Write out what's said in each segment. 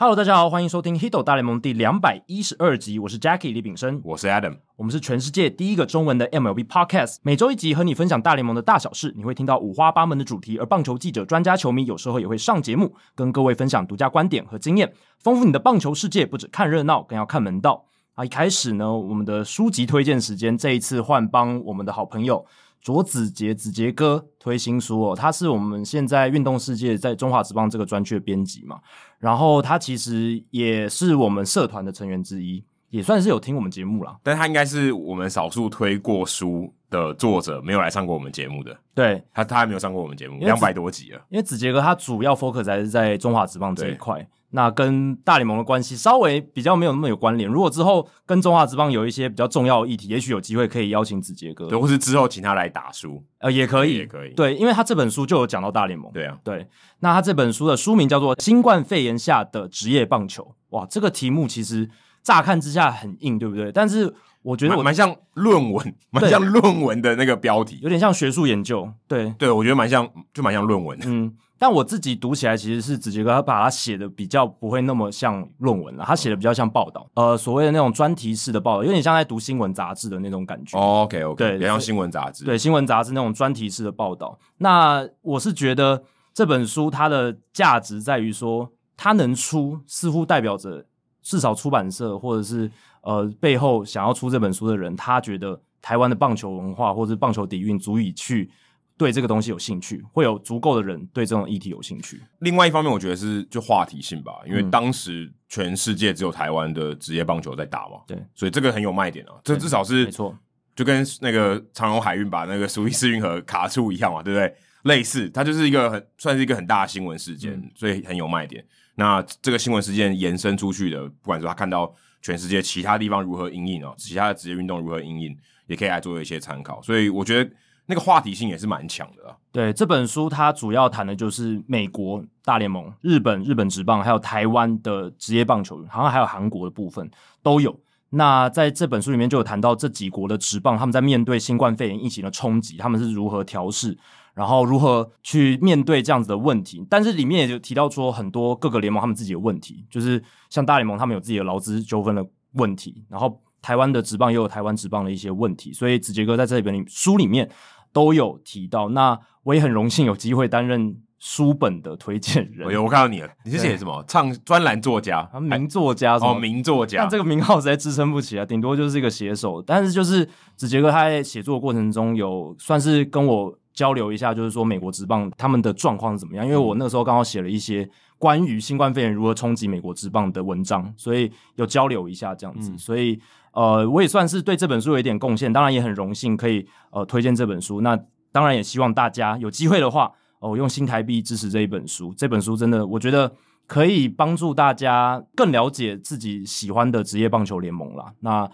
Hello，大家好，欢迎收听《h i d o 大联盟》第两百一十二集，我是 Jackie 李炳生，我是 Adam。我们是全世界第一个中文的 MLB Podcast，每周一集和你分享大联盟的大小事，你会听到五花八门的主题，而棒球记者、专家、球迷有时候也会上节目，跟各位分享独家观点和经验，丰富你的棒球世界。不只看热闹，更要看门道啊！一开始呢，我们的书籍推荐时间，这一次换帮我们的好朋友卓子杰子杰哥推新书哦，他是我们现在运动世界在中华职棒这个专区的编辑嘛，然后他其实也是我们社团的成员之一，也算是有听我们节目啦。但他应该是我们少数推过书的作者，没有来上过我们节目的。对，他他还没有上过我们节目，因为两只百多集了。因为子杰哥他主要 focus 还是在中华职棒这一块，那跟大联盟的关系稍微比较没有那么有关联。如果之后跟中华职棒有一些比较重要的议题，也许有机会可以邀请子杰哥对，，或是之后请他来打书。呃，也可以，也可以对，因为他这本书就有讲到大联盟，对啊，对，那他这本书的书名叫做《新冠肺炎下的职业棒球》，哇，这个题目其实乍看之下很硬，对不对？但是我觉得蛮我蛮像论文，蛮像论文的那个标题。有点像学术研究，对，对，我觉得蛮像，就蛮像 论文。嗯，但我自己读起来其实是子杰哥他把它写的比较不会那么像论文了，他写的比较像报道，呃，所谓的那种专题式的报道，有点像在读新闻杂志的那种感觉。 OK OK，对哦比较像新闻杂志。对新闻杂志那种专题式的报道。那我是觉得这本书它的价值在于说，它能出，似乎代表着至少出版社或者是呃背后想要出这本书的人，他觉得台湾的棒球文化或者是棒球底蕴足以去对这个东西有兴趣，会有足够的人对这种议题有兴趣。另外一方面，我觉得是就话题性吧，因为嗯当时全世界只有台湾的职业棒球在打嘛，对，所以这个很有卖点啊。这对至少是没错，就跟那个长荣海运把那 个苏伊士运河卡住一样嘛，对不对？类似，它就是一个很算是一个很大的新闻事件，嗯所以很有卖点。那这个新闻事件延伸出去的，不管说他看到全世界其他地方如何应应哦，其他的职业运动如何应应，也可以来做一些参考。所以我觉得那个话题性也是蛮强的、啊。对这本书，它主要谈的就是美国大联盟、日本日本职棒，还有台湾的职业棒球，好像还有韩国的部分都有。那在这本书里面就有谈到这几国的职棒，他们在面对新冠肺炎疫情的冲击，他们是如何调试，然后如何去面对这样子的问题。但是里面也就提到说，很多各个联盟他们自己的问题，就是像大联盟他们有自己的劳资纠纷的问题，然后台湾的职棒也有台湾职棒的一些问题。所以子杰哥在这本里书里面都有提到。那我也很荣幸有机会担任书本的推荐人，哎呦，我看到你了，你是写什么？唱专栏作家啊，名作家什么哦，名作家但这个名号实在支撑不起来，啊 顶多就是一个写手。但是就是子杰哥他在写作的过程中有算是跟我交流一下，就是说美国职棒他们的状况是怎么样。因为我那时候刚好写了一些关于新冠肺炎如何冲击美国职棒的文章，所以有交流一下这样子。嗯所以呃，我也算是对这本书有一点贡献，当然也很荣幸可以呃推荐这本书。那当然也希望大家有机会的话，哦，用新台币支持这一本书。这本书真的，我觉得可以帮助大家更了解自己喜欢的职业棒球联盟啦。那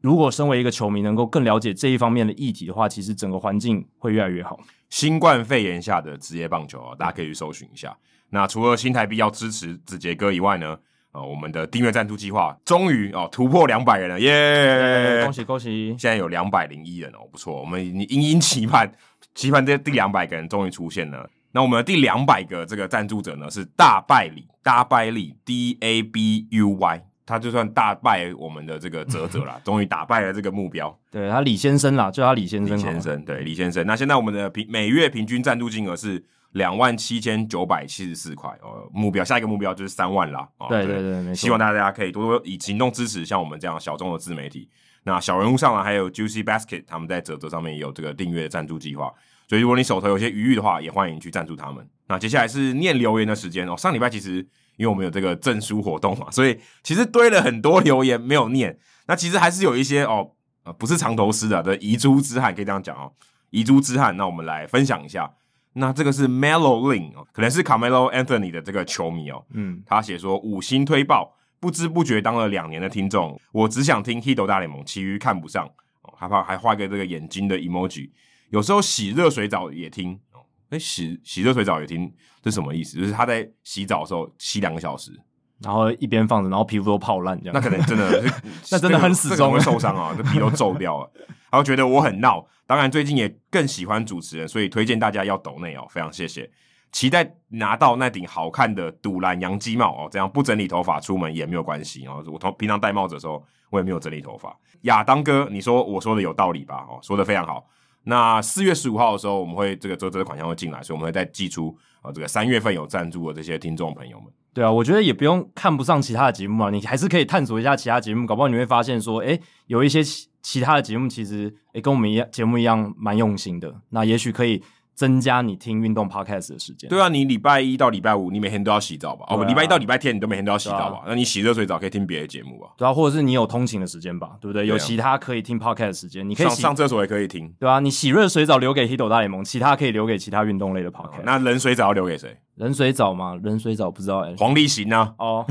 如果身为一个球迷，能够更了解这一方面的议题的话，其实整个环境会越来越好。新冠肺炎下的职业棒球啊，大家可以去搜寻一下。那除了新台币要支持子杰哥以外呢，呃，我们的订阅赞助计划终于哦突破两百人了，耶、恭喜恭喜！现在有两百零一人哦，不错，我们已经 殷殷期盼，期盼这第两百个人终于出现了。那我们的第两百个这个赞助者呢是大拜里，大拜里 D A B U Y，他就算大败我们的这个泽泽 啦，终于打败了这个目标。对他李先生啦，叫他李先生李好了。先生，对李先生。那现在我们的平每月平均赞助金额是两万七千九百七十四块哦，目标下一个目标就是三万啦。哦、对对对，没错。希望大家可以多多以行动支持像我们这样小众的自媒体。那小人物上呢，还有 Juicy Basket，他们在泽泽上面也有这个订阅赞助计划。所以如果你手头有些余裕的话，也欢迎去赞助他们。那接下来是念留言的时间哦。上礼拜其实因为我们有这个证书活动嘛，所 以其实堆了很多留言没有念。那其实还是有一些哦，呃，不是长头诗的的遗珠之憾，可以这样讲哦，遗珠之憾。那我们来分享一下。那这个是 Melo Lin 哦，可能是 Carmelo Anthony 的这个球迷哦，嗯，他写说五星推爆，不知不觉当了两年的听众，我只想听《h i d o 大联盟》，其余看不上。哦，还怕还画一个这个眼睛的 emoji，有时候洗热水澡也听。哦，哎，洗洗热水澡也听，这什么意思？就是他在洗澡的时候洗两个小时，然后一边放着，然后皮肤都泡烂这样。那可能 真的，那真的很死忠这个会受伤啊，这 皮都皱掉了。然后觉得我很闹，当然最近也更喜欢主持人，所以推荐大家要抖内哦，非常谢谢。期待拿到那顶好看的赌蓝洋基帽哦，这样不整理头发出门也没有关系哦。我同平常戴帽子的时候，我也没有整理头发。亚当哥，你说我说的有道理吧？哦，说的非常好。那四月十五号的时候，我们会这个折折的款项会进来，所以我们会再寄出啊、哦这个三月份有赞助的这些听众朋友们。对啊，我觉得也不用看不上其他的节目啊，你还是可以探索一下其他节目，搞不好你会发现说，诶，有一些其其他的节目其实诶跟我们一样节目一样蛮用心的，那也许可以增加你听运动 podcast 的时间。对啊，你礼拜一到礼拜五，你每天都要洗澡吧？对哦，不啊礼拜一到礼拜天你都每天都要洗澡对啊吧？那你洗热水澡可以听别的节目啊，对啊，或者是你有通勤的时间吧，对不对？对啊有其他可以听 podcast 的时间，你可以上洗上厕所也可以听。对啊，你洗热水澡留给 Hito 大联盟，其他可以留给其他运动类的 podcast。哦那冷水澡要留给谁？冷水澡嘛，冷水澡不知道哎、黄立行啊， 哦，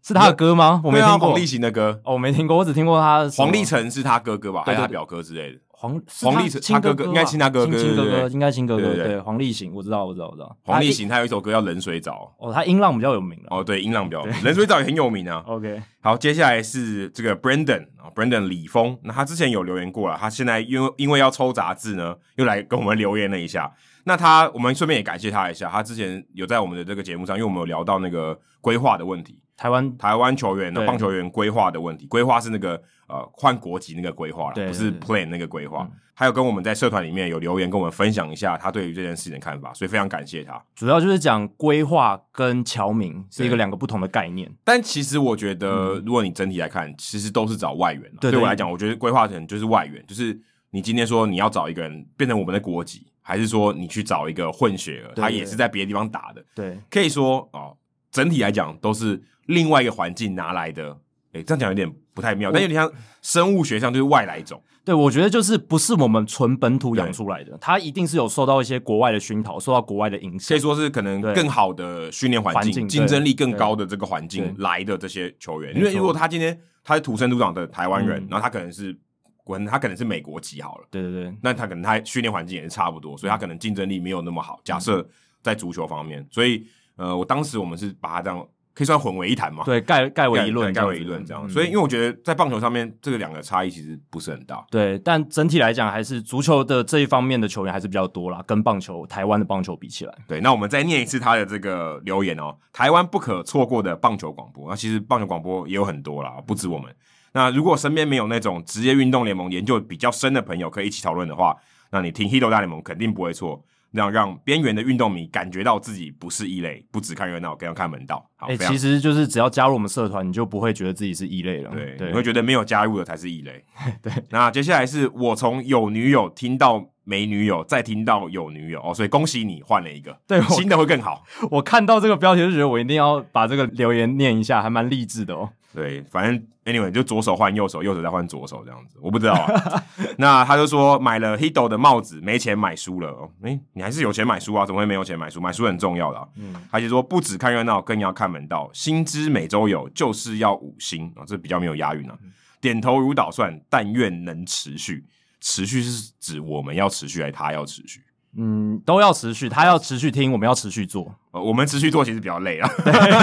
是他的歌吗？我没对啊听过黄。立行的歌，哦，我没听过，我只听过他的什么黄立成是他哥哥吧，还对对是他对表哥之类的？黄是黄他立成亲他哥哥哥吧应该亲他哥哥亲亲哥对对哥对应该亲哥对哥对对对黄立行，我知道我知道我知道黄立啊行他有一首歌叫《冷水澡哦，他音浪比较有名》，了。哦，对，音浪标，冷水澡也很有名啊。 OK，好，接下来是这个 Brandon 啊、b r a n d o n 李峰，那他之前有留言过了，他现在因为因为要抽杂志呢，又来跟我们留言了一下。那他我们顺便也感谢他一下，他之前有在我们的这个节目上，因为我们有聊到那个规划的问题，台湾台湾球员呢对棒球员规划的问题，规划是那个呃换国籍那个规划啦，对不是对嗯 plan 那个规划。还有跟我们在社团里面有留言跟我们分享一下他对于这件事情的看法，所以非常感谢他。主要就是讲规划跟侨民是一对个两个不同的概念。但其实我觉得，如果你整体来看，其实都是找外援啦。嗯啊对对我来讲，我觉得规划成就是外援，就是你今天说你要找一个人变成我们的国籍，还是说你去找一个混血儿，对他也是在别的地方打的，对，可以说哦，整体来讲都是另外一个环境拿来的。诶，这样讲有点不太妙，但有点像生物学上就是外来种。对，我觉得就是不是我们纯本土对养出来的，它一定是有受到一些国外的熏陶，受到国外的影可响以。说是可能对更好的训练环环境、境竞争力更对高的这个环境对来的这些球员。没因错为如果他今天他是土生土长的台湾人，嗯然后他可能是可能他可能是美国籍好了，对对对，那他可能他训练环境也是差不多，所以他嗯可能竞争力没有那么好。假设在足球方面，所以呃，我当时我们是把他这样可以算混为一谈嘛，对盖盖概，为一论这概样子，为一论这样。嗯所以因为我觉得在棒球上面，这个两个差异其实不是很大。对，但整体来讲，还是足球的这一方面的球员还是比较多啦，跟棒球台湾的棒球比起来，对，那我们再念一次他的这个留言哦，台湾不可错过的棒球广播。那其实棒球广播也有很多啦，不止我们。那如果身边没有那种职业运动联盟研究比较深的朋友，可以一起讨论的话，那你听《h i t o 大联盟》肯定不会错。让让边缘的运动迷感觉到自己不是异类，不只看热闹，更要看门道。好，哎、哦非常其实就是只要加入我们社团，你就不会觉得自己是异类了。对，你对，会觉得没有加入的才是 异类。对，那接下来是我从有女友听到没女友，再听到有女友哦，所以恭喜你换了一个，对我新的会更好。我看到这个标题就觉得我一定要把这个留言念一下，还蛮励志的哦。对，反正 anyway 就左手换右手，右手再换左手这样子，我不知道啊。 那他就说买了 Hido 的帽子，没钱买书了。哦诶、你还是有钱买书啊？怎么会没有钱买书？买书很重要的、啊。嗯，他就说不只看热闹，更要看门道。薪资每周有，就是要五星啊、这比较没有押韵啊。点头如捣蒜，但愿能持续。持续是指我们要持续，还是他要持续？嗯，都要持续，他要持续听，我们要持续做。呃，我们持续做其实比较累啊。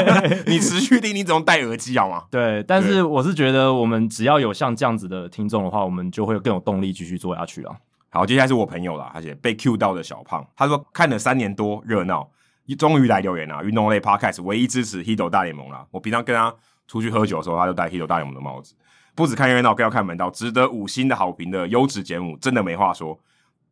你持续听，你只能戴耳机好吗？对，但对是我是觉得，我们只要有像这样子的听众的话，我们就会更有动力继续做下去啊。好，接下来是我朋友啦，而且被 Q 到的小胖，他说看了三年多热闹，终于来留言啦。运动类 Podcast 唯一支持 Hido 大联盟啦。我平常跟他出去喝酒的时候，他就戴 Hido 大联盟的帽子。不只看热闹，更要看门道，值得五星的好评的优质节目，真的没话说。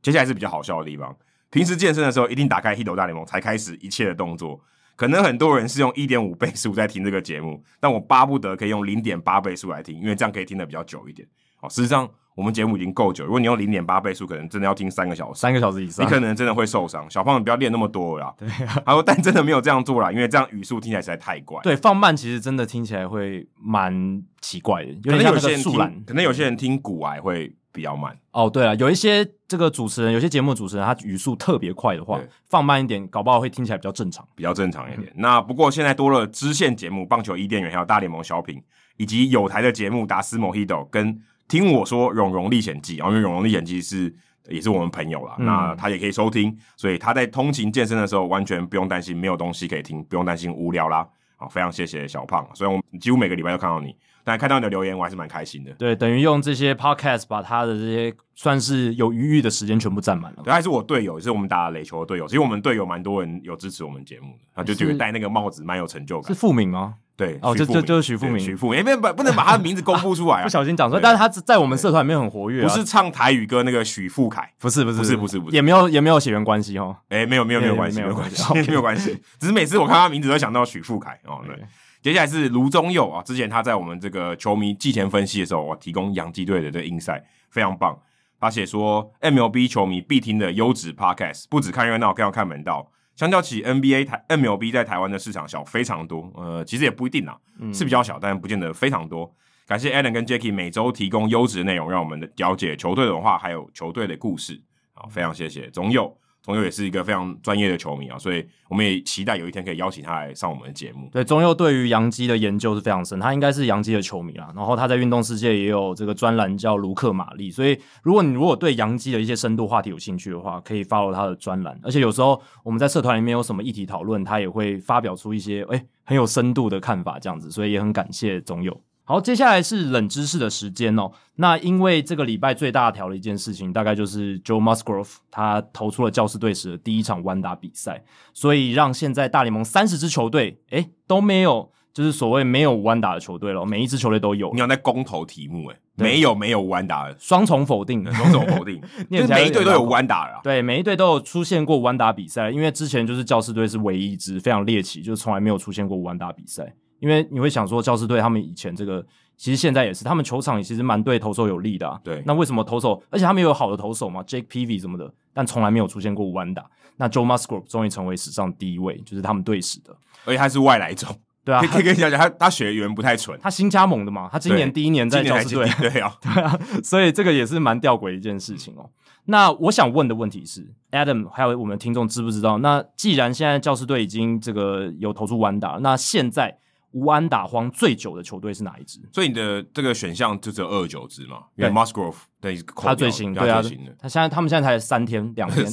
接下来是比较好笑的地方，平时健身的时候一定打开 Hido 大联盟才开始一切的动作。可能很多人是用一点五倍速在听这个节目，但我巴不得可以用零点八倍速来听，因为这样可以听得比较久一点。哦，事实上我们节目已经够久，如果你用零点八倍速，可能真的要听三个小时，三个小时以你上，可能真的会受伤。小胖，你不要练那么多了啦。对啊。他说，但真的没有这样做啦，因为这样语速听起来实在太怪。，对放慢其实真的听起来会蛮奇怪的，有可点能像有那些个人树懒听，。可能有些人听古癌会比较慢。哦，对了，有一些这个主持人，有些节目主持人，他语速特别快的话对，放慢一点，搞不好会听起来比较正常。比较正常一嗯点。那不过现在多了支线节目，棒球伊甸园还有大联盟小品，以及有台的节目达斯莫希斗跟听我说《蓉蓉历险记》，然后哦因为《蓉蓉历险记是》也是我们朋友啦，嗯那他也可以收听，所以他在通勤健身的时候完全不用担心没有东西可以听，不用担心无聊啦。好，非常谢谢小胖，虽然我几乎每个礼拜都看到你，但看到你的留言我还是蛮开心的。对，等于用这些 podcast 把他的这些算是有余裕的时间全部占满了。对，还是我队友，也是我们打垒球的队友。其实我们队友蛮多人有支持我们节目的，他就觉得是戴那个帽子蛮有成就是。感复明吗？对，哦徐就富就明就是徐富对明徐富明，不不不能把他的名字公布出来 啊不，小心讲错，对但是他在我们社团里面很活跃啊、不是唱台语歌那个许富凯，不是不是不是不是不是也没有也没有血缘关系哦。哎，没有没有没没有有关系，没没有有关系， OK 没有关 系，只是每次我看他名字都想到许富凯哦。对对，接下来是卢宗佑啊，之前他在我们这个球迷季前分析的时候，我提供洋基队的这个 insight 非常棒。他写说，MLB 球迷必听的优质 podcast，不只看热闹，更要看门道。相较起 NBA 台 MLB 在台湾的市场小非常多，呃，其实也不一定啦，嗯是比较小，但不见得非常多。感谢 Alan 跟 Jackie 每周提供优质的内容，让我们了解球队的文化，还有球队的故事。好，非常谢谢总友，总友也是一个非常专业的球迷啊，所以我们也期待有一天可以邀请他来上我们的节目。对，中佑对于洋基的研究是非常深，他应该是洋基的球迷啦。然后他在运动世界也有这个专栏叫卢克玛丽，所以如果你如果对洋基的一些深度话题有兴趣的话，可以 follow 他的专栏。而且有时候我们在社团里面有什么议题讨论，他也会发表出一些诶很有深度的看法，这样子，所以也很感谢总友。好，接下来是冷知识的时间哦。那因为这个礼拜最大条的一件事情，大概就是 Joe Musgrove 他投出了教士队史的第一场弯打比赛，所以让现在大联盟三十支球队，诶都没有，就是所谓没有弯打的球队了，每一支球队都有你。要在公投题目、欸，对没有没有弯打的，双重否定，种 种 否定，就念是起来每一有点队都有绕口弯打了啊。对，每一队都有出现过弯打比赛，因为之前就是教士队是唯一一支非常猎奇，就是从来没有出现过弯打比赛。因为你会想说，教士队他们以前这个，其实现在也是，他们球场也其实蛮对投手有利的、啊。对那为什么投手，而且他们也有好的投手嘛，Jake Peavy 什么的，但从来没有出现过弯打。那 Joe Musgrove 终于成为史上第一位，就是他们队史的。而且他是外来种，对啊可以，可以跟你讲讲，他他学员不太蠢，他新加盟的嘛，他今年对第一年今在年教才士进队，对啊，对啊，所以这个也是蛮吊诡的一件事情哦。那我想问的问题是，Adam 还有我们听众知不知道？那既然现在教师队已经这个有投出完打，那现在无安打荒最久的球队是哪一支？所以你的这个选项就只有二九支嘛，因对为 Musgrove 对他最新，对对啊他最新的，，啊他现在他们现在才三天两 天，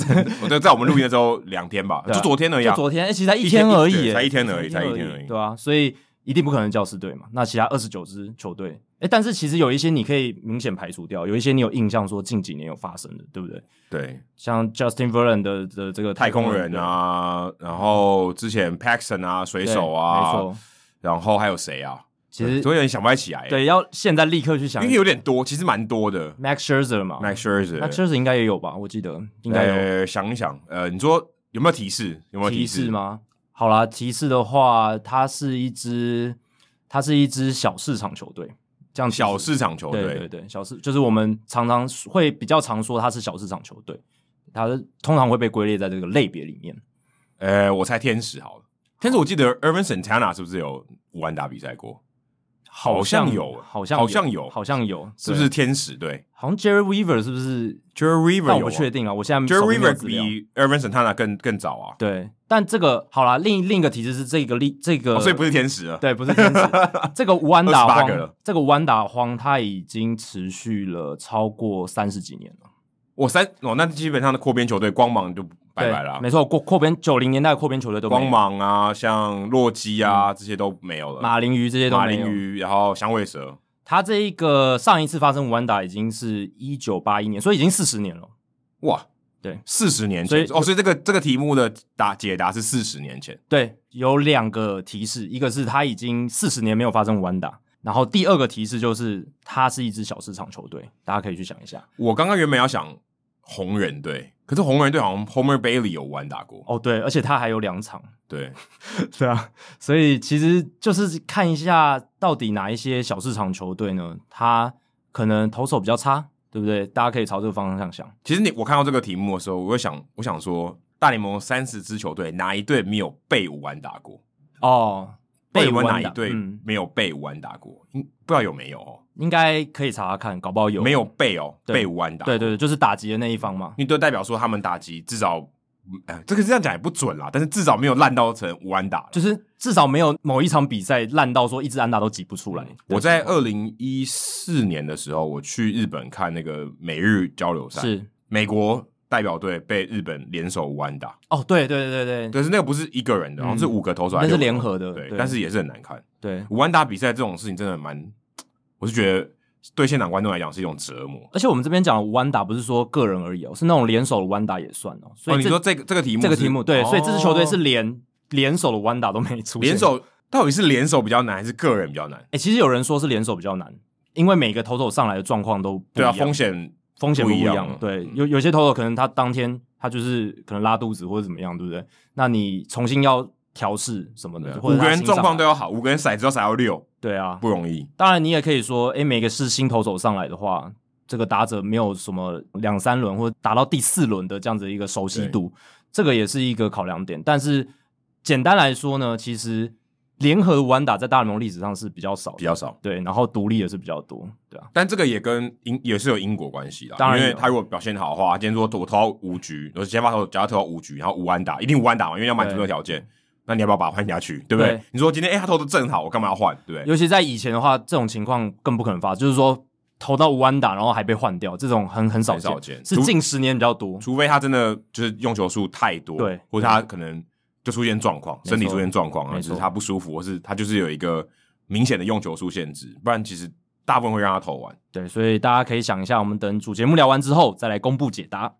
我就在我们录音的时候两天吧，对啊就昨天而已就啊，昨天，哎，其实才一一天天而已对耶， 才一天而已才一一天天而已对啊，所以一定不可能教师队嘛。那其他二十九支球队，哎，但是其实有一些你可以明显排除掉，有一些你有印象说近几年有发生的，对不对？对，像 Justin Verlander 的的这个太空人对啊，然后之前 Paxton 啊，水对手啊，没错，然后还有谁啊？其对实所以有点想不太起来，，对，要现在立刻去想因为有点多，其实蛮多的。 Max Scherzer 嘛 Max Scherzer， Max Scherzer 应该也有吧？我记得应该有呃，想一想，呃，你说有没有提示？有没有提示示？吗？好啦，提示的话，它是一支，它是一支小市场球队，这样提示小市场球队，对对对，小市就是我们常常会比较常说它是小市场球队，它是通常会被归类在这个类别里面。呃，我猜天使好了。天使，我记得 Irvin Santana 是不是有五安打比赛过？好像有好像好像有好像有，是不是？天使队好像 Jerry Weaver 是不是？ ？Jerry 但 River 我有不啊确定啊，我现在手，Jerry 边没有 River 资料比 Irvin Santana 更更早啊，对，但这个好啦，另另一个提示是这个例这个、哦所以不是天使了。呃对，不是天使。这个弯打28个了荒，这个弯打荒，它已经持续了超过三十几年了。我三哦，那基本上的扩编球队光芒就拜拜啦对，没错，扩扩编九零年代的扩编球队都没有啊光芒啊，像洛基啊这些都没有了，马林鱼这些都马没林有。鱼，然后响尾蛇，他这一个上一次发生弯打已经是一九八一年，所以已经四十年了。哇，对，四十年前所以哦，所以这个这个题目的答解答是四十年前，对，有两个提示，一个是他已经四十年没有发生弯打，然后第二个提示就是它是一支小市场球队，大家可以去想一下。我刚刚原本要想红人队，可是红人队好像 Homer Bailey 有弯打过，哦，对，而且他还有两场。对， 对啊，所以其实就是看一下到底哪一些小市场球队呢，他可能投手比较差，对不对？大家可以朝这个方向想。其实你我看到这个题目的时候，我会想，我想说，大联盟三十支球队哪一队没有被五安打过？哦，贝湾湾哪的一队嗯，没有被五安打过？嗯，不知道有没有哦，应该可以查查看，搞不好有没？有被哦，对被五安打。对对对，就是打击的那一方嘛。因为都代表说他们打击至少，嗯哎、这个这样讲也不准啦，但是至少没有烂到成五安打了。就是至少没有某一场比赛烂到说一支安打都挤不出来。嗯我在二零一四年的时候，我去日本看那个美日交流赛，是美国代表队被日本联手五安打，哦，对对对对对但是那个不是一个人的，好哦像是五个投手还嗯那是六个联合的对，对但是也是很难看。对，五安打比赛这种事情真的蛮，我是觉得对现场观众来讲是一种折磨。而且我们这边讲的弯打不是说个人而已哦，是那种联手的弯打也算哦。所哦，以你这、说这个这个题目这是，个题目对，所以这支球队是哦连联手的弯打都没出现联。手，到底是联手比较难还是个人比较难？哎、其实有人说是联手比较难，因为每个投手上来的状况都不一对啊，样，风险风险不不一一样样嘛。对嗯，有有些投手可能他当天他就是可能拉肚子或者怎么样，对不对？那你重新要调试什么的，对啊或者五他啊个人新上状况来都要好，五个人骰子要骰到六，对啊，不容易。当然，你也可以说，诶，每个是新投手上来的话，这个打者没有什么两三轮或打到第四轮的这样子一个熟悉度，这个也是一个考量点。但是简单来说呢，其实联合的弯打在大联盟历史上是比较少的，比较少，对，然后独立也是比较多，对啊，但这个也跟因也是有因果关系啦。当然因为有他如果表现好的话，今天说我投到五局，我先发投，假如投到五局，然后五安打，一定五安打嘛，因为要满足这个条件。那你要不要把他换下去，对不对？对你说今天哎、他投的正好，我干嘛要换，对不对？尤其在以前的话，这种情况更不可能发生，就是说投到弯打然后还被换掉，这种很很少见，很少见是近十年比较多，除非他真的就是用球数太多，对或者他可能就出现状况，没错身体出现状况啊，没就错是他不舒服，或是他就是有一个明显的用球数限制，不然其实大部分会让他投完。对，所以大家可以想一下，我们等主节目聊完之后再来公布解答。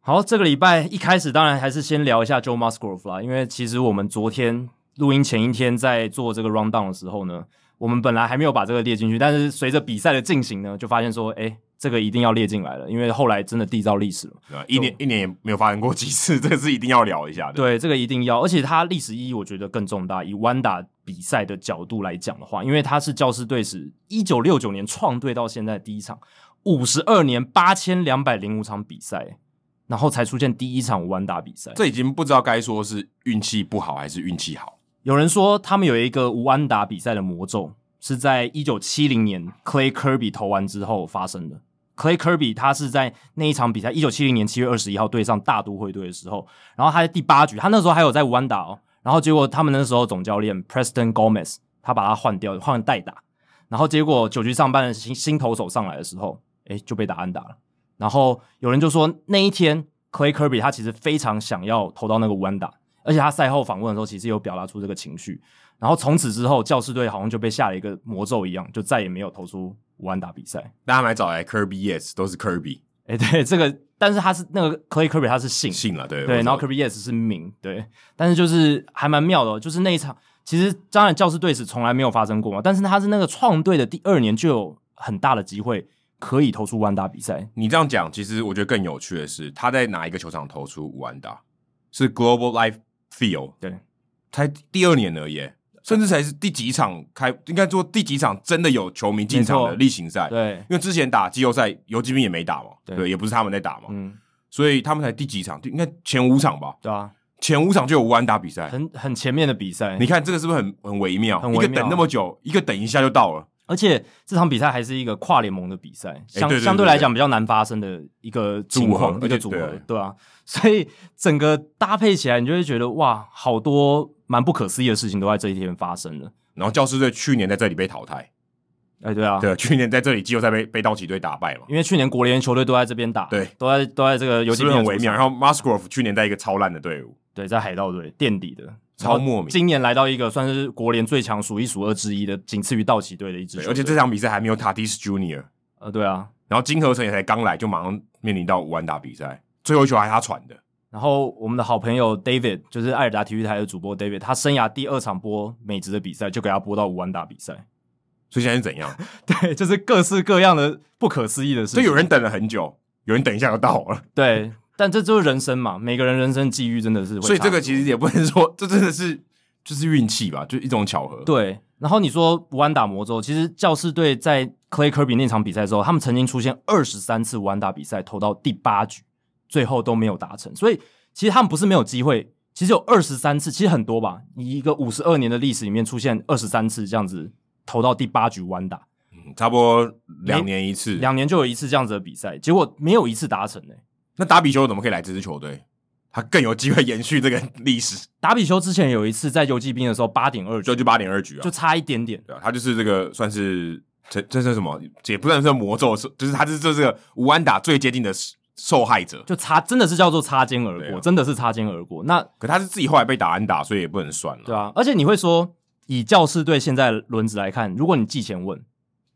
好，这个礼拜一开始，当然还是先聊一下 Joe Musgrove 啦，因为其实我们昨天录音前一天在做这个 round down 的时候呢，我们本来还没有把这个列进去，但是随着比赛的进行呢，就发现说，哎、这个一定要列进来了，因为后来真的缔造历史了。对吧一年一年也没有发生过几次， 这个是一定要聊一下的。对，这个一定要，而且它历史意义我觉得更重大。以弯打比赛的角度来讲的话，因为它是教师队史一九六九年创队到现在的第一场五十二年八千两百零五场比赛，然后才出现第一场弯打比赛。这已经不知道该说是运气不好还是运气好。有人说他们有一个无安打比赛的魔咒，是在一九七零年 Clay Kirby 投完之后发生的。Clay Kirby 他是在那一场比赛，一九七零年七月二十一号对上大都会队的时候，然后他在第八局，他那时候还有在无安打哦，然后结果他们那时候总教练 Preston Gomez 他把他换掉，换代打，然后结果九局上半的新新投手上来的时候，诶就被打安打了。然后有人就说那一天 Clay Kirby 他其实非常想要投到那个弯打，而且他赛后访问的时候其实有表达出这个情绪。然后从此之后，教士队好像就被下了一个魔咒一样，就再也没有投出弯打比 赛。大家买找来 Kirby Yes 都是 Kirby 诶，哎对这个，但是他是那个 Clay Kirby 他是姓信了，对嗯对，然后我知道 Kirby Yes 是名，对，但是就是还蛮妙的哦、就是那一场，其实当然教师队史从来没有发生过嘛，但是他是那个创队的第二年就有很大的机会可以投出弯打比赛，你这样讲，其实我觉得更有趣的是，他在哪一个球场投出五安打？是 Global Life Field，对，才第二年而已耶，甚至才是第几场开，应该说第几场真的有球迷进场没的错例行赛。对，因为之前打季后赛，游击兵也没打嘛，对对，也不是他们在打嘛，嗯，所以他们才第几场，应该前五场吧，对啊，前五场就有五安打比赛。很很前面的比赛，你看这个是不是很很微妙？很微妙啊一个等那么久，一个等一下就到了。而且这场比赛还是一个跨联盟的比赛，相、哎对对对相对来讲比较难发生的一个情况组合一个组合，而且对对啊，所以整个搭配起来，你就会觉得哇，好多蛮不可思议的事情都在这一天发生了。然后教师队去年在这里被淘汰，哎、对啊，对，去年在这里季后赛被被道奇队打败嘛，因为去年国联球队都在这边打，对，都在都在这个游是击兵不是的很主微妙？场然后 Musgrove 去年在一个超烂的队伍，对，在海盗队垫底的，超然后莫名今年来到一个算是国联最强数一数二之一的，仅次于道奇队的一支对，球队，而且这场比赛还没有 Tatis Junior，呃，对啊，然后金河成也才刚来，就马上面临到五安打比赛，最后一球还是他传的，然后我们的好朋友 David，就是艾尔达体育台的主播 David，他生涯第二场播美职的比赛，就给他播到五万打比赛。 所以现在是怎样？对，就是各式各样的不可思议的事所情。以有人等了很久，有人等一下就到了，对，但这就是人生嘛，每个人人生际遇真的是会差。所以这个其实也不能说，这真的是就是运气吧，就一种巧合。对。然后你说五安打魔咒，其实教士队在 Clay Kirby 那场比赛之后，他们曾经出现二十三次五安打比赛，投到第八局，最后都没有达成。所以其实他们不是没有机会，其实有二十三次，其实很多吧。以一个五十二年的历史里面出现二十三次这样子投到第八局弯打，嗯，差不多两年一次。两年就有一次这样子的比赛，结果没有一次达成诶、那达比修怎么可以来这支球队？他更有机会延续这个历史，达比修之前有一次在游击兵的时候八点二就局，就八点二局啊，就差一点点，对啊，他就是这个算是这这是什么？也不算是魔咒，是就是他是这这个吴安打最接近的受害者，就擦真的是叫做擦肩而对过，啊真的是擦肩而过。那可他是自己后来被打安打，所以也不能算了。对啊，而且你会说，以教士队现在轮值来看，如果你季前问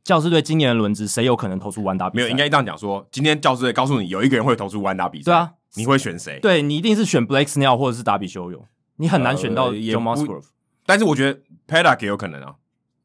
教士队今年的轮值谁有可能投出完打比赛，没有，应该这样讲说，今天教师队告诉你有一个人会投出完打比赛，对啊，你会选谁？对你一定是选 Blake Snell 或者是达比修有，你很难选到呃 j 也 o 不 Musgrove。但是我觉得 Paddock 也有可能啊，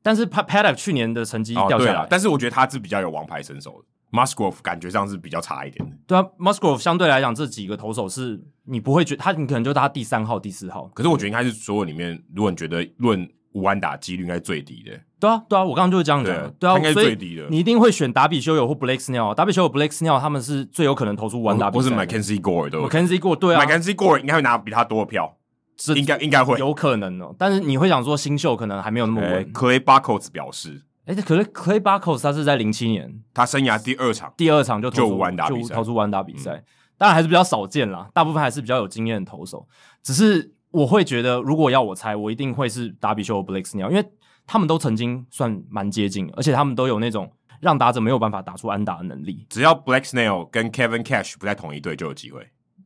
但是 Pa- Paddock 去年的成绩哦掉对下了来，，但是我觉得他是比较有王牌身手的。Musgrove 感觉上是比较差一点的，对啊，Musgrove 相对来讲这几个投手是你不会觉他，你可能就他第三号、第四号。可是我觉得应该是所有里面，如果你觉得论吴安打几率应该最低的，对啊，对啊，我刚刚就是这样讲对的啊。对啊，他应该是所以最低的你一定会选达比修有或 Blake Snell。达比啊修有、Blake Snell 他们是最有可能投出完打比不赛是的。 Mackenzie Gore 都有 McKenzie 过对啊， ，Mackenzie Gore 应该会拿比他多的票，这应该应该会。有可能哦。但是你会想说新秀可能还没有那么呃稳。 ，Clay Buckles 表示，哎，可是 Clay Buckles 他是在零七年他生涯第二场第二场就投就出完打比就赛嗯投出完打比赛，当然还是比较少见啦。大部分还是比较有经验的投手，只是我会觉得，如果要我猜，我一定会是达比修和 Blake Snell，因为他们都曾经算蛮接近的，而且他们都有那种让打者没有办法打出安打的能力。只要 Black Snail 跟 Kevin Cash 不在同一队就有 机会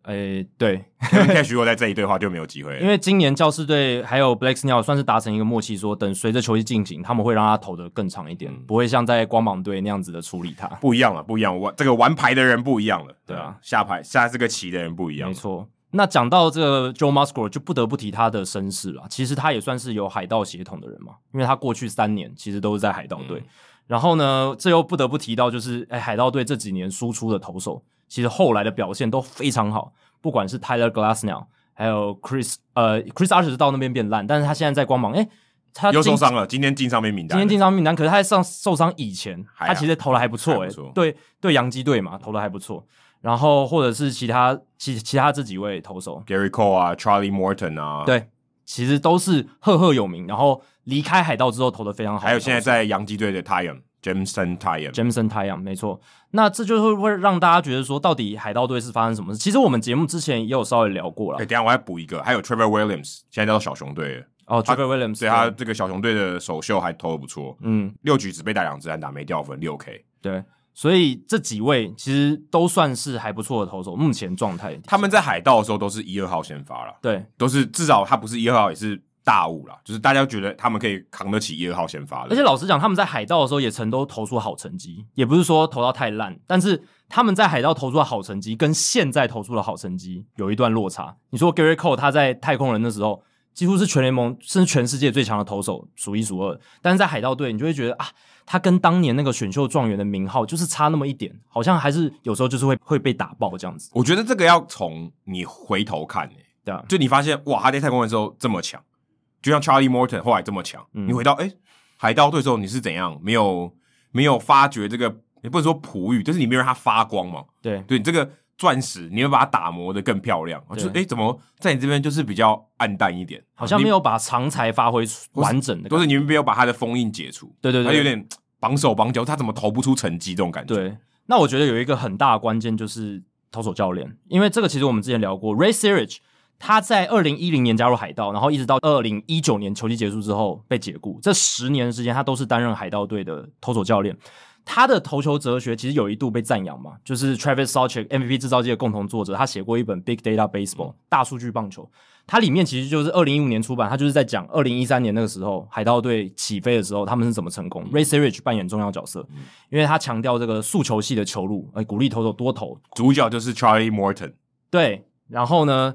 诶，嗯对， ，Kevin Cash 如果在这一队的话就没有机会因了。为今年教士队还有 Blake Snell 算是达成一个默契说，等随着球季进行，他们会让他投的更长一嗯点，不会像在光芒队那样子的处理他。不一样了，不一样，玩这个玩牌的人不一样了，对啊，下牌下这个棋的人不一样啊没，错。那讲到这个 Joe Musgrove，就不得不提他的身世了。其实他也算是有海盗血统的人嘛，因为他过去三年其实都是在海盗队。嗯然后呢，这又不得不提到，就是哎，海盗队这几年输出的投手，其实后来的表现都非常好，不管是 Tyler Glassnow，还有 Chris 呃 Chris Archer 是到那边变烂，但是他现在在光芒，哎，他又受今伤了，今天进上面名今单了，天进伤名单，可是他在上受伤以前，还好他其实投的还不错、还欸，不错对对，洋基队嘛，投的还不错。然后或者是其他其其他这几位投手， Gary Cole 啊，Charlie Morton 啊，，对，其实都是赫赫有名。然后离开海盗之后投的非常好的投手，还有现在在洋基队的 Tyon Jameson Tyon， Jameson 太阳，没错。那这就是会让大家觉得说，到底海盗队是发生什么事？其实我们节目之前也有稍微聊过哎，了，等一下我还补一个，还有 Trevor Williams 现在叫小熊队了，哦他，Trevor Williams，所以他这个小熊队的首秀还投的不错，嗯，六局只被打两支安打，没掉分，六 K。对，所以这几位其实都算是还不错的投手，目前状态。他们在海盗的时候都是一二号先发了，对都是至少他不是一二号也是大物啦，就是大家觉得他们可以扛得起一二号先发的。而且老实讲，他们在海盗的时候也曾都投出好成绩，也不是说投到太烂，但是他们在海盗投出的好成绩跟现在投出的好成绩有一段落差。你说 Gary Cole 他在太空人的时候几乎是全联盟甚至全世界最强的投手，数一数二，但是在海盗队你就会觉得啊，他跟当年那个选秀状元的名号就是差那么一点，好像还是有时候就是会会被打爆这样子，我觉得这个要从你回头看、欸，对啊，就你发现哇，他在太空人的时候这么强，就像 Charlie Morton 后来这么强，嗯你回到哎、欸海盗队的时候你是怎样没有没有发掘这个，也不能说璞玉，就是你没有让它发光嘛，对对你这个钻石，你会把它打磨的更漂亮，就对哎、欸怎么在你这边就是比较暗淡一点，好像你没有把长才发挥出完整的都感觉，是你们没有把他的封印解除，对对他对，有点绑手绑脚，他怎么投不出成绩这种感觉。，对，那我觉得有一个很大的关键就是投手教练，因为这个其实我们之前聊过，Ray Sirich 他在二零一零年加入海盗，然后一直到二零一九年球季结束之后被解雇，这十年的时间他都是担任海盗队的投手教练。他的投球哲学其实有一度被赞扬嘛，就是 Travis Salchik MVP 制造机的共同作者，他写过一本《Big Data Baseball》大数据棒球，它里面其实就是二零一五年出版，它就是在讲二零一三年那个时候海盗队起飞的时候，他们是怎么成功。Ray Sirich 扮演重要角色，因为他强调这个速球系的球路，哎，鼓励投手多投，主角就是 Charlie Morton，对，然后呢，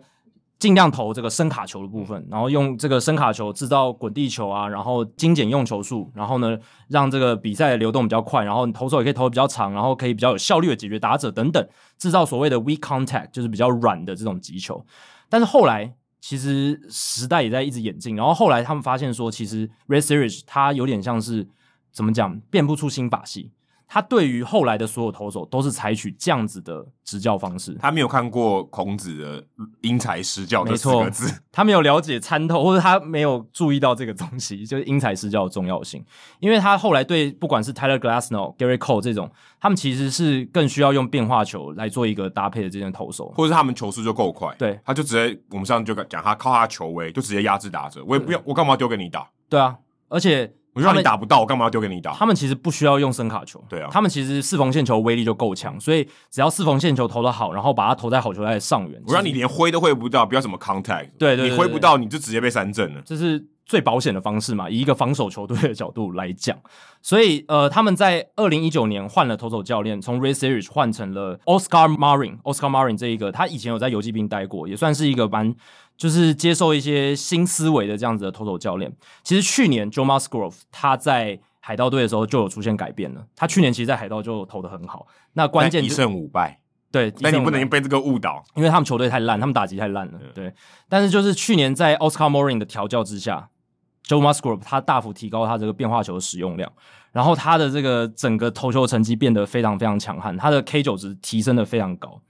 尽量投这个深卡球的部分，然后用这个深卡球制造滚地球啊，然后精简用球数，然后呢，让这个比赛的流动比较快，然后你投手也可以投的比较长，然后可以比较有效率的解决打者等等，制造所谓的 weak contact，就是比较软的这种击球。但是后来其实时代也在一直演进，然后后来他们发现说，其实 Red Series 它有点像是怎么讲，变不出新把戏。他对于后来的所有投手都是采取这样子的执教方式。他没有看过孔子的“因材施教”这没四错个字， 他没有了解参透，或者他没有注意到这个东西， 就是因材施教的重要性。因为他后来对不管是 Tyler Glasnow、Gary Cole 这种，他们其实是更需要用变化球来做一个搭配的这件投手。或者是他们球速就够快，对，他就直接我们上次就讲他靠他的球威就直接压制打者，我也不要我干嘛丢给你打，对啊，而且我让他你们打不到，我干嘛要丢给你打？他们其实不需要用声卡球，对啊他们其实四缝线球威力就够强，所以只要四缝线球投得好，然后把它投在好球带的上缘，我让其你实连挥都挥不到，不要什么 contact，对对对你挥不到你就直接被三振了。这是最保险的方式嘛，以一个防守球队的角度来讲，所以呃，他们在二零一九年换了投手教练，从 Ray Series 换成了 Oscar Marin。Oscar Marin 这一个，他以前有在游击兵待过，也算是一个蛮就是接受一些新思维的这样子的投手教练。其实去年 Joe Musgrove 他在海盗队的时候就有出现改变了，他去年其实，在海盗就投的很好。那关键哎但一就胜五败，对，但一胜你五不败能被这个误导。因为他们球队太烂，他们打击太烂了。对，但是就是去年在 Oscar Morin 的调教之下，Joe Musgrove 他大幅提高他这个变化球的使用量，然后他的这个整个投球成绩变得非常非常强悍，他的 K 九值提升的非常高。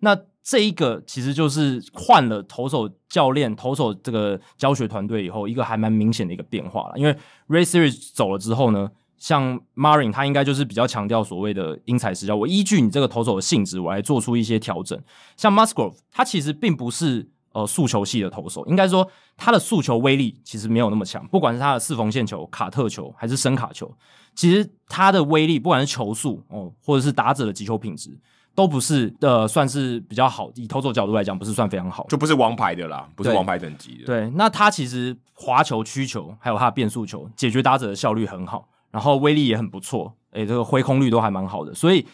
那这一个其实就是换了投手教练、投手这个教学团队以后，一个还蛮明显的一个变化了。因为 Ray Series 走了之后呢，像 Marin 他应该就是比较强调所谓的因材施教，我依据你这个投手的性质，我来做出一些调整。像 Musgrove，他其实并不是呃速球系的投手，应该说他的速球威力其实没有那么强，不管是他的四缝线球、卡特球还是深卡球，其实他的威力不管是球速哦，或者是打者的击球品质，都不是呃算是比较好，以投手角度来讲，不是算非常好。就不是王牌的啦，不是对王牌等级的。对，那他其实滑球、曲球，还有他的变速球，解决打者的效率很好，然后威力也很不错，诶，这个挥空率都还蛮好的。所以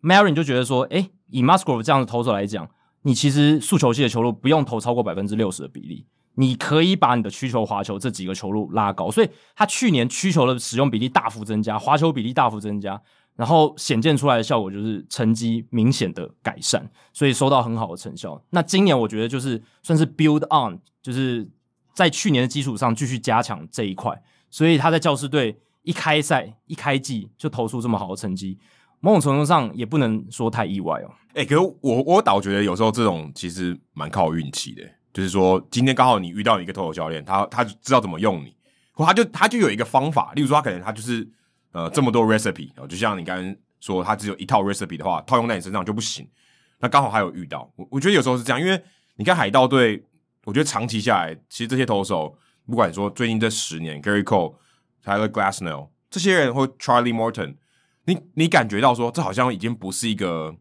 Marin 就觉得说，诶，以 Musgrove 这样的投手来讲，你其实速球系的球路不用投超过百分之六十的比例，你可以把你的曲球、滑球这几个球路拉高。所以他去年曲球的使用比例大幅增加，滑球比例大幅增加。然后显现出来的效果就是成绩明显的改善，所以收到很好的成效。那今年我觉得就是算是 build on，就是在去年的基础上继续加强这一块。所以他在教师队一开赛一开季就投出这么好的成绩，某种程度上也不能说太意外哦。哎、可是我我倒觉得有时候这种其实蛮靠运气的，就是说今天刚好你遇到一个投手教练，他他就知道怎么用你，或他就他就有一个方法，例如说他可能他就是呃这么多 recipe，哦就像你刚刚说他只有一套 recipe 的话，套用在你身上就不行。那刚好还有遇到，我我觉得有时候是这样，因为你看海盗队，我觉得长期下来，其实这些投手，不管说最近这十年，Gary Cole、Tyler Glasnow 这些人或 Charlie Morton，你你感觉到说，这好像已经不是一个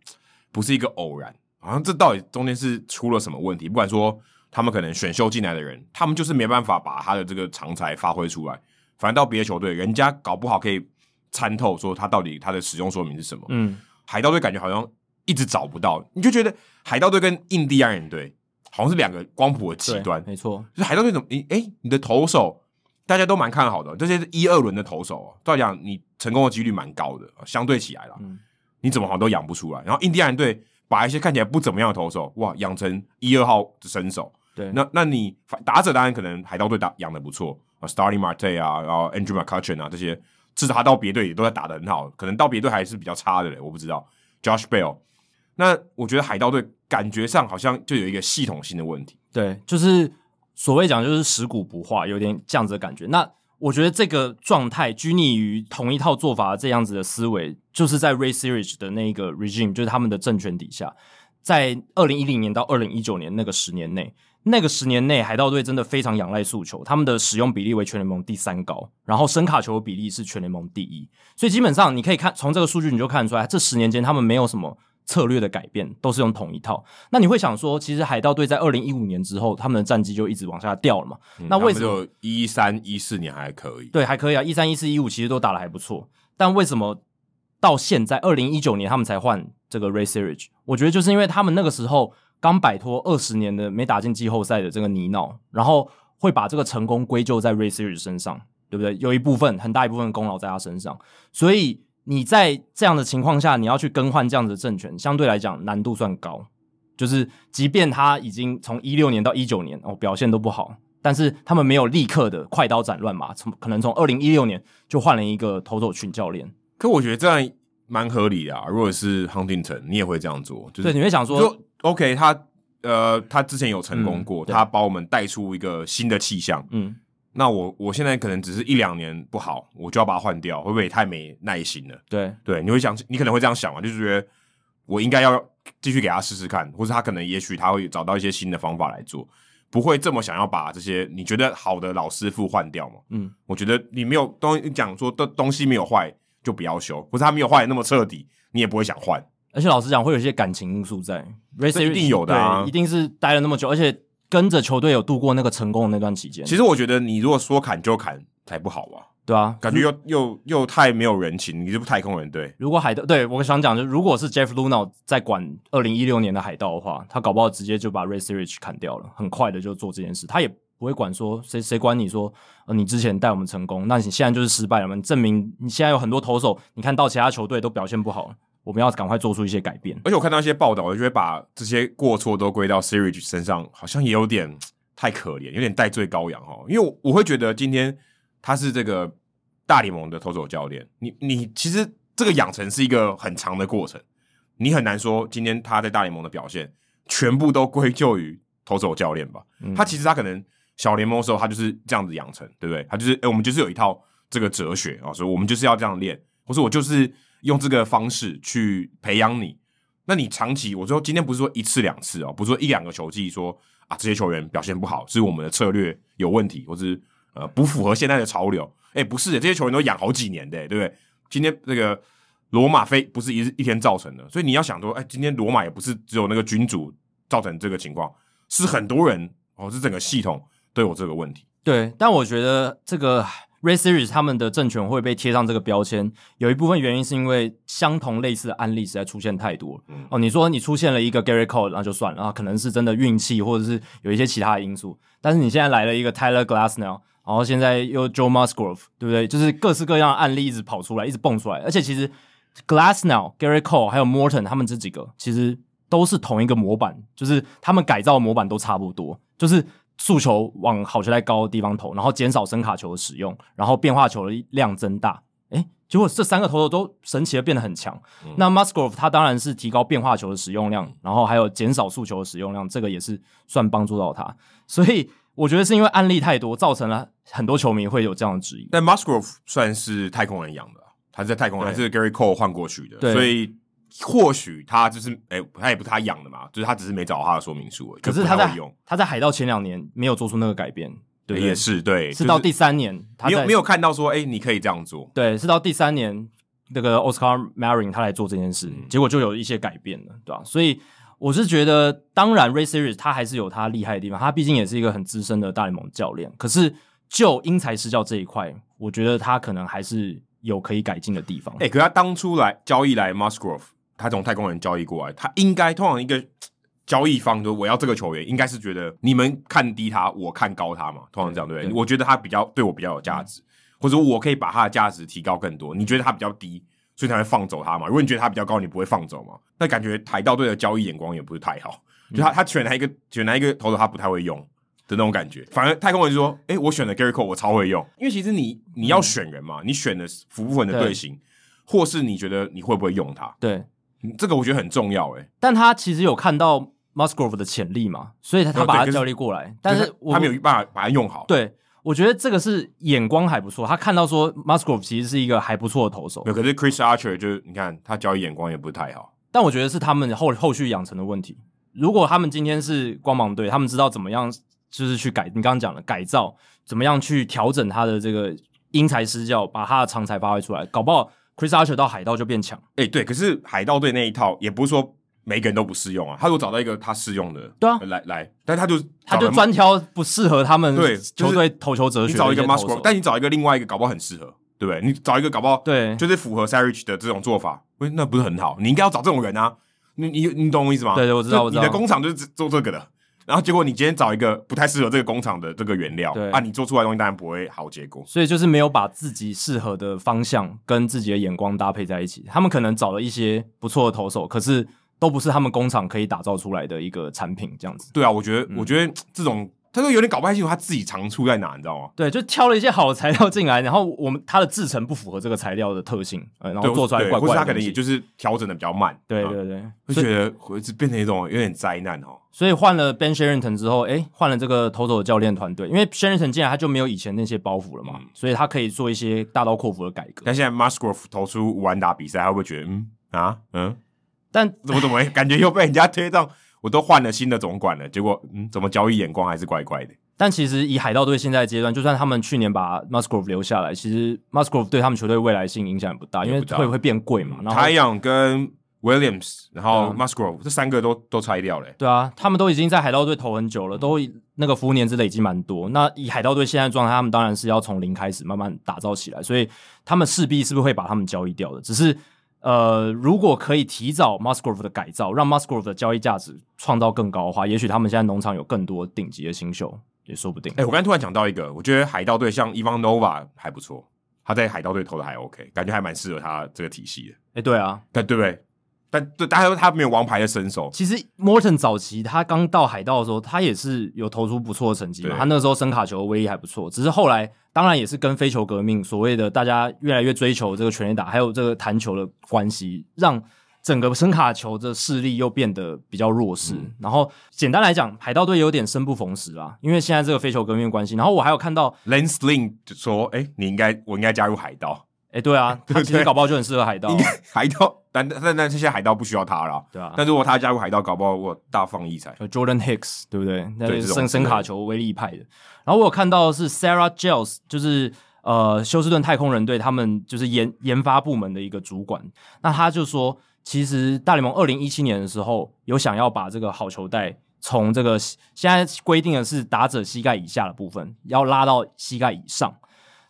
不是一个偶然，好像这到底中间是出了什么问题？不管说他们可能选秀进来的人，他们就是没办法把他的这个长才发挥出来，反正到别的球队，人家搞不好可以参透说他到底他的使用说明是什么。嗯，海盗队感觉好像一直找不到，你就觉得海盗队跟印第安人队好像是两个光谱的极对端。没错。就是海盗队怎么你哎、你的投手大家都蛮看好的，这些一二轮的投手、啊，照讲你成功的几率蛮高的，相对起来啦，嗯你怎么好像都养不出来。然后印第安人队把一些看起来不怎么样的投手，哇，养成一二号的身手，对，那那你反打者当然可能海盗队打养的不错啊，Starling Marte 啊，然后 Andrew McCutchen 啊这些，至少他到别队也都在打的很好，可能到别队还是比较差的嘞，我不知道。Josh Bell，那我觉得海盗队感觉上好像就有一个系统性的问题，对，就是所谓讲就是食古不化，有点这样子的感觉。那我觉得这个状态拘泥于同一套做法这样子的思维，就是在 Ray Series 的那个 regime，就是他们的政权底下，在二零一零年到二零一九年那个十年内，那个十年内海盗队真的非常仰赖速球，他们的使用比例为全联盟第三高，然后深卡球的比例是全联盟第一。所以基本上你可以看从这个数据你就看得出来，这十年间他们没有什么策略的改变，都是用同一套。那你会想说，其实海盗队在二零一五年之后，他们的战绩就一直往下掉了嘛？嗯那为什么么一三一四年还可以？对，还可以啊，一三、一四、一五其实都打得还不错，但为什么到现在二零一九年他们才换这个 Ray Series？我觉得就是因为他们那个时候刚摆脱二十年的没打进季后赛的这个泥淖，然后会把这个成功归咎在 Ray Series 身上，对不对？有一部分很大一部分功劳在他身上，所以你在这样的情况下，你要去更换这样子的政权，相对来讲难度算高。就是即便他已经从一六年到一九年哦表现都不好，但是他们没有立刻的快刀斩乱麻，从可能从二零一六年就换了一个投手群教练。可我觉得这样蛮合理的啊。如果是 Huntington，你也会这样做，就是对，你会想说，就 OK，他呃，他之前有成功嗯过，对他把我们带出一个新的气象。嗯，那我我现在可能只是一两年不好，我就要把它换掉，会不会也太没耐心了？对，对，你会想，你可能会这样想嘛，就是觉得我应该要继续给他试试看，或是他可能也许他会找到一些新的方法来做，不会这么想要把这些你觉得好的老师傅换掉嘛？嗯，我觉得你没有东你讲说的东西没有坏就不要修，或是他没有坏得那么彻底，你也不会想换。而且老实讲，会有一些感情因素在 r a 这一定有的啊一定是待了那么久，而且跟着球队有度过那个成功的那段期间，其实我觉得你如果说砍就砍才不好吧，对啊，感觉又又又太没有人情，你这不太空人队。如果海盗，对我想讲，就是如果是 Jeff Luna 在管二零一六年的海盗的话，他搞不好直接就把 Ray s i r i c h 砍掉了，很快的就做这件事，他也不会管说谁谁管你说，呃，你之前带我们成功，那你现在就是失败了嘛？你证明你现在有很多投手，你看到其他球队都表现不好，我们要赶快做出一些改变。而且我看到一些报道，我就会把这些过错都归到 Siri 身上，好像也有点太可怜，有点戴罪羔羊哦。因为我我会觉得今天他是这个大联盟的投手教练，你你其实这个养成是一个很长的过程，你很难说今天他在大联盟的表现全部都归咎于投手教练吧。嗯他其实他可能小联盟的时候，他就是这样子养成，对不对？他就是，哎、我们就是有一套这个哲学啊，所以我们就是要这样练，或是我就是用这个方式去培养你。那你长期，我说今天不是说一次两次哦，不是说一两个球季说啊，这些球员表现不好，是我们的策略有问题，或是呃不符合现在的潮流。哎、不是的，这些球员都养好几年的，对不对？今天这个罗马非不是一日一天造成的，所以你要想说，哎、今天罗马也不是只有那个君主造成这个情况，是很多人哦，是整个系统都有这个问题。对，但我觉得这个 Ray Series 他们的政权会被贴上这个标签，有一部分原因是因为相同类似的案例实在出现太多了。嗯哦，你说你出现了一个 Gary Cole，那就算了，啊，可能是真的运气，或者是有一些其他的因素。但是你现在来了一个 Tyler Glassnell，然后现在又 Joe Musgrove，对不对？就是各式各样的案例一直跑出来，一直蹦出来。而且其实 Glassnell、Gary Cole 还有 Morton 他们这几个其实都是同一个模板，就是他们改造的模板都差不多，就是诉求往好球带高的地方投，然后减少声卡球的使用，然后变化球的量增大。诶，结果这三个投手都神奇的变得很强。嗯那 Musgrove 他当然是提高变化球的使用量，然后还有减少速球的使用量，这个也是算帮助到他。所以我觉得是因为案例太多，造成了很多球迷会有这样的质疑。但 Musgrove 算是太空人养的啊，他是在太空人，还对是 Gary Cole 换过去的，对所以或许他就是，哎、他也不是他养的嘛，就是他只是没找到他的说明书而已，可就是不他太在会用，哎他在海盗前两年没有做出那个改变，对不对？也是对，就是到第三年，他没在有没有看到说，哎、你可以这样做，对，是到第三年那个 Oscar Marin 他来做这件事，嗯结果就有一些改变了，对吧、所以我是觉得，当然 Ray Series 他还是有他厉害的地方，他毕竟也是一个很资深的大联盟教练。可是就因材施教这一块，我觉得他可能还是有可以改进的地方。哎、可是他当初来交易来 Musgrove，他从太空人交易过来，他应该通常一个交易方说我要这个球员，应该是觉得你们看低他，我看高他嘛，通常这样对不对？对我觉得他比较对我比较有价值，或者我可以把他的价值提高更多。你觉得他比较低，所以才会放走他嘛？如果你觉得他比较高，你不会放走嘛？那感觉海盗队的交易眼光也不是太好，就嗯他他选来一个选来一个投手，他不太会用。的那种感觉，反而太空人说：“哎、我选了 Gary Cole，我超会用。”因为其实你你要选人嘛，你选的符不符合你嗯的对队形，或是你觉得你会不会用它，对，嗯这个我觉得很重要、欸。哎，但他其实有看到 Musgrove 的潜力嘛，所以他哦对他把可他是教练过来，但是我他没有办法把它用好。对。我觉得这个是眼光还不错，他看到说 Musgrove 其实是一个还不错的投手没，有，可是 Chris Archer 就是你看他交易眼光也不太好，但我觉得是他们后后续养成的问题。如果他们今天是光芒队，他们知道怎么样就是去改，你刚刚讲的改造，怎么样去调整他的这个因材施教，把他的长才发挥出来，搞不好 Chris Archer 到海盗就变强。哎、对，可是海盗队那一套也不是说每个人都不适用啊，他如果找到一个他适用的，对啊来来，但他就他就找了专挑不适合他们对就是球队投球哲学你的找一个些投 Musgrove，手。但你找一个另外一个搞不好很适合，对不对？你找一个搞不好对，就是符合 Sarich 的这种做法，喂，那不是很好？你应该要找这种人啊，你你你懂我意思吗？对对我知道就我知道你的工厂就是只做这个的，然后结果你今天找一个不太适合这个工厂的这个原料对啊，你做出来的东西当然不会好结果。所以就是没有把自己适合的方向跟自己的眼光搭配在一起。他们可能找了一些不错的投手，可是都不是他们工厂可以打造出来的一个产品，这样子。嗯对啊，我觉得、我觉得这种他说有点搞不太清楚他自己长处在哪，你知道吗？对，就挑了一些好的材料进来，然后我们它的制成不符合这个材料的特性，呃，然后对做出来对怪或怪的是他东西。可能也就是调整的比较慢，对啊对对，会所以觉得会是变成一种有点灾难哦。所以换了 Ben Sherrington 之后，诶，换了这个 Toto 的教练团队，因为 Sherrington 进来他就没有以前那些包袱了嘛，嗯所以他可以做一些大刀阔斧的改革。但现在 Musgrove 投出五安打比赛，他会不会觉得嗯啊 嗯，但怎么怎么会感觉又被人家推到？我都换了新的总管了，结果嗯，怎么交易眼光还是怪怪的？但其实以海盗队现在的阶段，就算他们去年把 Musgrove 留下来，其实 Musgrove 对他们球队未来性影响也不大，因为也不大会会变贵嘛。然后嗯太阳跟 Williams，然后对 Musgrove 这三个都都拆掉了、欸对啊，他们都已经在海盗队投很久了，都那个服务年资累积蛮多。那以海盗队现在的状态，他们当然是要从零开始慢慢打造起来，所以他们势必是不是会把他们交易掉的？只是呃，如果可以提早 Musgrove 的改造，让 Musgrove 的交易价值创造更高的话，也许他们现在农场有更多顶级的新秀，也说不定。哎、我刚才突然想到一个，我觉得海盗队像 Ivan Nova 还不错，他在海盗队投的还 OK，感觉还蛮适合他这个体系的，哎，对啊，但对不对？但对，但是他没有王牌的身手，其实 Morton 早期他刚到海盗的时候，他也是有投出不错的成绩嘛。对他那个时候声卡球的威力还不错，只是后来当然也是跟非球革命所谓的大家越来越追求这个全垒打，还有这个弹球的关系，让整个声卡球的势力又变得比较弱势。嗯然后简单来讲，海盗队有点生不逢时啦，因为现在这个非球革命的关系。然后我还有看到， Lance Lynn 就说：“哎、你应该，我应该加入海盗，哎，对啊，他其实 对搞不好就很适合海盗应，该海盗。但”但但但现在海盗不需要他了。对啊。但如果他加入海盗，搞不好我大放异彩。有 Jordan Hicks，对不对？那对是这种声之声类的卡球威力派的。然后我有看到是 Sarah Giles，就是呃休斯顿太空人队他们就是研研发部门的一个主管，那他就说，其实大联盟二零一七年的时候有想要把这个好球带从这个现在规定的是打者膝盖以下的部分，要拉到膝盖以上。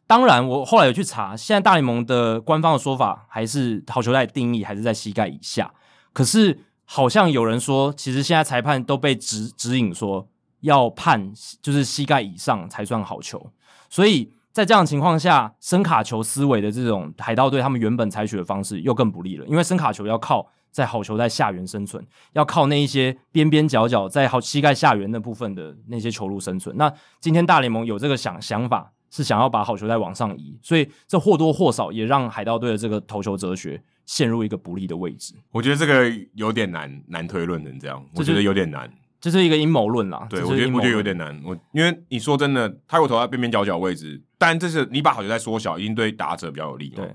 当然，我后来有去查，现在大联盟的官方的说法还是好球带的定义还是在膝盖以下。可是好像有人说，其实现在裁判都被指指引说要判就是膝盖以上才算好球，所以在这样的情况下，声卡球思维的这种海盗队他们原本采取的方式又更不利了，因为声卡球要靠在好球在下缘生存，要靠那一些边边角角在好膝盖下缘那部分的那些球路生存。那今天大联盟有这个想想法，是想要把好球带往上移，所以这或多或少也让海盗队的这个投球哲学陷入一个不利的位置。我觉得这个有点难，难推论成这样，这我就觉得有点难。这是一个阴谋论啦，对，啊这我是阴觉得谋我觉得有论点难。我因为你说真的，他如果投在边边角角位置，当然这是你把好球带缩小，一定对打者比较有利嘛。对，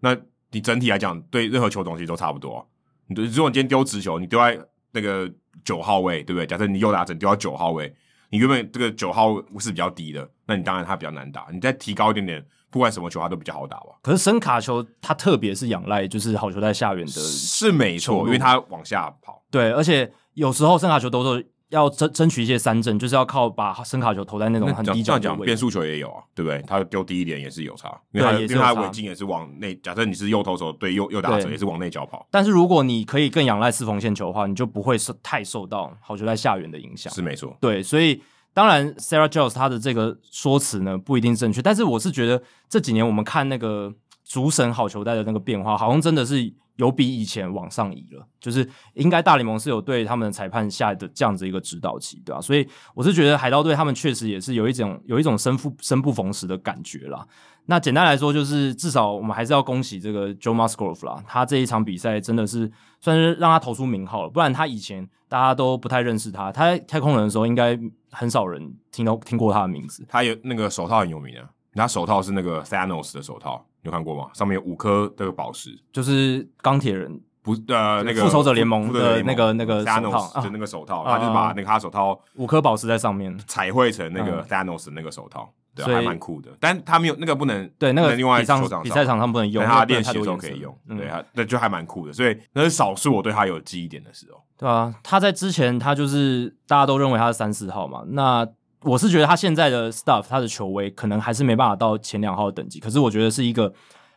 那你整体来讲，对任何球东西都差不多啊、你对，如果你今天丢直球，你丢在那个九号位，对不对？假设你右打者你丢到九号位，你原本这个九号是比较低的，那你当然它比较难打。你再提高一点点，不管什么球它都比较好打吧。可是声卡球它特别是仰赖就是好球带下缘的，是没球错，路因为它往下跑。对，而且有时候声卡球都是要争争取一些三振，就是要靠把声卡球投在那种那很这低样这角样度的讲，位变置。速球也有啊，对不对？它丢低一点也是有差，因对为它也因是为有它差尾径也是往内。假设你是右投手对右右打者，对也是往内角跑，但是如果你可以更仰赖四缝线球的话，你就不会受太受到好球带下缘的影响。是没错。对，所以当然 Sarah Giles 她的这个说辞呢不一定正确，但是我是觉得这几年我们看那个主审好球带的那个变化，好像真的是有比以前往上移了，就是应该大联盟是有对他们的裁判下的这样子一个指导期，对吧、所以我是觉得海盗队他们确实也是有一种有一种生不生不逢时的感觉啦。那简单来说，就是至少我们还是要恭喜这个 Joe Musgrove 啦，他这一场比赛真的是算是让他投出名号了，不然他以前大家都不太认识他，他在太空人的时候应该很少人听到听过他的名字。他有那个手套很有名的，他手套是那个 Thanos 的手套，你有看过吗？上面有五颗这个宝石，就是钢铁人，不呃那个复仇者联盟复复仇者的联盟那个那个手套 Thanos 啊的那个手套，啊他就是把那个他手套五颗宝石在上面，彩绘成那个嗯 Thanos 的那个手套，对，啊所以还蛮酷的。但他没有那个不能对那不个能另外比上球场比赛场上不能用，但因他为不然练太习多的时候颜可色以用，嗯对，他那就还蛮酷的。所以那是少数我对他有记忆点的时候。对啊，他在之前他就是大家都认为他是三四号嘛，那我是觉得他现在的 stuff 他的球威可能还是没办法到前两号的等级，可是我觉得是一个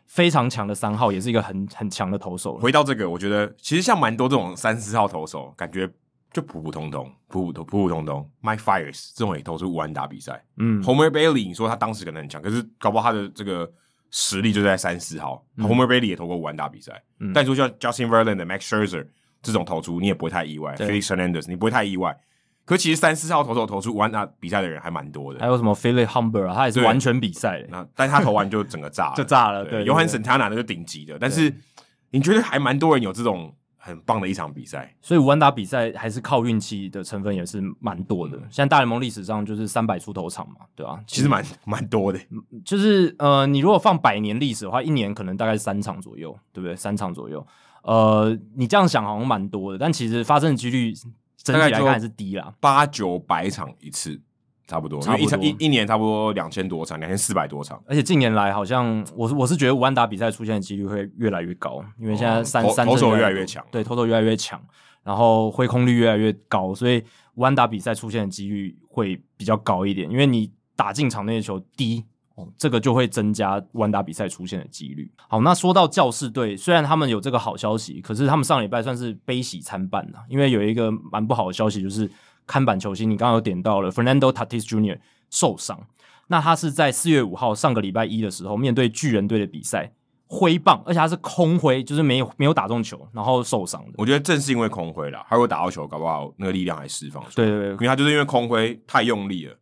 非常强的三号，也是一个很很强的投手了。回到这个，我觉得其实像蛮多这种三四号投手，感觉就普普通通，普普通普普通通。Mike Fires 这种也投出五安打比赛。嗯， Homer Bailey，你说他当时可能很强，可是搞不好他的这个实力就在三四号。嗯 Homer Bailey 也投过五安打比赛，嗯但你说像 Justin Verlander、Max Scherzer 这种投出，你也不会太意外。对 Felix Hernandez，你不会太意外。可其实三四号投手投出五万打比赛的人还蛮多还的，有什么 Philip Humber 啊，他也是对完全比赛的，那但是他投完就整个炸了， 就炸了。对，尤对汉对沈他拿的是顶级的，但是你觉得还蛮多人有这种很棒的一场比赛，所以完打比赛还是靠运气的成分也是蛮多的。现在大联盟历史上就是三百出头场嘛，对啊吧、其实蛮蛮多的。嗯就是呃，你如果放百年历史的话，一年可能大概三场左右，对不对？三场左右。呃，你这样想好像蛮多的，但其实发生的几率整体来看还是低啦。八九百场一次，差不多，因为差一不场多一一年差不多两千多场，两千四百多场。而且近年来好像我是我是觉得完打比赛出现的几率会越来越高，因为现在哦三、投三投手振越来多越强对，投手越来越强，然后挥空率越来越高，所以完打比赛出现的几率会比较高一点，因为你打进场内的球低。哦，这个就会增加完打比赛出现的几率。好，那说到教士队，虽然他们有这个好消息，可是他们上礼拜算是悲喜参半呐、因为有一个蛮不好的消息，就是看板球星，你刚刚有点到了 Fernando Tatis Jr. 受伤，那他是在四月五号上个礼拜一的时候，面对巨人队的比赛挥棒，而且他是空挥，就是没有没有打中球，然后受伤的。我觉得正是因为空挥啦，他如果打到球，搞不好那个力量还释放出来。对对因为他就是因为空挥太用力了，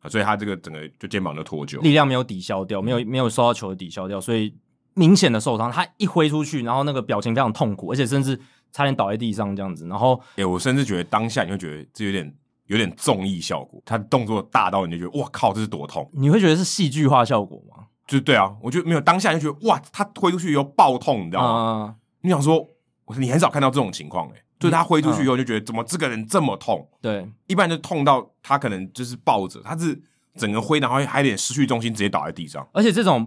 啊所以他这个整个就肩膀就脱臼对，。力量没有抵消掉，没有没有受到球的抵消掉，所以明显的受伤。他一挥出去，然后那个表情非常痛苦，而且甚至差点倒在地上这样子。然后哎、我甚至觉得当下你会觉得这有点有点综艺效果，他动作大到你就觉得哇靠，这是多痛！你会觉得是戏剧化效果吗？就是对啊，我就没有当下就觉得哇，他挥出去以后爆痛，你知道吗？啊、你想说，我你很少看到这种情况哎、就是他挥出嗯去以后就觉得怎么这个人这么痛，对，一般就痛到他可能就是抱着，他是整个挥，然后还有点失去重心，直接倒在地上。而且这种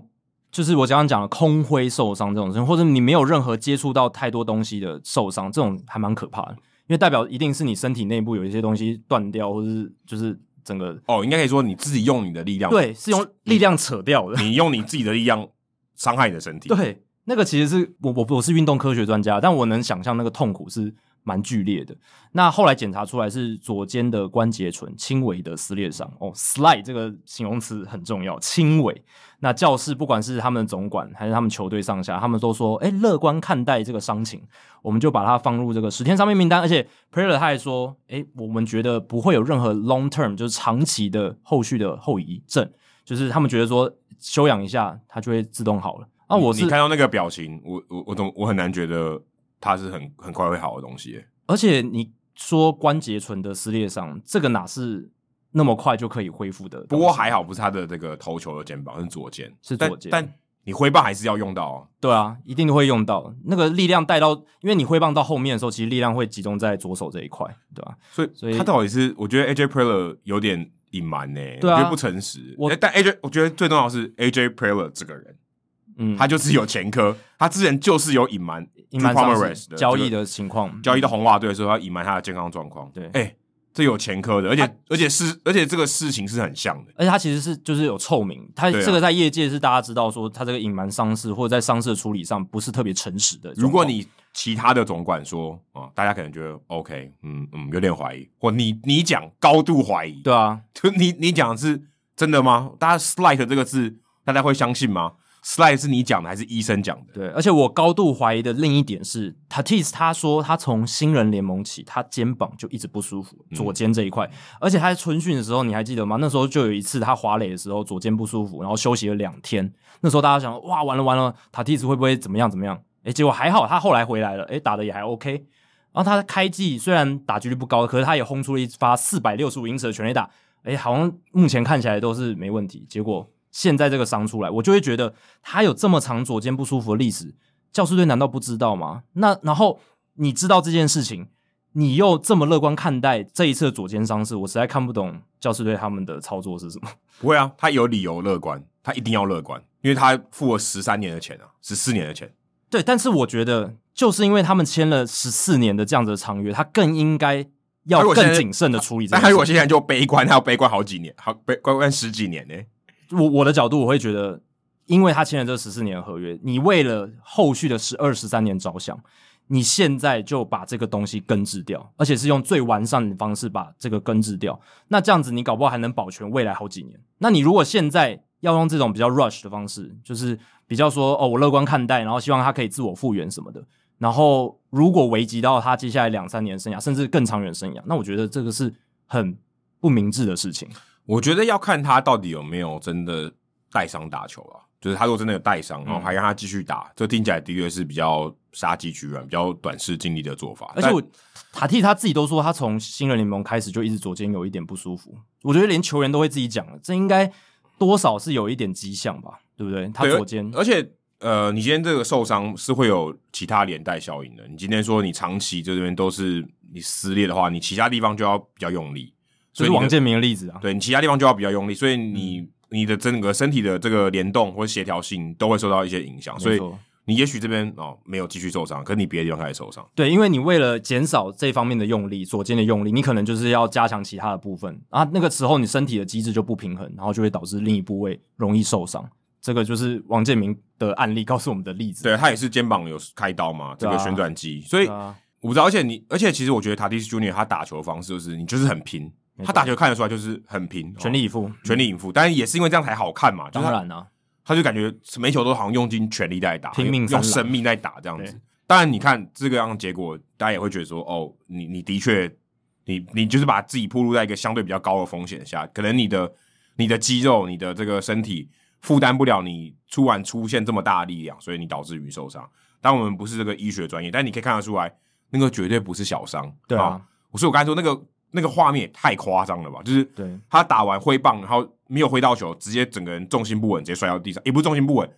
就是我刚刚讲的空挥受伤这种事情，或者你没有任何接触到太多东西的受伤，这种还蛮可怕的，因为代表一定是你身体内部有一些东西断掉，或者是就是整个哦，应该可以说你自己用你的力量，，对是用力量扯 掉的。你用你自己的力量伤害你的身体。对，那个其实是我我我是运动科学专家，但我能想象那个痛苦是蛮剧烈的。那后来检查出来是左肩的关节唇轻微的撕裂伤哦，slight 这个形容词很重要，轻微。那教室不管是他们的总管还是他们球队上下，他们都说，哎、乐观看待这个伤情，我们就把它放入这个十天伤病名单。而且 p r e l e r 他还说，哎、我们觉得不会有任何 long term 就是长期的后续的后遗症，就是他们觉得说休养一下，它就会自动好了。那、啊我你是你看到那个表情，我我我怎么我很难觉得它是很很快会好的东西欸耶。而且你说关节唇的撕裂伤，这个哪是那么快就可以恢复的？不过还好，不是他的这个头球的肩膀，是左肩，是但左肩但你挥棒还是要用到、啊。对啊，一定会用到那个力量带到，因为你挥棒到后面的时候，其实力量会集中在左手这一块，对吧、所以，所以他到底是我觉得 AJ Preller 有点隐瞒呢，对啊我觉得不诚实。我但 AJ 我觉得最重要的是 AJ Preller 这个人，嗯，他就是有前科，他之前就是有隐瞒隐瞒 Drew 上 Pomeranz 市交易这个的情况，交易到红袜队的时候，他隐瞒他的健康状况。对啊哎、这有前科的，而且、他而且是而且这个事情是很像的。而且他其实是就是有臭名，他对啊这个在业界是大家知道说他这个隐瞒伤势或者在伤势的处理上不是特别诚实的状况。如果你其他的总管说啊、大家可能觉得 OK，嗯嗯，有点怀疑，或你你讲高度怀疑，对啊，就你你讲的是真的吗？大家 slight 这个字，大家会相信吗？slight 是你讲的还是医生讲的？对，而且我高度怀疑的另一点是，Tatis 他说他从新人联盟起，他肩膀就一直不舒服，左肩这一块。而且他在春训的时候，你还记得吗？那时候就有一次他滑垒的时候，左肩不舒服，然后休息了两天。那时候大家想，哇，完了完了，Tatis 会不会怎么样怎么样？诶，结果还好，他后来回来了，诶，打的也还 OK。然后他开季虽然打击率不高，可是他也轰出了一发四百六十五英尺的全垒打，哎，好像目前看起来都是没问题。结果现在这个伤出来，我就会觉得他有这么长左肩不舒服的历史，教师队难道不知道吗？那然后你知道这件事情，你又这么乐观看待这一次的左肩伤势，我实在看不懂教师队他们的操作是什么。 不会啊，他有理由乐观，他一定要乐观，因为他付了十三年的钱啊，十四年的钱。对，但是我觉得就是因为他们签了十四年的这样子的长约，他更应该要他如果现更在谨慎的处理这但件他事如情果。现在就悲观，他要悲观好几年，好悲悲观十几年呢、我我的角度，我会觉得，因为他签了这十四年的合约，你为了后续的十二、十三年着想，你现在就把这个东西根治掉，而且是用最完善的方式把这个根治掉。那这样子，你搞不好还能保全未来好几年。那你如果现在要用这种比较 rush 的方式，就是比较说哦，我乐观看待，然后希望他可以自我复原什么的。然后，如果危及到他接下来两三年的生涯，甚至更长远的生涯，那我觉得这个是很不明智的事情。我觉得要看他到底有没有真的带伤打球啊。就是他如果真的有带伤，然后还让他继续打，这听起来的确是比较杀鸡取卵、比较短视近利的做法。而且我塔蒂他自己都说，他从新人联盟开始就一直左肩有一点不舒服。我觉得连球员都会自己讲了，这应该多少是有一点迹象吧，对不对？他对左肩而且呃，你今天这个受伤是会有其他连带效应的。你今天说你长期这边都是你撕裂的话，你其他地方就要比较用力，就所以是嗯你王的建民的例子啊。对你其他地方就要比较用力，所以你、你的整个身体的这个联动或协调性都会受到一些影响，所没以错你也许这边哦没有继续受伤，可是你别的地方开始受伤，对，因为你为了减少这方面的用力，左肩的用力，你可能就是要加强其他的部分啊。那个时候你身体的机制就不平衡，然后就会导致另一部位容易受伤。这个就是王建民的案例告诉我们的例子。对他也是肩膀有开刀嘛，这对个啊旋转肌，所以对啊，我不知道，而且你而且其实我觉得塔蒂斯 Junior 他打球的方式就是你就是很拼，没错他打球看得出来就是很拼，全哦力以赴，全力以赴，但是也是因为这样才好看嘛，就当是他然啊，他就感觉每一球都好像用尽全力在打，拼命用三用郎生命在打这样子对。当然，你看这个样的结果，大家也会觉得说，哦，你你的确，你你就是把自己暴露在一个相对比较高的风险下，可能你的你的肌肉、你的这个身体负担不了你突然出现这么大的力量，所以你导致于受伤。但我们不是这个医学专业，但你可以看得出来，那个绝对不是小伤。对啊，所以我刚才说那个那个画面也太夸张了吧，就是对他打完挥棒，然后没有挥到球，直接整个人重心不稳，直接摔到地上，也不是重心不稳，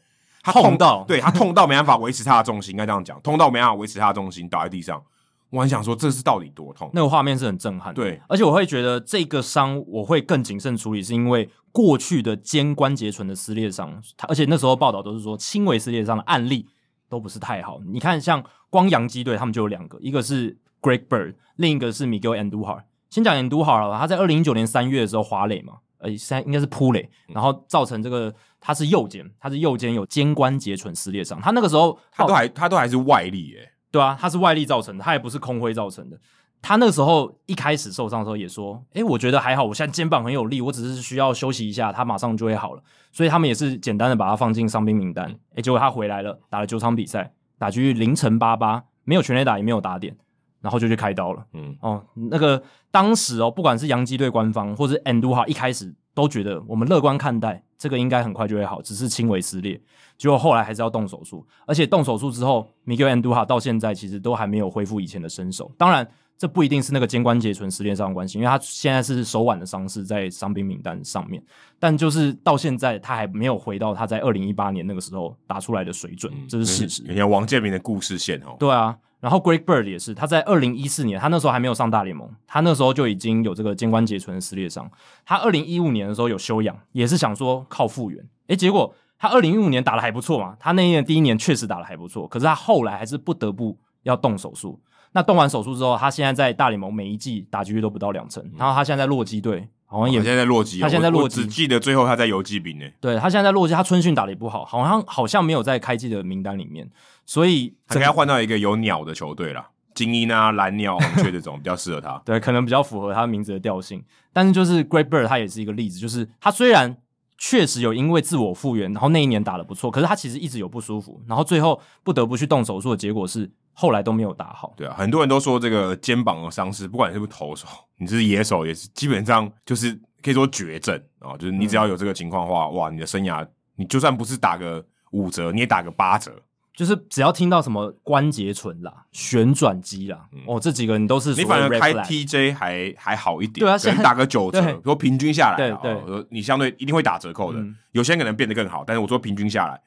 他痛到对他痛到没办法维持他的重心，应该这样讲，痛到没办法维持他的重心，倒在地上。我很想说，这是到底多痛？那个画面是很震撼的。对，而且我会觉得这个伤我会更谨慎处理，是因为过去的肩关节唇的撕裂伤，它而且那时候报道都是说轻微撕裂伤的案例都不是太好。你看，像光洋基队他们就有两个，一个是 Greg Bird，另一个是 Miguel Andujar。先讲 Andujar 好了，他在二零一九年三月的时候滑垒嘛，呃，三应该是扑垒，然后造成这个他是右肩，他是右肩有肩关节唇撕裂伤，他那个时候他报都还他都还是外力诶、对啊，他是外力造成的，他也不是空挥造成的。他那时候一开始受伤的时候也说：“诶，我觉得还好，我现在肩膀很有力，我只是需要休息一下，他马上就会好了。”所以他们也是简单的把他放进伤兵名单。诶，结果他回来了，打了九场比赛，打局凌晨八八，没有全垒打，也没有打点，然后就去开刀了。嗯，哦，那个当时哦，不管是洋基队官方或是 Anduha 一开始都觉得我们乐观看待这个，应该很快就会好，只是轻微撕裂。结果后来还是要动手术，而且动手术之后，Miguel Anduha 到现在其实都还没有恢复以前的身手。当然，这不一定是那个肩关节唇撕裂上的关系，因为他现在是手腕的伤势在伤兵名单上面，但就是到现在他还没有回到他在二零一八年那个时候打出来的水准，这是事实。嗯你看王建民的故事线哦，对啊，然后 Greg Bird 也是，他在二零一四年，他那时候还没有上大联盟，他那时候就已经有这个肩关节唇撕裂伤。他二零一五年的时候有休养，也是想说靠复原，诶，结果他二零一五年打的还不错嘛，他那一年第一年确实打的还不错，可是他后来还是不得不要动手术。那动完手术之后，他现在在大联盟每一季打击率都不到两成，嗯然后他现在在洛基队好像也我现在在洛基哦，他现在在我洛我只基记得最后他在游击兵呢、对他现在在洛基，他春训打的也不好，好像好像没有在开季的名单里面，所以他应该换到一个有鸟的球队啦，精英啊、蓝鸟、红雀这种比较适合他。对，可能比较符合他名字的调性。但是就是 Great Bird，他也是一个例子，就是他虽然确实有因为自我复原，然后那一年打得不错，可是他其实一直有不舒服，然后最后不得不去动手术的结果是后来都没有打好。对啊，很多人都说这个肩膀的伤势，不管你是不是投手， 你是野手，也是基本上就是可以说绝症啊、就是你只要有这个情况嗯的话，哇，你的生涯你就算不是打个五折，你也打个八折，就是只要听到什么关节唇啦、旋转肌啦，哦，这几个你都是嗯你所谓反而 red 开 flag TJ 还还好一点，对啊可能现在打个九折，对如果平均下来啊，对对哦你相对一定会打折扣的嗯，有些人可能变得更好，但是我说平均下来，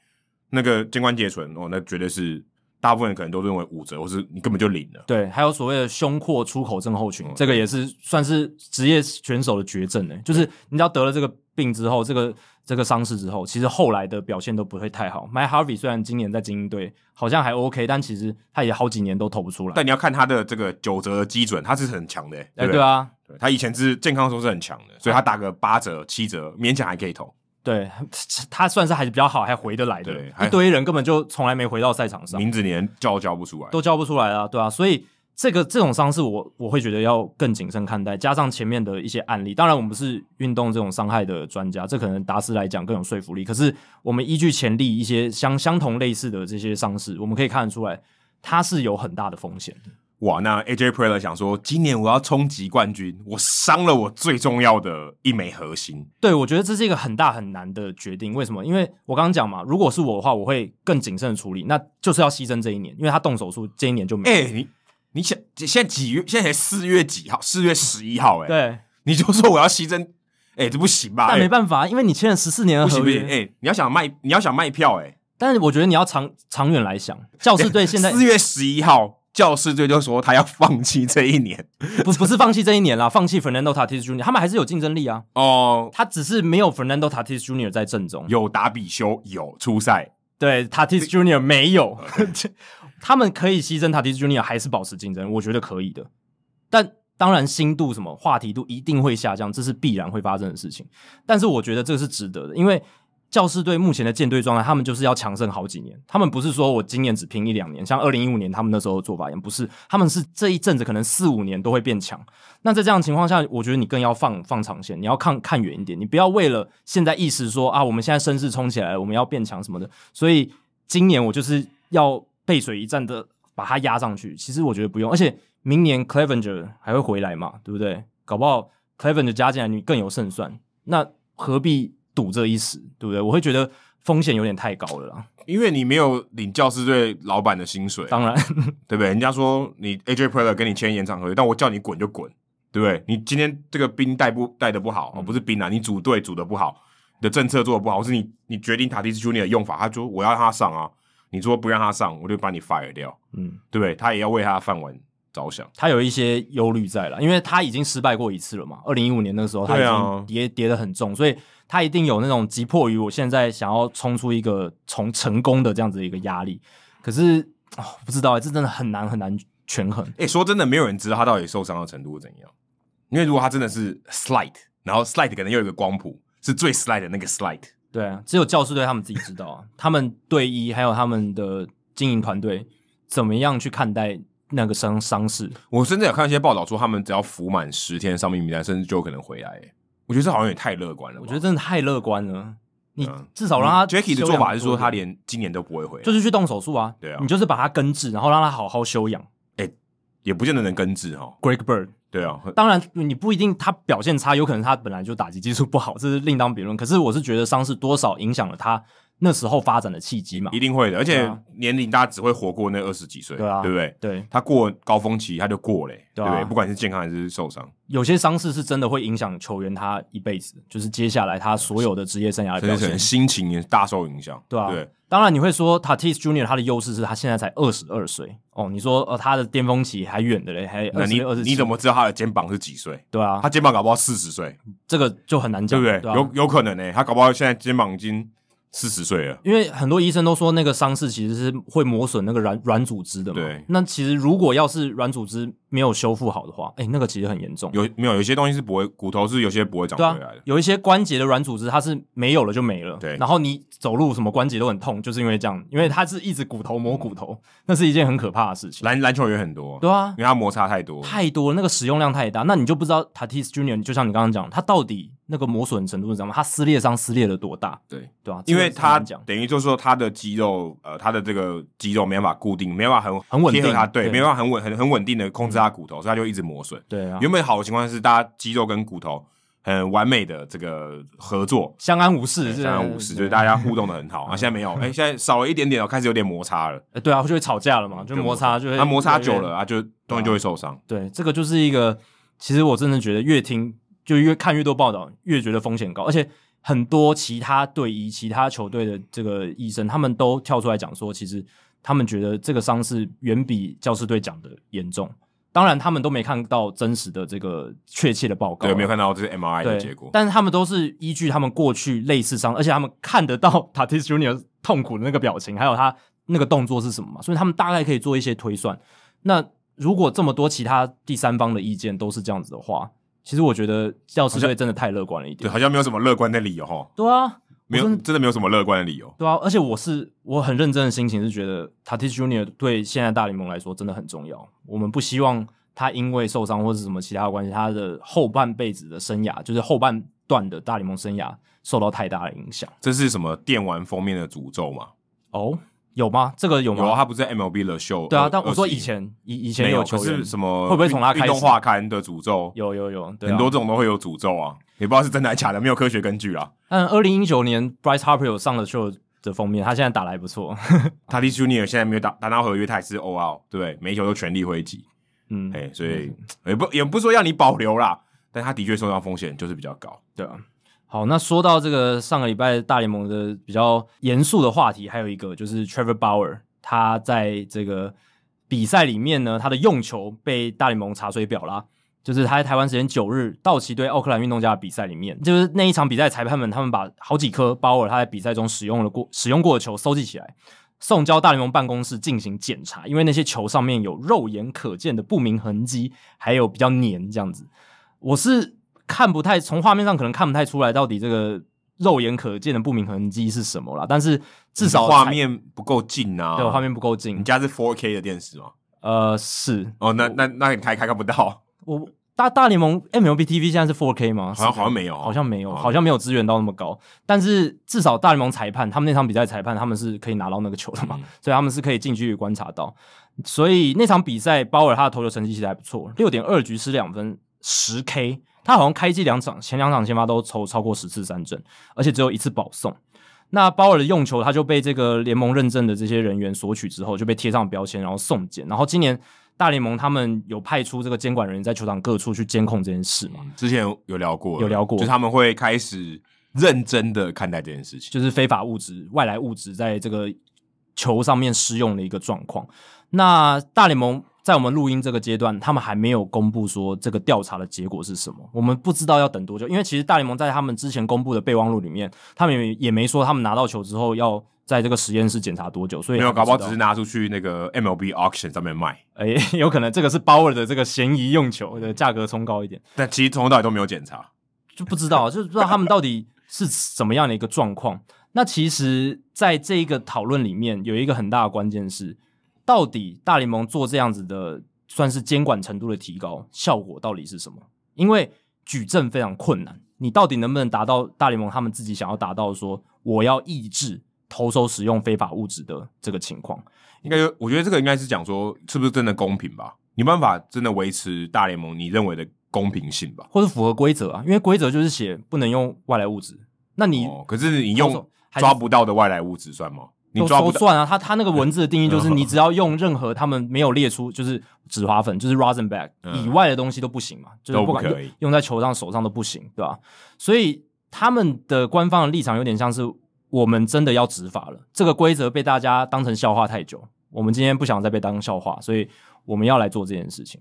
那个肩关节唇哦，那绝对是大部分人可能都认为五折，或是你根本就领了。对，还有所谓的胸廓出口症候群，哦这个也是算是职业选手的绝症呢、欸就是你只要得了这个病之后，这个这个伤势之后，其实后来的表现都不会太好。Mike Harvey 虽然今年在精英队好像还 OK，但其实他也好几年都投不出来。但你要看他的这个九折的基准，他是很强的、欸，哎，不对啊，对他以前是健康的时候是很强的，所以他打个八折、七折，勉强还可以投。对他算是还是比较好，还回得来的对。还一堆人根本就从来没回到赛场上。名字连叫都叫不出来。都交不出来啊，对啊，所以这个这种伤势我我会觉得要更谨慎看待，加上前面的一些案例，当然我们不是运动这种伤害的专家，这可能达斯来讲更有说服力。可是我们依据前例一些相相同类似的这些伤势，我们可以看得出来，它是有很大的风险的。哇，那 AJ Preller 想说，今年我要冲击冠军，我伤了我最重要的一枚核心。对，我觉得这是一个很大很难的决定。为什么？因为我刚刚讲嘛，如果是我的话，我会更谨慎的处理，那就是要牺牲这一年，因为他动手术这一年就没哎、了。你你想现在几月？现在才四月几号？四月十一号、哎，，对，你就说我要牺牲，哎、这不行吧？但没哎办法，因为你签了十四年的不行合不约。行，哎、你要想卖，你要想卖票、哎。但是我觉得你要长长远来想，教士队现在四月十一号，教士队就说他要放弃这一年不不是放弃这一年啦，放弃 Fernando Tatis Jr.，他们还是有竞争力啊，哦。他只是没有 Fernando Tatis Jr. 在正中，有打比修，有出赛，对 Tatis Jr. 没有， 他们可以牺牲 Tatis Jr. 还是保持竞争，我觉得可以的。但当然，新度什么话题度一定会下降，这是必然会发生的事情。但是我觉得这是值得的，因为教士队目前的舰队状态，他们就是要强盛好几年。他们不是说我今年只拼一两年，像二零一五年他们那时候的做法一样，不是，他们是这一阵子可能四五年都会变强。那在这样的情况下，我觉得你更要放放长线，你要看看远一点，你不要为了现在意识说啊，我们现在声势冲起来了，我们要变强什么的。所以今年我就是要背水一战的把它压上去。其实我觉得不用，而且明年 Clevenger 还会回来嘛，对不对？搞不好 Clevenger 加进来你更有胜算，那何必赌这一时，对不对？我会觉得风险有点太高了啦。因为你没有领教士队老板的薪水，当然， 对啊不对？人家说你 AJ Preller 跟你签延长合约，但我叫你滚就滚，对不对？你今天这个兵带不带的不嗯好，哦，不是兵啊，你组队组的不好，你的政策做的不好，或是你你决定塔蒂斯 Junior 的用法，他说我要让他上啊，你说不让他上，我就把你 fire 掉，嗯，对不对？他也要为他的饭碗着想。他有一些忧虑在了，因为他已经失败过一次了嘛。二零一五年那个时候，他已对啊经跌、跌得很重，所以他一定有那种急迫于我现在想要冲出一个从成功的这样子的一个压力。可是、哦、不知道、欸，这真的很难很难权衡。哎、说真的，没有人知道他到底受伤的程度是怎样。因为如果他真的是 slight，然后 slight 可能又有一个光谱，是最 slight 的那个 slight，对啊，只有教师队他们自己知道啊， 他们队医还有他们的经营团队怎么样去看待那个伤伤势。我甚至有看一些报道说，他们只要服满十天伤病名单，甚至就有可能回来、欸。我觉得这好像也太乐观了我吧。觉得真的太乐观了，你嗯至少让他 Jackie 的休做养法是说，多一他点连今年都不会回来，就是是去动手术啊，对啊你就是把他根治，然后让他好好休养。也不见得能根治哈。 Greg Bird，对啊，当然你不一定他表现差，有可能他本来就打击技术不好，这是另当别论。可是我是觉得伤势多少影响了他那时候发展的契机嘛一，定会的。而对且啊年龄大家只会活过那二十几岁，对啊不对？对，他过高峰期他就过嘞、对啊不对？不管是健康还是受伤，有些伤势是真的会影响球员他一辈子，就是接下来他所有的职业生涯的啊甚表至可能现，心情也大受影响，对啊。对。当然，你会说 Tatis Junior 他的优势是他现在才二十二岁哦，你说呃他的巅峰期还远的嘞，还那二你十二十，你怎么知道他的肩膀是几岁？对啊他？肩膀搞不好四十岁，这个就很难对讲，不对？啊有有可能呢、他搞不好现在肩膀已经四十岁了。因为很多医生都说那个伤势其实是会磨损那个软软组织的嘛。对那其实如果要是软组织没有修复好的话，哎、那个其实很严重。有没有？有些东西是不会，骨头是有些不会长对啊回来的，。有一些关节的软组织它是没有了就没了。对然后你走路什么关节都很痛，就是因为这样，因为它是一直骨头磨骨嗯头，那是一件很可怕的事情。篮篮球也很多，对啊因，为它摩擦太多。太多了那个使用量太大，那你就不知道 Tatis Junior，就像你刚刚讲，他到底那个磨损程度是怎么样，他撕裂伤撕裂了多大？对，对啊，因这为个很难他讲等于就是说他的肌肉，呃，他的这个肌肉没办法固定，没办法很很稳定贴合它对，对没办法很稳很很稳定的控制他骨头，所以他就一直磨损。对啊，原本好的情况是，大家肌肉跟骨头很完美的这个合作，相安无事，三五十，所对以大家互动的很 嗯好啊。现在没有，哎、现在少了一点点哦，开始有点摩擦了，呃对啊，就会吵架了嘛，就摩擦就会那摩越擦来久越了啊，就东西就会受伤。对，这个就是一个，其实我真的觉得越听就越看越多报道，越觉得风险高，而且很多其他队医、其他球队的这个医生，他们都跳出来讲说，其实他们觉得这个伤势远比教师队讲的严重。当然，他们都没看到真实的这个确切的报告啊，对，没有看到这是 MRI 对的结果。但是他们都是依据他们过去类似伤，而且他们看得到 Tatis Junior 痛苦的那个表情，还有他那个动作是什么嘛，所以他们大概可以做一些推算。那如果这么多其他第三方的意见都是这样子的话，其实我觉得教师队真的太乐观了一对，点。好像没有什么乐观的理由哈，对啊，没有我真真的没有什么乐观的理由。对啊，而且我是我很认真的心情是觉得 Tatis Junior 对现在大联盟来说真的很重要。我们不希望他因为受伤或是什么其他的关系，他的后半辈子的生涯，就是后半段的大联盟生涯受到太大的影响。这是什么电玩封面的诅咒嘛？哦，有吗？这个有吗？有啊，他不是在 MLB 的 show 对啊二，但我说21以前以以前没有，球可员是什么会不会从他运开动始画刊的诅咒？有有有，对啊很多这种都会有诅咒啊，也不知道是真的还是假的，没有科学根据啊。但二零一九年 Bryce Harper 有上了 show 的封面，他现在打得还不错。塔利苏尼尔现在没有打达到合约，他也是 OL，对不对？每一球都全力挥击，嗯，哎、所以也不也不是说要你保留啦，但他的确受伤风险就是比较高。对啊。好，那说到这个上个礼拜大联盟的比较严肃的话题，还有一个就是 Trevor Bauer，他在这个比赛里面呢，他的用球被大联盟查水表啦。就是他在台湾时间九日，道奇对奥克兰运动家的比赛里面，就是那一场比赛，裁判们他们把好几颗鲍尔他在比赛中使用了过使用过的球收集起来，送交大联盟办公室进行检查，因为那些球上面有肉眼可见的不明痕迹，还有比较黏这样子。我是看不太从画面上可能看不太出来到底这个肉眼可见的不明痕迹是什么啦，但是至少画裁面不够近啊，对画。面不够近你，家是 4K 的电视吗？呃，是哦，那那那你开开看不到，我大大联盟 MLB TV 现在是 4K 吗？好像好像没有，好像没有，哦好像没有支援到那么高。但是至少大联盟裁判，他们那场比赛裁判他们是可以拿到那个球的嘛，嗯所以他们是可以近距离观察到。所以那场比赛，鲍尔他的投球成绩其实还不错，六点二局失两分，十 K。他好像开季两场，前两场先发都投超过十次三振，而且只有一次保送。那鲍尔的用球，他就被这个联盟认证的这些人员索取之后，就被贴上标签，然后送检。然后今年大联盟他们有派出这个监管人员在球场各处去监控这件事嘛，嗯之前有聊过了，有聊过就是他们会开始认真的看待这件事情。就是非法物质、外来物质在这个球上面施用的一个状况。那大联盟在我们录音这个阶段，他们还没有公布说这个调查的结果是什么，我们不知道要等多久。因为其实大联盟在他们之前公布的备忘录里面，他们也也没说他们拿到球之后要在这个实验室检查多久，所以没有，还搞不不知道好只是拿出去那个 MLB auction 上面卖，诶、 有可能这个是鲍尔的这个嫌疑用球的价格冲高一点，但其实从头到尾都没有检查。就不知道，就是不知道他们到底是怎么样的一个状况。那其实，在这一个讨论里面，有一个很大的关键是，到底大联盟做这样子的算是监管程度的提高，效果到底是什么？因为举证非常困难，你到底能不能达到大联盟他们自己想要达到的说我要抑制投手使用非法物质的这个情况？应该有，我觉得这个应该是讲说是不是真的公平吧？你没办法真的维持大联盟你认为的公平性吧？或是符合规则啊？因为规则就是写不能用外来物质，那你哦，可是你投用手还是抓不到的外来物质算吗？你都抓不都到，嗯算啊，他他那个文字的定义就是，你只要用任何他们没有列出，就是纸花粉，就是 rosin bag 嗯以外的东西都不行嘛，就是不管都不可用以用在球上、手上都不行，对吧、所以他们的官方的立场有点像是我们真的要执法了，这个规则被大家当成笑话太久，我们今天不想再被当笑话，所以我们要来做这件事情。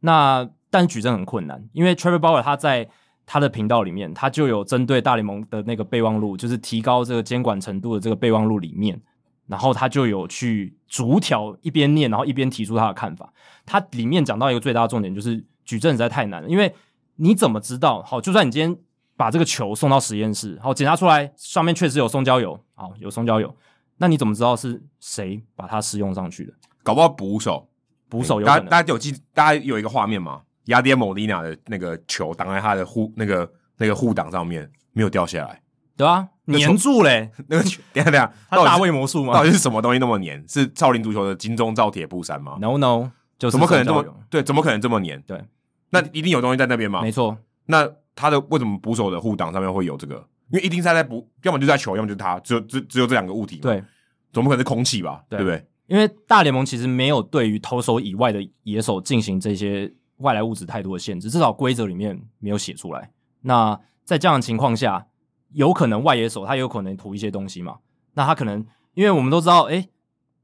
那但举证很困难，因为 Trevor Bauer 他在他的频道里面，他就有针对大联盟的那个备忘录，就是提高这个监管程度的这个备忘录里面，然后他就有去逐条一边念，然后一边提出他的看法。他里面讲到一个最大的重点，就是举证实在太难了，因为你怎么知道？好，就算你今天把这个球送到实验室，好检查出来上面确实有松焦油，好有松焦油，那你怎么知道是谁把它施用上去的？搞不好捕手，捕手有大可家大能，家有记，大家有一个画面吗？雅典莫利娜的那个球挡在他的护那个那个护挡上面，没有掉下来。对啊，那球粘住嘞、那个球， 等一下等一下，嗯他到大底卫是魔术吗到底是什么东西那么黏？是少林足球的金钟罩铁布衫吗？ ？No No，就是怎么可能这宋么教对？怎么可能这么黏？对，那一定有东西在那边嘛友？没错，那他的为什么捕手的护挡上面会有这个？因为一定是他在捕，要么就在球，要么就是他，只有只只有这两个物体。，对，总不可能是空气吧？对对不对？因为大联盟其实没有对于投手以外的野手进行这些外来物质太多的限制，至少规则里面没有写出来。那在这样的情况下，有可能外野手他有可能涂一些东西嘛？那他可能因为我们都知道，诶、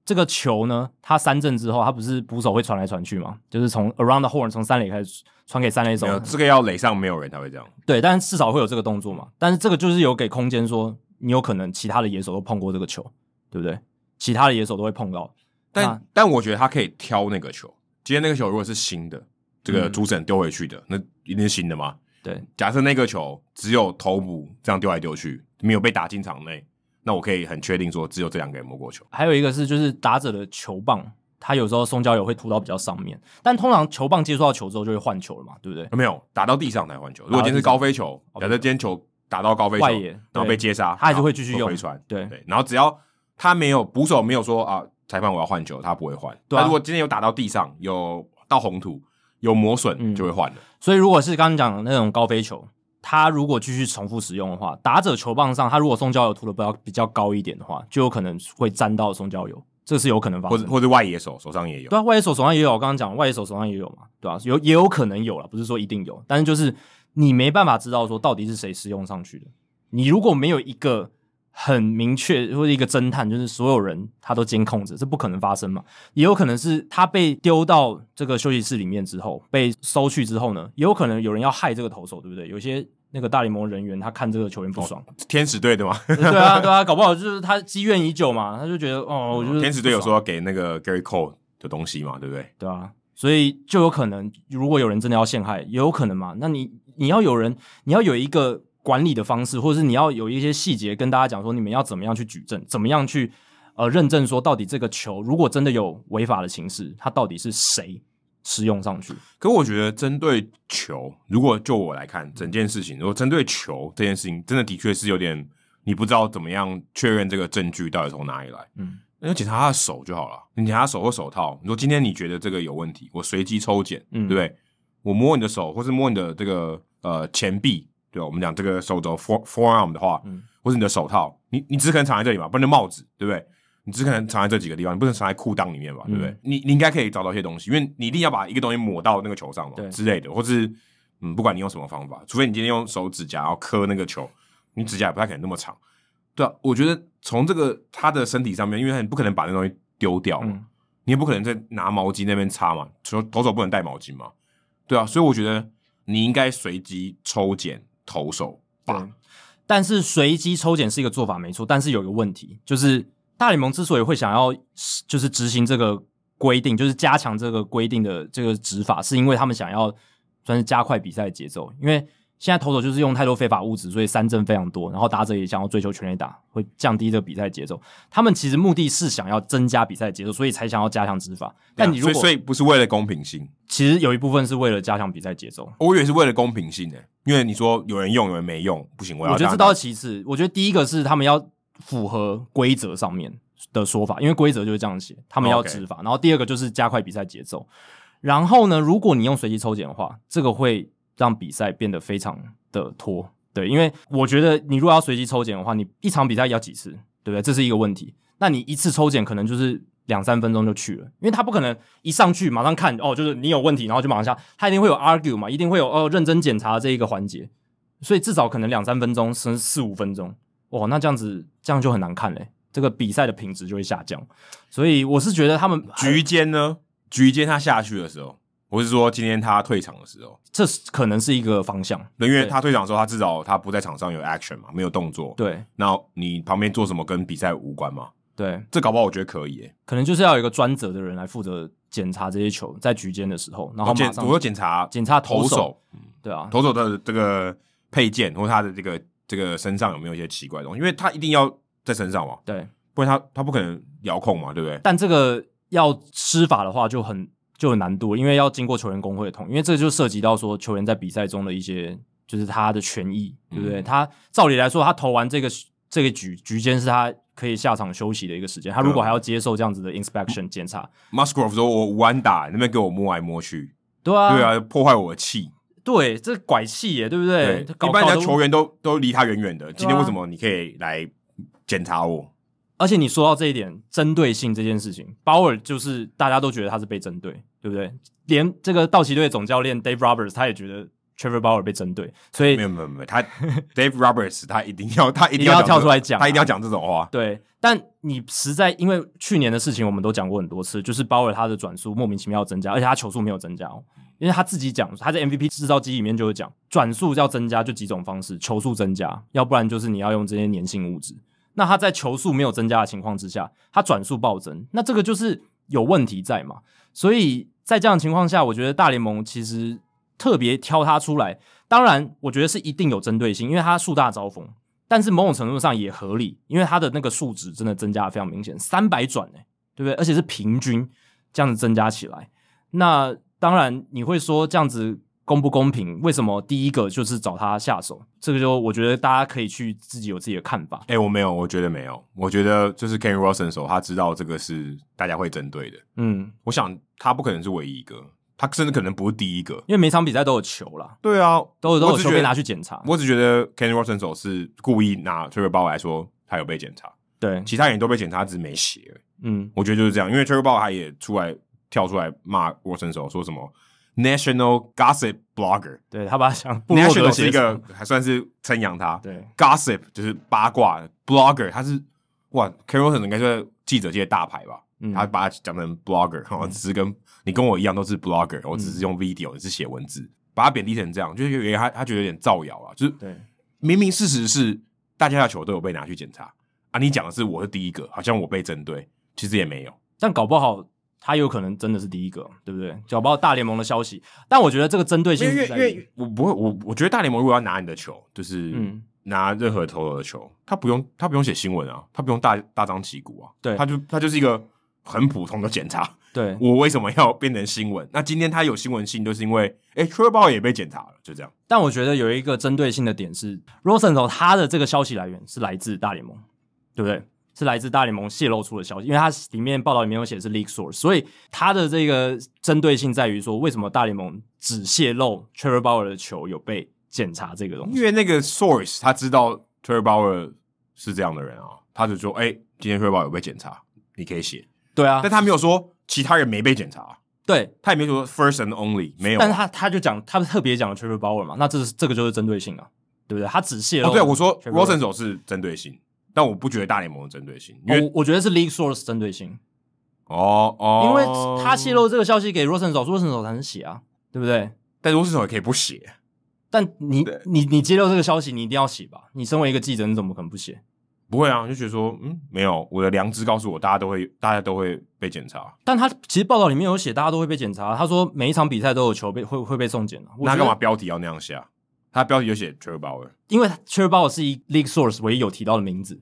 这个球呢，它三振之后，它不是捕手会传来传去嘛？就是从 around the horn 从三垒开始传给三垒手没，有这个要垒上没有人才会这样。对，但至少会有这个动作嘛。但是这个就是有给空间说，你有可能其他的野手都碰过这个球，对不对？其他的野手都会碰到，但、那但我觉得他可以挑那个球。今天那个球如果是新的，这个嗯主审丢回去的，那一定是新的嘛？对，假设那个球只有头部这样丢来丢去，没有被打进场内，那我可以很确定说只有这两个人摸过球。还有一个是就是打者的球棒，它有时候松胶油会涂到比较上面，但通常球棒接触到球之后就会换球了嘛，对不对？没有打到地上才换球。如果今天是高飞球，假设今天球打到高飞球，哦外野然后被接杀，他还是会继续用回传。对对，然后只要他没有捕手没有说啊，裁判我要换球，他不会换。对啊他如果今天有打到地上，有到红土，有磨损，嗯就会换了。所以如果是刚刚讲的那种高飞球，它如果继续重复使用的话，打者球棒上它如果松焦油涂的比较比较高一点的话，就有可能会沾到松焦油，这是有可能发或生者的。或者外野手手上也有。对啊，外野手手上也有，我刚刚讲外野手手上也有嘛，对啊，有也有可能有了，不是说一定有，但是就是你没办法知道说到底是谁使用上去的。你如果没有一个很明确或者一个侦探，就是所有人他都监控着，这不可能发生嘛。也有可能是他被丢到这个休息室里面之后，被收去之后呢，也有可能有人要害这个投手，对不对？有些那个大联盟人员他看这个球员不爽，天使队对吗？对 啊对啊，搞不好就是他积怨已久嘛，他就觉得哦，我就是天使队不有爽说要给那个 Gary Cole 的东西嘛，对不对？对啊，所以就有可能，如果有人真的要陷害，也有可能嘛。那你你要有人，你要有一个管理的方式，或者是你要有一些细节跟大家讲说，你们要怎么样去举证，怎么样去呃认证说到底这个球如果真的有违法的形式，它到底是谁使用上去？可我觉得针对球，如果就我来看整件事情，如果针对球这件事情，真的的确是有点你不知道怎么样确认这个证据到底从哪里来。嗯，那就检查他的手就好了，你检查他手或手套。你说今天你觉得这个有问题，我随机抽检，嗯对不对？我摸你的手，或是摸你的这个呃前臂，对吧？我们讲这个手肘 fore forearm 的话，嗯或是你的手套，你你只可能藏在这里嘛，不然就帽子，对不对？你只可能藏在这几个地方，你不能藏在裤裆里面吧，对不对嗯？你你应该可以找到一些东西，因为你一定要把一个东西抹到那个球上嘛对之类的，或是嗯，不管你用什么方法，除非你今天用手指甲然后磕那个球，你指甲也不太可能那么长。对啊，我觉得从这个他的身体上面，因为他你不可能把那东西丢掉嘛，嗯你也不可能再拿毛巾那边擦嘛，手投手不能戴毛巾嘛，对啊，所以我觉得你应该随机抽检投手吧，但是随机抽检是一个做法没错，但是有一个问题，就是大联盟之所以会想要就是执行这个规定，就是加强这个规定的这个执法，是因为他们想要算是加快比赛的节奏，因为现在投手就是用太多非法物质，所以三振非常多，然后打者也想要追求全垒打，会降低这个比赛节奏。他们其实目的是想要增加比赛节奏，所以才想要加强执法。对啊但你如果所以所以不是为了公平性，其实有一部分是为了加强比赛节奏，我以为是为了公平性呢、因为你说有人用有人没用，不行，我要我觉得这大倒家是其次，我觉得第一个是他们要符合规则上面的说法，因为规则就是这样写，他们要哦 OK 执法。然后第二个就是加快比赛节奏。然后呢，如果你用随机抽检的话，这个会让比赛变得非常的拖。对，因为我觉得你如果要随机抽检的话，你一场比赛要几次，对不对？这是一个问题。那你一次抽检可能就是两三分钟就去了，因为他不可能一上去马上看哦，就是你有问题，然后就马上下，他一定会有 argue 嘛，一定会有哦认真检查这一个环节，所以至少可能两三分钟，甚至四五分钟。哇，那这样子这样就很难看嘞，这个比赛的品质就会下降。所以我是觉得他们局间呢，局间他下去的时候，我是说今天他退场的时候，这是可能是一个方向，对因为对他退场的时候，他至少他不在场上有 action 嘛，没有动作，对那你旁边做什么跟比赛无关吗？对，这搞不好我觉得可以、欸。可能就是要有一个专责的人来负责检查这些球在局间的时候，然后我哦检马上我有检查检查投投手，手，对啊，投手的这个配件或他的这个这个身上有没有一些奇怪的东西？因为他一定要在身上嘛，对，不然他他不可能遥控嘛，对不对？但这个要施法的话就很就有难度，因为要经过球员工会的同意，因为这就涉及到说球员在比赛中的一些就是他的权益，对不对？嗯他照理来说，他投完这个这个局局间是他可以下场休息的一个时啊间，他如果还要接受这样子的 inspection 检查， Musgrove 说：“我无安打，你那边给我摸来摸去，对啊，对，啊，破坏我的气。对，这拐气耶，对不对？搞一般人搞家得啊球员都都离他远远的。今天为什么你可以来检查我？而且你说到这一点，针对性这件事情，鲍尔就是大家都觉得他是被针对，对不对？连这个道奇队总教练 Dave Roberts 他也觉得 Trevor Bauer 被针对，所以没有没有没有，他 Dave Roberts 他一定要他一定一定要讲这跳出来讲啊他一定要讲这种话。对。但你实在因为去年的事情，我们都讲过很多次，就是鲍尔他的转速莫名其妙增加，而且他球速没有增加、哦，因为他自己讲，他在 MVP 制造机里面就有讲，转速要增加就几种方式，球速增加，要不然就是你要用这些粘性物质。那他在球速没有增加的情况之下，他转速暴增，那这个就是有问题在嘛？所以在这样的情况下，我觉得大联盟其实特别挑他出来，当然我觉得是一定有针对性，因为他树大招风，但是某种程度上也合理，因为他的那个数值真的增加的非常明显，三百转哎、对不对？而且是平均这样子增加起来，那当然你会说这样子公不公平？为什么第一个就是找他下手？这个就我觉得大家可以去自己有自己的看法。哎、我没有，我觉得没有，我觉得就是 Ken Wilson 手，他知道这个是大家会针对的。嗯，我想他不可能是唯一一个，他甚至可能不是第一个。因为每场比赛都有球啦，对啊，都有都我有只球觉被得拿去检查。我只觉得 Ken Wilson 手是故意拿 t r e v o r b a u e r 来说，他有被检查，对，其他人都被检查，只是没写而已。嗯我觉得就是这样，因为 t r e v o r b a u e r 他也出来跳出来骂 Wilson 手，说什么 National Gossip Blogger。对他把他想布洛德 National 写是一个还算是称扬他，对 gossip 就是八卦，blogger 他是哇 k a r o l s o n 应该是记者界的大牌吧？嗯他把它讲成 blogger，然后只是跟你跟我一样都是嗯 blogger，我只是用 video，你是写文字，把他贬低成这样，就是有点他他觉得有点造谣啊，就是对明明事实是大家的球都有被拿去检查啊，你讲的是我是第一个，好像我被针对，其实也没有。但搞不好他有可能真的是第一个，对不对？搞不好大联盟的消息，但我觉得这个针对因性为是因在为因为我不会，我我觉得大联盟如果要拿你的球，就是嗯拿任何投手的球，他不用他不用写新闻啊，他不用大大张旗鼓啊，对他就他就是一个很普通的检查。对我为什么要变成新闻？那今天他有新闻性，就是因为哎 t r i b a 也被检查了，就这样。但我觉得有一个针对性的点是，Rosenthal 他的这个消息来源是来自大联盟，对不对？是来自大联盟泄露出的消息，因为它里面报道里面有写是 leak source，所以它的这个针对性在于说，为什么大联盟只泄露 t r e v o r Bauer 的球有被检查这个东西？因为那个 source 他知道 t r i b a 是这样的人啊，他就说哎、今天 t r i b a 有被检查，你可以写，对啊，但他没有说其他人没被检查啊，对，他也没有说 first and only 没有啊。但是他他就讲他特别讲了 t r e v o r Bauer 嘛，那这是这个就是针对性啊，对不对？他只泄露哦，对，我说 Trevor Rosen 手是针对性，但我不觉得大联盟有针对性，因哦为我我觉得是 leak source 针对性，哦哦，因为他泄，露这个消息给 Rosenthal，Rosenthal 才能写啊，对不对？但 Rosen 手也可以不写，但你对你你揭露这个消息，你一定要写吧？你身为一个记者，你怎么可能不写？不会啊，就觉得说嗯，没有，我的良知告诉我，大家都会，大家都会被检查，但他其实报道里面有写，大家都会被检查。他说每一场比赛都有球被会会被送检的、啊。我那他觉干得嘛？标题要那样写啊？他标题就写 t r e b o w e r 因为 t r e b o 是一 League Source 唯一有提到的名字。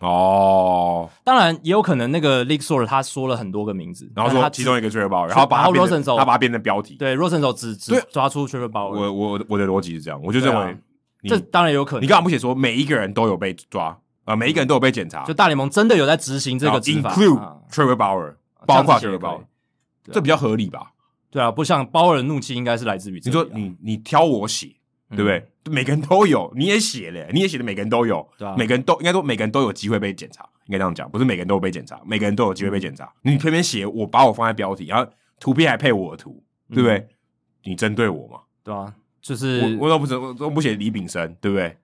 哦，当然，也有可能那个 League Source 他说了很多个名字，然后但他说只其中一个 t r e b o w e r 然后把它然后变成 Rosen 手他把它变成标题，对 Rosenthal 只只对啊抓出 t r e b o 我我我的逻辑是这样，我就对认啊为你这当然有可能。你干嘛不写说每一个人都有被抓啊，每一个人都有被检查就，大联盟真的有在执行这然后个执法 include 啊 t r e b o w e r 这包样括子 t 写 r 也 e 可 b o w 以 e r。这比较合理吧？啊对啊，不像包尔的怒气应该是来自于这里你啊、说你你挑我写，嗯对不对？每个人都有，你也写了，你也写的每个人都有，对啊每个人都应该说每个人都有机会被检查，应该这样讲，不是每个人都有被检查，每个人都有机会被检查。嗯你偏偏写我把我放在标题，然后图片还配我的图，嗯对不对？你针对我嘛？对啊，就是我我都不我都不写李炳生，对不对？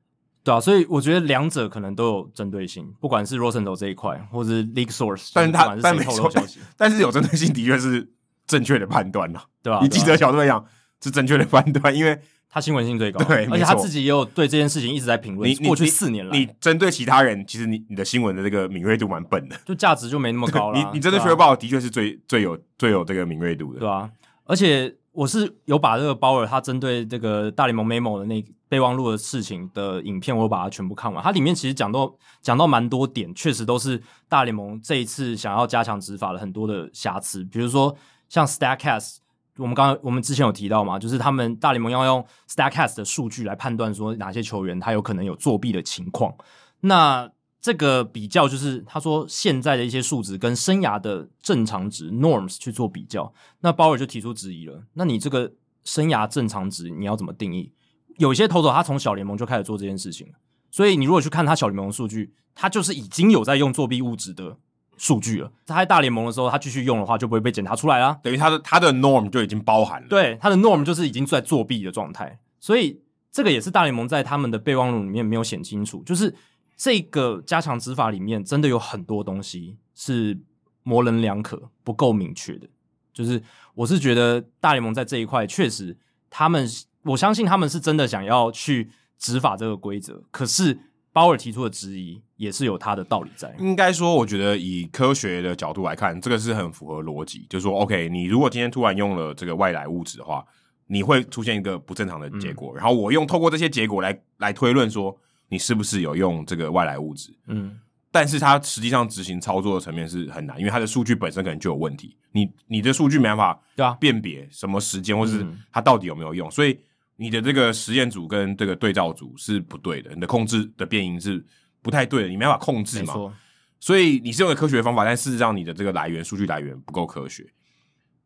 对啊，所以我觉得两者可能都有针对性，不管是 Rosenthal 这一块，或是 League Source，但是他就是不但管没是谁透错露消息，，但是有针对性的确是正确的判断呐、对 吧、以记者对啊角度来讲是正确的判断，因为他新闻性最高，对而没且他错自己也有对这件事情一直在评论你，你过去你四年来，你针对其他人，其实你你的新闻的这个敏锐度蛮笨的。就价值就没那么高了。你你真的对学啊报的确是最最有最有这个敏锐度的。对啊，而且我是有把这个鲍尔他针对这个大联盟 memo 的那备忘录的事情的影片，我有把它全部看完。它里面其实讲到讲到蛮多点，确实都是大联盟这一次想要加强执法的很多的瑕疵，比如说像 Statcast。我们刚刚我们之前有提到嘛，就是他们大联盟要用 Statcast 的数据来判断说哪些球员他有可能有作弊的情况。那这个比较就是他说现在的一些数值跟生涯的正常值 norms 去做比较，那鲍尔就提出质疑了：那你这个生涯正常值你要怎么定义？有些投手他从小联盟就开始做这件事情了，所以你如果去看他小联盟的数据，他就是已经有在用作弊物质的数据了。他在大联盟的时候，他继续用的话，就不会被检查出来啦。等于他的他的 norm 就已经包含了。，对，他的 norm 就是已经在作弊的状态，所以这个也是大联盟在他们的备忘录里面没有写清楚，就是这个加强执法里面真的有很多东西是模棱两可、不够明确的。就是我是觉得大联盟在这一块确实，他们我相信他们是真的想要去执法这个规则，可是鲍尔提出的质疑也是有他的道理在。应该说，我觉得以科学的角度来看，这个是很符合逻辑。就是说，OK，你如果今天突然用了这个外来物质的话，你会出现一个不正常的嗯结果。然后我用透过这些结果来来推论说，你是不是有用这个外来物质？嗯，但是它实际上执行操作的层面是很难，因为它的数据本身可能就有问题，你你的数据没办法对啊辨别什么时间或是嗯它到底有没有用，所以你的这个实验组跟这个对照组是不对的，你的控制的变因是不太对的，你没办法控制没嘛，错，所以你是用了科学的方法，但事实上你的这个来源数据来源不够科学。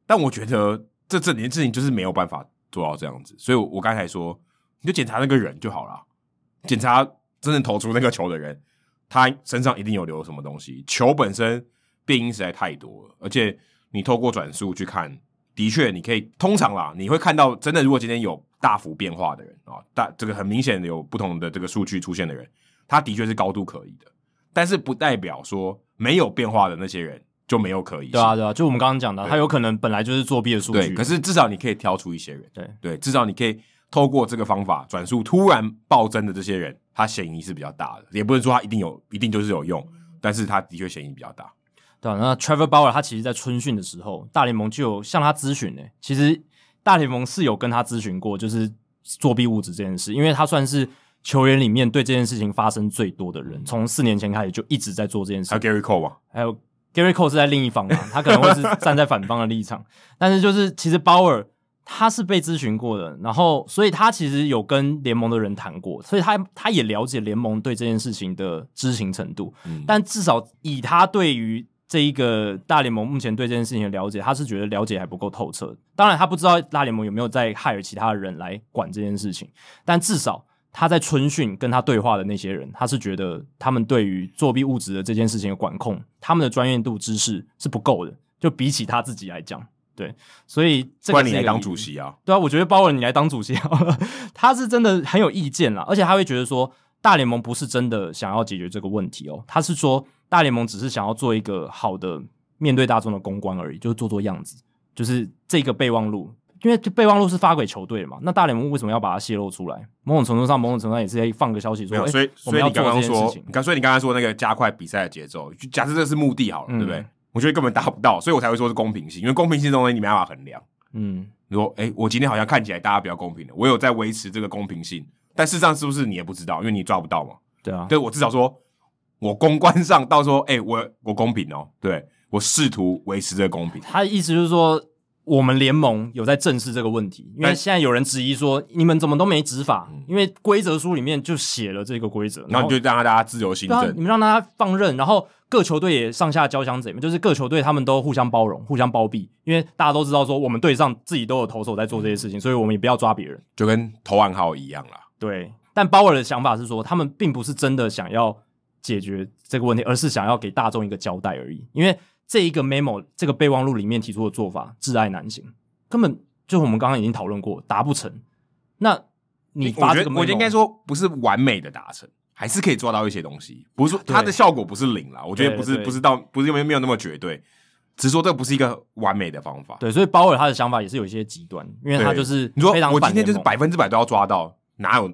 但我觉得这整件事情就是没有办法做到这样子，所以我我刚才说，你就检查那个人就好了，检查真正投出那个球的人，他身上一定有留什么东西。球本身变因实在太多了，而且你透过转速去看，的确你可以通常啦，你会看到真的，如果今天有大幅变化的人啊，大这个很明显的有不同的这个数据出现的人，他的确是高度可疑的。但是不代表说没有变化的那些人就没有可疑性。对啊，对啊，就我们刚刚讲的，对他有可能本来就是作弊的数对，据，可是至少你可以挑出一些人，对对，至少你可以透过这个方法转述突然暴增的这些人，他嫌疑是比较大的，也不能说他一定有一定就是有用，但是他的确嫌疑比较大。对啊，那 Trevor Bauer 他其实，在春训的时候，大联盟就有向他咨询诶、欸其实大联盟是有跟他咨询过，就是作弊物质这件事，因为他算是球员里面对这件事情发生最多的人，从四年前开始就一直在做这件事还有。Gary Cole 嘛，还有 Gary Cole 是在另一方嘛，他可能会是站在反方的立场。 但是就是其实鲍尔他是被咨询过的，然后所以他其实有跟联盟的人谈过，所以他他也了解联盟对这件事情的知情程度。嗯但至少以他对于这一个大联盟目前对这件事情的了解，他是觉得了解还不够透彻。当然，他不知道大联盟有没有在害其他的人来管这件事情，但至少他在春训跟他对话的那些人，他是觉得他们对于作弊物质的这件事情的管控，他们的专业度知识是不够的，就比起他自己来讲，对，所以这个不然你是一来个当疑主虑席啊，对啊，我觉得包尔你来当主席 好了，他是真的很有意见啦，而且他会觉得说，大联盟不是真的想要解决这个问题哦，他是说大联盟只是想要做一个好的面对大众的公关而已，就是做做样子，就是这个备忘录，因为这备忘录是发给球队的嘛，那大联盟为什么要把它泄露出来？某种程度上，某种程度上也是在放个消息没说，有，诶所以我所们以要你做刚这刚件事说，情你，刚所以你刚刚说那个加快比赛的节奏，就假设这是目的好了，嗯对不对？我觉得根本达不到，所以我才会说是公平性，因为公平性这种东西你没办法衡量。嗯，你说，哎、我今天好像看起来大家比较公平的，我有在维持这个公平性，但事实上是不是你也不知道，因为你抓不到嘛。对啊，对我至少说，我公关上到时候，哎、我我公平哦，对我试图维持这个公平。他的意思就是说，我们联盟有在正视这个问题，因为但现在有人质疑说，你们怎么都没执法？嗯因为规则书里面就写了这个规则，然后你就让大家自由行对啊，政你，们让大家放任，然后各球队也上下交相贼嘛，就是各球队他们都互相包容、互相包庇，因为大家都知道说，我们队上自己都有投手在做这些事情，所以我们也不要抓别人。就跟投暗号一样啦。对，但鲍尔的想法是说，他们并不是真的想要解决这个问题，而是想要给大众一个交代而已。因为这一个 memo 这个备忘录里面提出的做法，挚爱难行，根本就我们刚刚已经讨论过，达不成。那你我发觉这得个，我觉 memo 得应该，说不是完美的达成，还是可以做到一些东西。不是说它的对效果不是零啦，我觉得对不是对不是到不是没有没有那么绝对，只是说这不是一个完美的方法。对，所以鲍尔他的想法也是有一些极端，因为他对就是你说非常我反今天就是联盟百分之百都要抓到，哪有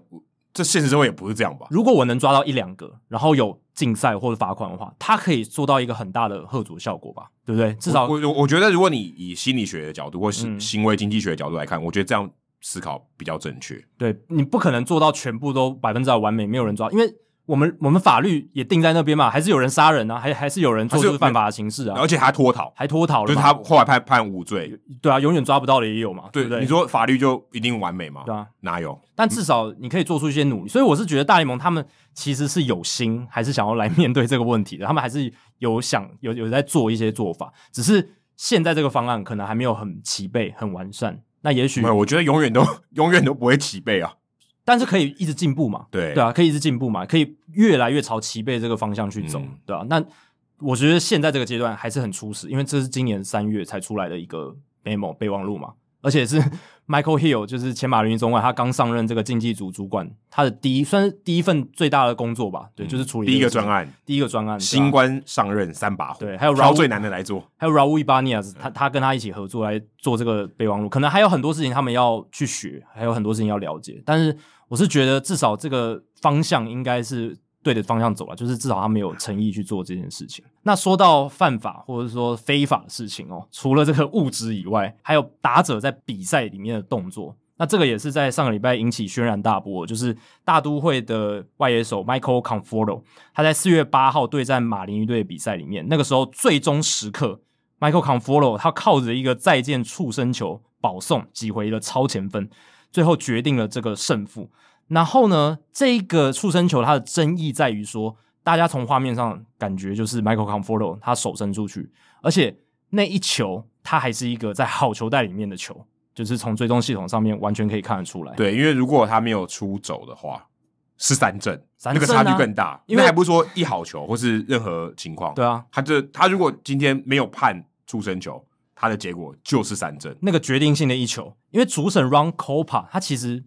这现实生活也不是这样吧？如果我能抓到一两个，然后有竞赛或者罚款的话，它可以做到一个很大的贺主效果吧，对不对？至少我我我觉得，如果你以心理学的角度或是嗯行为经济学的角度来看，我觉得这样思考比较正确。对你不可能做到全部都百分之百完美，没有人抓，因为我们我们法律也定在那边嘛，还是有人杀人啊，还还是有人做还是有出犯法的形式啊而，且他脱逃，还脱逃就了是嘛，他后来判判无罪。对啊，永远抓不到的也有嘛，对对不对？你说法律就一定完美吗？对啊，哪有？但至少你可以做出一些努力。所以我是觉得大联盟他们其实是有心，还是想要来 面对这个问题的，他们还是有想有有在做一些做法，只是现在这个方案可能还没有很齐备、很完善。那也许没，有，我觉得永远都 永远都不会齐备啊。但是可以一直进步嘛？对对啊，可以一直进步嘛，可以越来越朝齐备这个方向去走，嗯对啊，那我觉得现在这个阶段还是很初始，因为这是今年三月才出来的一个 memo 备忘录嘛，而且是 Michael Hill，就是前马林鱼总管，他刚上任这个竞技组主管，他的第一算是第一份最大的工作吧，对，就是处理嗯第一这个事情专，案，第一个专案，新对啊官上任三把火，对还有挑 Raul- 最难的来做。还有 Raul Ibanez，他嗯他跟他一起合作来做这个备忘录，可能还有很多事情哦他们要去学，还有很多事情要了解。但是我是觉得，至少这个方向应该是对的方向走了，就是至少他们有诚意去做这件事情。那说到犯法或者说非法的事情哦，除了这个物质以外，还有打者在比赛里面的动作。那这个也是在上个礼拜引起轩然大波，就是大都会的外野手 Michael Conforto，他在四月八号对战马林鱼队的比赛里面，那个时候最终时刻，Michael Conforto 他靠着一个再见触身球保送挤回了超前分，最后决定了这个胜负。然后呢，这个触身球它的争议在于说，大家从画面上感觉就是 Michael Conforto 他手伸出去，而且那一球它还是一个在好球带里面的球，就是从追踪系统上面完全可以看得出来。对，因为如果他没有出走的话，是三振，三那振啊个差距更大。因为那还不是说一好球或是任何情况，对啊，他这他如果今天没有判出生球，他的结果就是三振。那个决定性的一球，因为主审 Ron Copa 他其实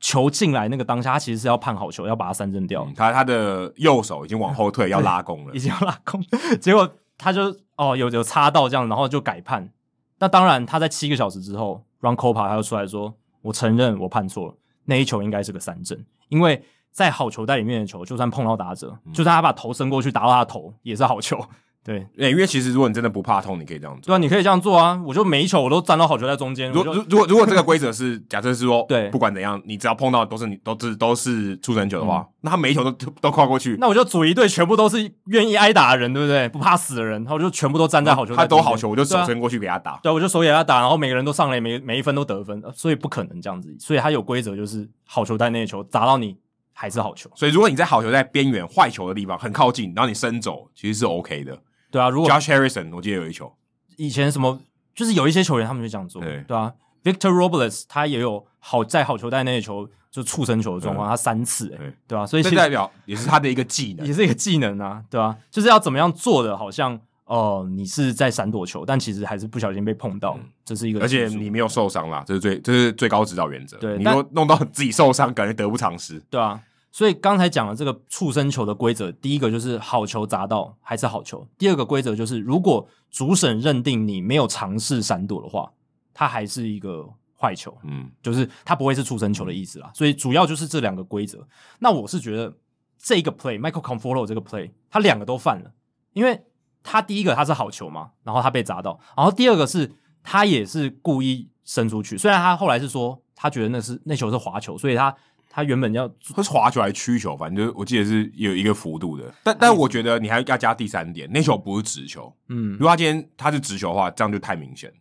球进来那个当下，他其实是要判好球，要把它三振掉，嗯他他的右手已经往后退，要拉弓了已。经要拉空， 结果他就哦有有擦到这样，然后就改判。那当然，他在七个小时之后，Ron Copa 他就出来说：“我承认我判错了，那一球应该是个三振，因为在好球带里面的球，就算碰到打嗯者，就算他把头伸过去打到他的头，也是好球。”对，对，哎因为其实如果你真的不怕痛，你可以这样做。对啊，你可以这样做啊！我就每一球我都站到好球带中间，如我就如如果如果这个规则是假设是说，对不管怎样，你只要碰到都是你都是都是出生球的话，那他每一球都都都跨过 去，嗯那我就组一队，全部都是愿意挨打的人，对不对？不怕死的人，然后就全部都站在好球带啊他中间，都好球，我就对手啊伸过去给他打。对，我就手也要打，然后每个人都上来，每每一分都得分，呃所以不可能这样子。所以他有规则，就是好球带内的球砸到你还是好球。所以如果你在好球在边缘坏球的地方很靠近，然后你伸走，其实是 OK 的。对啊，如果 Josh Harrison 我记得有一球，以前什么，就是有一些球员他们就这样做，对对啊。Victor Robles 他也有好在好球带内的球就触身球的状况，他三次、欸，嗯对对啊，所以这其实代表也是他的一个技能也。是一个技能啊， 对啊，就是要怎么样做的，好像哦、呃你是在闪躲球，但其实还是不小心被碰到，这是一个嗯而且技术你没有受伤啦，这是最这是最高指导原则。对你但如果弄到 自己受伤，感觉得不偿失。对啊，所以刚才讲的这个触身球的规则，第一个就是好球砸到还是好球，第二个规则就是如果主审认定你没有尝试闪躲的话，它还是一个坏球，嗯，就是它不会是触身球的意思啦。所以主要就是这两个规则。那我是觉得这个 play Michael Conforto 这个 play，他两个都犯了，因为他第一个他是好球嘛，然后他被砸到，然后第二个是他也是故意伸出去，虽然他后来是说他觉得那是那球是滑球，所以他他原本要或是滑球还是曲球，反正就是我记得是有一个幅度的。但但我觉得你还要加第三点，那球不是直球。嗯如果他今天他是直球的话，这样就太明显。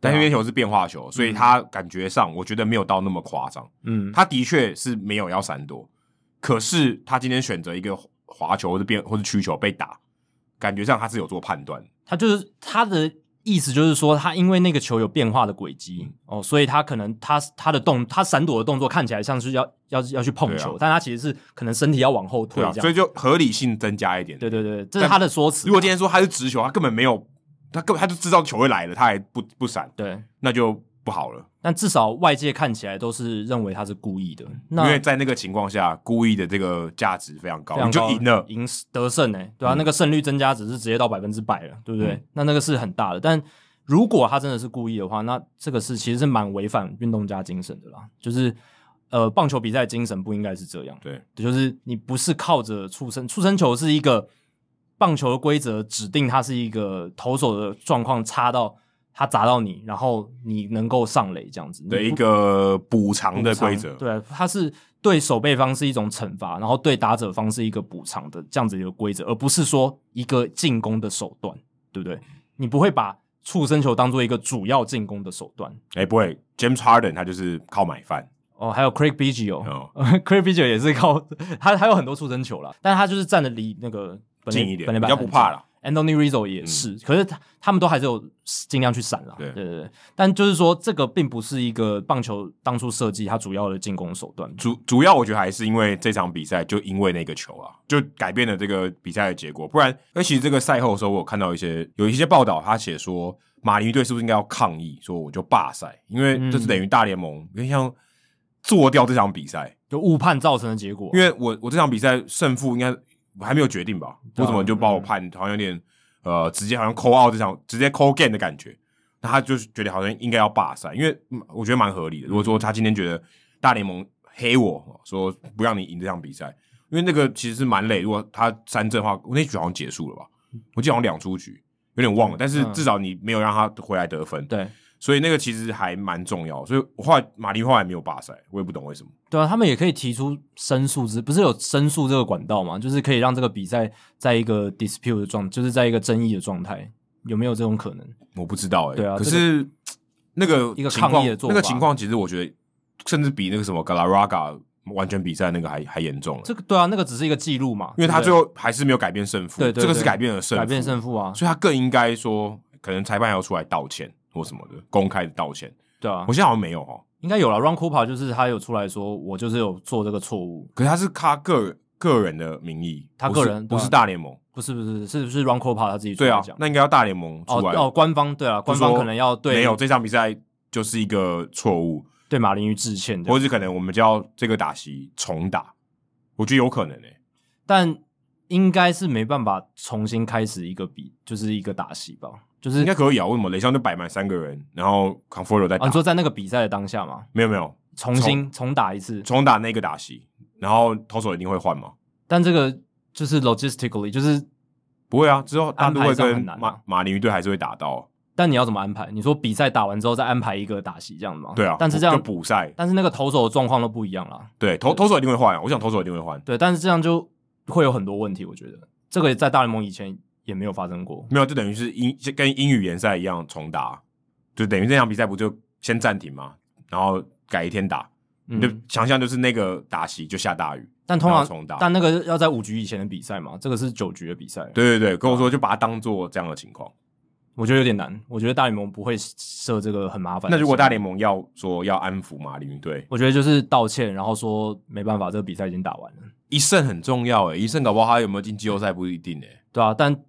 但啊因为那球是变化球，所以他感觉上我觉得没有到那么夸张。嗯，他的确是没有要闪躲，可是他今天选择一个滑球或者变或者曲球被打，感觉上他是有做判断的。他就是他的意思就是说，他因为那个球有变化的轨迹嗯哦，所以他可能他他的动他闪躲的动作看起来像是要要要去碰球，对啊但他其实是可能身体要往后退对啊，这样。所以就合理性增加一点。对对对，这是他的说辞。啊如果今天说他是直球，他根本没有，他根本他就知道球会来了，他还不不闪，对，那就不好了。但至少外界看起来都是认为他是故意的。嗯因那为在那个情况下，故意的这个价值非常高，非常你就高嗯赢了。嗯赢得胜呢、对啊，那个胜率增加只是直接到百分之百了，对不对？那那个是很大的，但如果他真的是故意的话，那这个是其实是蛮违反运动家精神的啦，就是。呃，棒球比赛精神不应该是这样，对，就是你不是靠着触身，触身球是一个棒球的规则指定，它是一个投手的状况差到他砸到你，然后你能够上垒这样子的你一不个补偿的规则，对，它是对守备方是一种惩罚，然后对打者方是一个补偿的这样子一个规则，而不是说一个进攻的手段，对不对？你不会把触身球当做一个主要进攻的手段哎、不会，James Harden 他就是靠买饭，哦。还有 Craig Biggio，哦 Craig Biggio 也是靠 他，他有很多触身球啦，但是他就是站的离那个本垒近一点本垒比板较很不怕近啦。嗯 Anthony Rizzo 也是，可是他他们都还是有尽量去闪啦。对对对，但就是说这个并不是一个棒球当初设计它主要的进攻手段。主主要我觉得还是因为这场比赛就因为那个球啊，就改变了这个比赛的结果。不然，而且这个赛后的时候，我有看到一些有一些报道，他写说马林鱼队是不是应该要抗议，说我就罢赛，因为这是等于大联盟有点像做掉这场比赛。就误判造成的结果。因为我我这场比赛胜负应该我还没有决定吧？对啊我怎么就把我判好像有点呃，直接好像扣 out 这场，直接扣 game 的感觉。那他就是觉得好像应该要罢赛，因为嗯我觉得蛮合理的。如果嗯说他今天觉得大联盟黑我，说不让你赢这场比赛，因为那个其实是蛮累。如果他三振的话，那局好像结束了吧？我记得好像两出局，有点忘了。但是嗯至少你没有让他回来得分，对，所以那个其实还蛮重要。所以我后来马里后来没有罢赛，我也不懂为什么。对啊，他们也可以提出申诉之，不是有申诉这个管道嘛？就是可以让这个比赛在一个 dispute 的状，就是在一个争议的状态，有没有这种可能？我不知道哎、对啊可是那个一个情况抗议的做法那个情况其实我觉得甚至比那个什么 Galarraga 完全比赛那个还还严重了，这个对啊，那个只是一个记录嘛，因为他对最不后还是没有改变胜负，对对这个是对改变了胜对负，改变胜负啊，所以他更应该说，可能裁判要出来道歉或什么的，公开的道歉。对啊我，现在好像没有哦，应该有了。Ron Cooper 就是他有出来说，我就是有做这个错误，可是他是他个个人的名义，他不个是人不对啊是大联盟，不是不是是是 Ron Cooper 他自己出对来啊讲，，那应该要大联盟哦出来，哦，官方对啊，就官说方可能要对没有这场比赛就是一个错误，对马林鱼致歉这样，或者是可能我们就要这个打席重打，我觉得有可能诶、欸但应该是没办法重新开始一个比，就是一个打戏吧，就是应该可以啊。为什么雷香就摆满三个人，然后 Conforto 在啊，打你？说在那个比赛的当下嘛，没有没有，重新重打一次，重打那个打席，然后投手一定会换吗？但这个就是 logistically，就是不会啊，之后大都安会排上跟很难啊哦马马林鱼队还是会打到啊、但你要怎么安排？你说比赛打完之后再安排一个打戏这样吗？对啊，但是这样就补赛，但是那个投手的状况都不一样啦，对投投手一定会换，啊我想投手一定会换，对，但是这样就会有很多问题，我觉得这个在大联盟以前也没有发生过，没有就等于是英就跟英语联赛一样重打，就等于这场比赛不就先暂停嘛，然后改一天打，嗯你就想象就是那个打席就下大雨，但通然后常重打但那个要在五局以前的比赛嘛，这个是九局的比赛，对对对，跟我嗯说就把它当做这样的情况。我觉得有点难。我觉得大联盟不会设这个很麻烦。那如果大联，盟要说要安抚马林鱼队，我觉得就是道歉，然后说没办法，这个比赛已经打完了，一胜很重要欸诶，一胜搞不好他有没有进季后赛不一定欸诶。对啊，但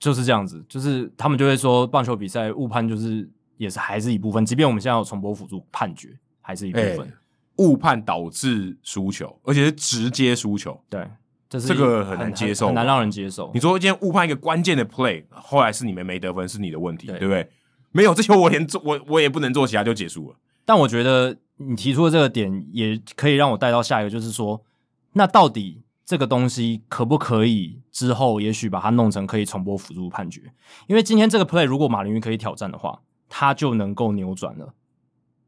就是这样子，就是他们就会说棒球比赛误判就是也是还是一部分，即便我们现在有重播辅助判决，还是一部哎分。误判导致输球，而且是直接输球。对，这是这个很很难接受很难让人接受。你说今天误判一个关键的 play，后来是你们没得分，是你的问题，对对不对？没有这球我连做我我也不能做，其他就结束了。但我觉得你提出的这个点也可以让我带到下一个，就是说，那到底这个东西可不可以之后，也许把它弄成可以重播辅助判决？因为今天这个 play 如果马林鱼可以挑战的话，他就能够扭转了。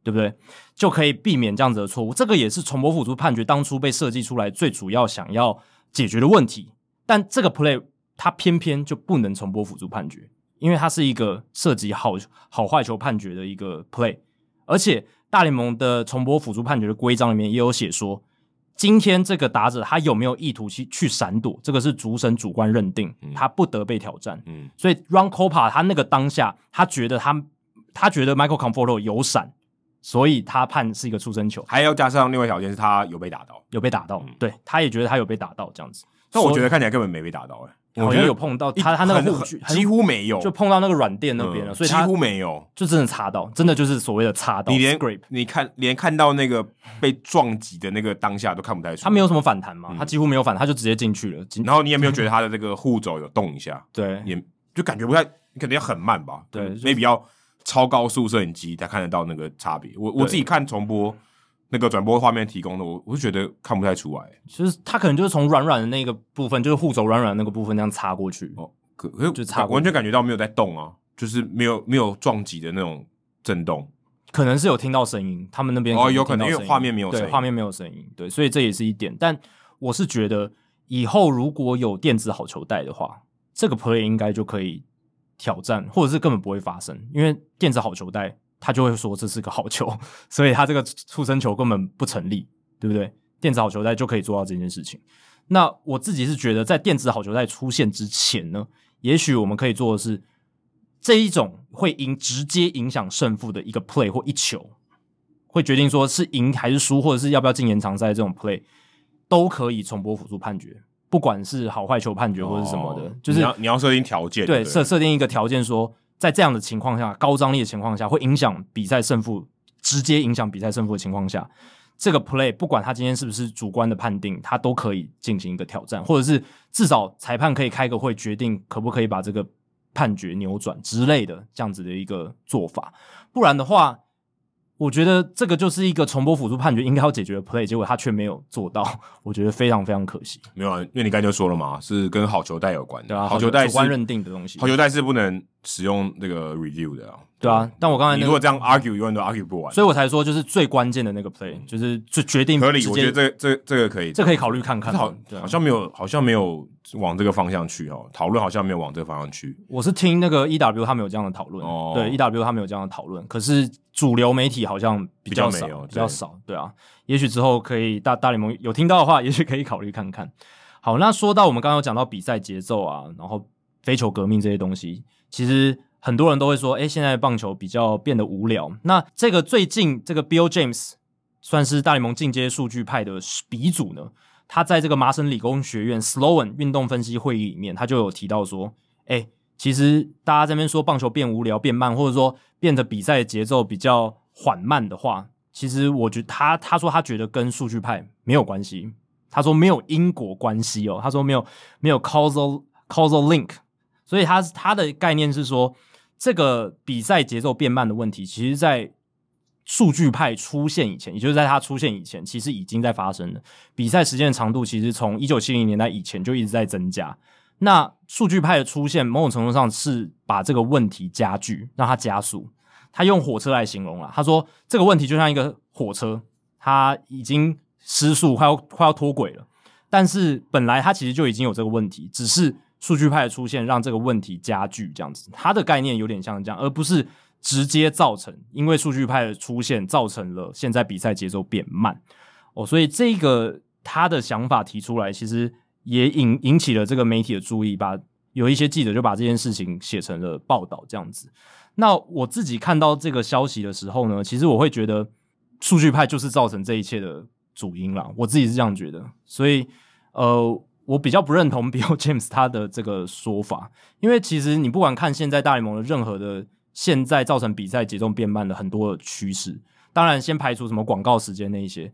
对不对？就可以避免这样子的错误。这个也是重播辅助判决当初被设计出来最主要想要解决的问题。但这个 play 它偏偏就不能重播辅助判决，因为它是一个涉及好好坏球判决的一个 play。而且大联盟的重播辅助判决的规章里面也有写说，今天这个打者他有没有意图去去闪躲，这个是主审主观认定嗯，他不得被挑战。嗯，所以 Ron Copa 他那个当下，他觉得他他觉得 Michael Conforto 有闪，所以他判是一个出生球，还要加上另外一条件是他有被打到，有被打到，嗯对，他也觉得他有被打到这样子。但我所以觉得看起来根本没被打到、欸，哎，好我觉像得有碰到一他，他那个很护很具很几乎没有，就碰到那个软垫那边了，嗯所以几他乎没有。就真的擦到，真的就是所谓的擦到你连 scrape，你看连看到那个被撞击的那个当下都看不太出，他没有。什么反弹嘛，他几乎没有反弹，他就直接进去了，进嗯然后你也没有觉得他的这个护肘有动一下，对也就感觉不太，你肯定要很慢吧？对就是，maybe 要超高速摄影机才看得到那个差别。我我对自己看重播那个转播画面提供的，我我就觉得看不太出来。就是他可能就是从软软的那个部分，就是护肘软软的那个部分那样擦过去，哦，可可是就差不多完全感觉到没有在动啊，就是没有没有撞击的那种震动。可能是有听到声音，他们那边哦有可可能能因为画面没有声音对，画面没有声音，对，所以这也是一点。但我是觉得以后如果有电子好球带的话，这个 play 应该就可以挑战，或者是根本不会发生，因为电子好球带他就会说这是个好球， 所以他这个出生球根本不成立，对不对？电子好球带就可以做到这件事情。那我自己是觉得，在电子好球带出现之前呢，也许我们可以做的是这一种会赢直接影响胜负的一个 play 或一球，会决定说是赢还是输，或者是要不要进延长赛这种 play，都可以重播辅助判决，不管是好坏球判决或者是什么的，哦就是你要你要设定条件，对对设设定一个条件说，在这样的情况下，高张力的情况下，会影响比赛胜负，直接影响比赛胜负的情况下，这个 play 不管他今天是不是主观的判定，他都可以进行一个挑战，或者是至少裁判可以开个会决定可不可以把这个判决扭转之类的这样子的一个做法。不然的话，我觉得这个就是一个重播辅助判决应该要解决的 play，结果他却没有做到，我觉得非常非常可惜，没有啊，因为你刚才就说了嘛，是跟好球带有关的。对啊，好球带主是观认定的东西好，球带是不能使用这个 review 的啊。对啊。但我刚才你那如果个，这样 argue，永远都 argue 不完。所以我才说就是最关键的那个 play，就是最决定合理，直我接觉得这这这个可以，这可以考虑看看可是好，对啊好像没有，好像没有往这个方向去哦。讨论好像没有往这个方向去。我是听那个 EW 他们有这样的讨论，哦对 EW 他们有这样的讨论，可是主流媒体好像比较比较少，没有比较对少，对啊，也许之后可以大大联盟有听到的话，也许可以考虑看看。好，那说到我们刚刚有讲到比赛节奏啊，然后非球革命这些东西，其实很多人都会说，哎，现在棒球比较变得无聊。那这个最近这个 Bill James 算是大联盟进阶数据派的鼻祖呢，他在这个麻省理工学院 Sloan 运动分析会议里面，他就有提到说，哎、其实大家这边说棒球变无聊、变慢，或者说变得比赛节奏比较缓慢的话，其实我觉得他他说他觉得跟数据派没有关系，他说没有因果关系哦，他说没有没有 causal causal link，所以他他的概念是说，这个比赛节奏变慢的问题，其实在数据派出现以前，也就是在它出现以前，其实已经在发生了。比赛时间的长度其实从一九七零年代以前就一直在增加。那数据派的出现，某种程度上是把这个问题加剧，让它加速。他用火车来形容了，他说这个问题就像一个火车，它已经失速，快要快要脱轨了。但是本来它其实就已经有这个问题，只是数据派的出现让这个问题加剧，这样子。它的概念有点像这样，而不是直接造成，因为数据派的出现造成了现在比赛节奏变慢哦。所以这个他的想法提出来，其实也引引起了这个媒体的注意，把有一些记者就把这件事情写成了报道这样子。那我自己看到这个消息的时候呢，其实我会觉得数据派就是造成这一切的主因啦，我自己是这样觉得，所以呃，我比较不认同 Bill James 他的这个说法，因为其实你不管看现在大联盟的任何的现在造成比赛节奏变慢的很多的趋势，当然先排除什么广告时间那一些，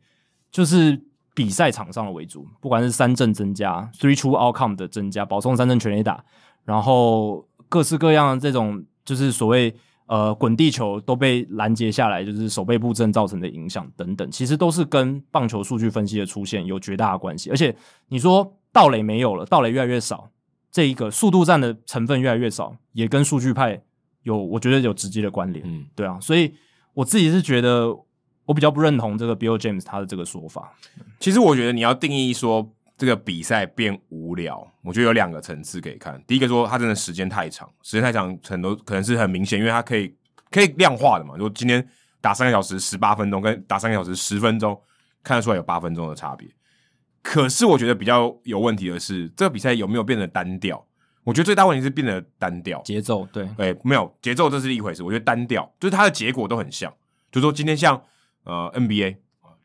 就是比赛场上的为主，不管是三振增加、three true outcome 的增加、保送三振全垒打，然后各式各样的这种就是所谓呃滚地球都被拦截下来，就是手背布阵造成的影响等等，其实都是跟棒球数据分析的出现有绝大的关系。而且你说盗垒没有了，盗垒越来越少，这一个速度战的成分越来越少，也跟数据派有我觉得有直接的关联。嗯，对啊，所以我自己是觉得我比较不认同这个 Bill James 他的这个说法。其实我觉得你要定义说这个比赛变无聊，我觉得有两个层次可以看。第一个说它真的时间太长，时间太长很多可能是很明显，因为它可以可以量化的嘛。如果今天打三个小时十八分钟，跟打三个小时十分钟，看得出来有八分钟的差别。可是我觉得比较有问题的是，这个比赛有没有变得单调？我觉得最大问题是变得单调，节奏对，哎，没有节奏，这是一回事。我觉得单调就是它的结果都很像，就是说今天像呃 NBA，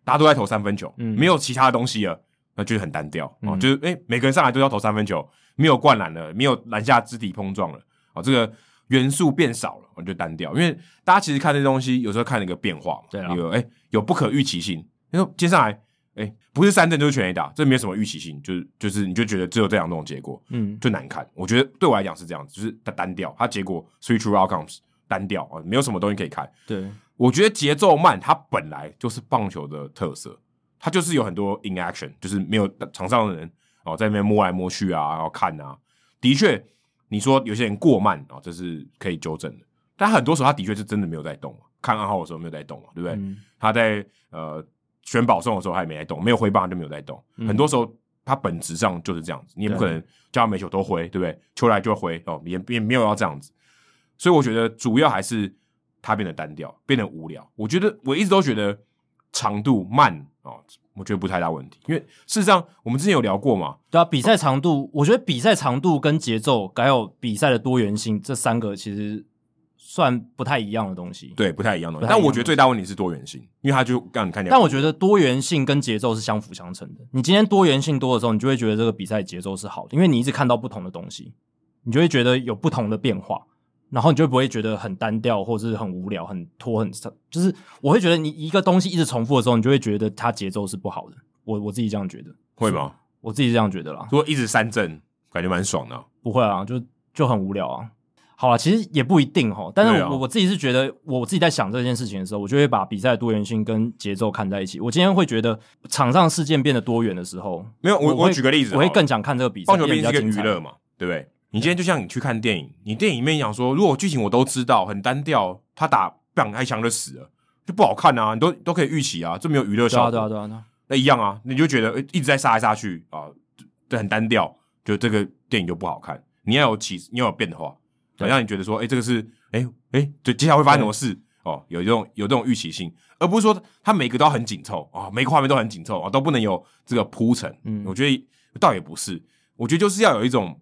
大家都在投三分球，嗯没有其他的东西了，那就是很单调啊、哦嗯就是哎，每个人上来都要投三分球，没有灌篮了，没有篮下肢体碰撞了啊、这个元素变少了，我就单调。因为大家其实看这东西，有时候看那个变化嘛，对啊有哎有不可预期性。你说接下来哎不是三阵就是全垒打，这没有什么预期性，就是就是你就觉得只有这两种结果，嗯，就难看。我觉得对我来讲是这样子，就是它单调，它结果 three true outcomes 单调啊，没有什么东西可以看。对，我觉得节奏慢，它本来就是棒球的特色，它就是有很多 in action，就是没有场上的人哦在那边摸来摸去啊，然后看啊。的确，你说有些人过慢啊、哦，这是可以纠正的，但很多时候他的确是真的没有在动啊。看暗号的时候没有在动啊嘛，对不对？嗯他在呃选保送的时候他也没在动，没有挥棒他就没有在动。嗯很多时候他本质上就是这样子，你也不可能叫他每球都挥，对不对？球来就挥哦，也也没有要这样子。所以我觉得主要还是他变得单调，变得无聊。我觉得我一直都觉得长度慢哦，我觉得不太大问题，因为事实上我们之前有聊过嘛，对啊，比赛长度，我觉得比赛长度跟节奏，还有比赛的多元性，这三个其实算不太一样的东西。，对，不太一样的不。太一样但我觉得最大问题是多元性，因为他就让你看起来，但我觉得多元性跟节奏是相辅相成的。你今天多元性多的时候，你就会觉得这个比赛节奏是好的，因为你一直看到不同的东西，你就会觉得有不同的变化，然后你就不会觉得很单调，或者是很无聊、很拖、很就是我会觉得你一个东西一直重复的时候，你就会觉得它节奏是不好的。我我自己这样觉得，会吗？我自己这样觉得啦。如果一直三振，感觉蛮爽的啊、不会啊，就就很无聊啊。好了，其实也不一定哈，但对是啊我、我自己是觉得，我自己在想这件事情的时候，我就会把比赛的多元性跟节奏看在一起。我今天会觉得场上事件变得多元的时候，没有我我我会举个例子我会好了更想看这个比赛，棒球毕变竟得是比一较精个娱彩乐嘛，对不对？你今天就像你去看电影，你电影里面讲说，如果剧情我都知道，很单调，他打棒开枪就死了，就不好看啊，你都都可以预期啊，这没有娱乐对效啊果，对啊对啊对啊，那一样啊，你就觉得诶一直在杀来杀去啊，这很单调，就这个电影就不好看。你要有起，你要有变化，对让你觉得说，哎、这个是，哎、哎、对，接下来会发生什么事哦，有这种有这种预期性，而不是说它每个都要很紧凑啊、哦，每个画面都很紧凑啊、哦，都不能有这个铺陈。嗯我觉得倒也不是，我觉得就是要有一种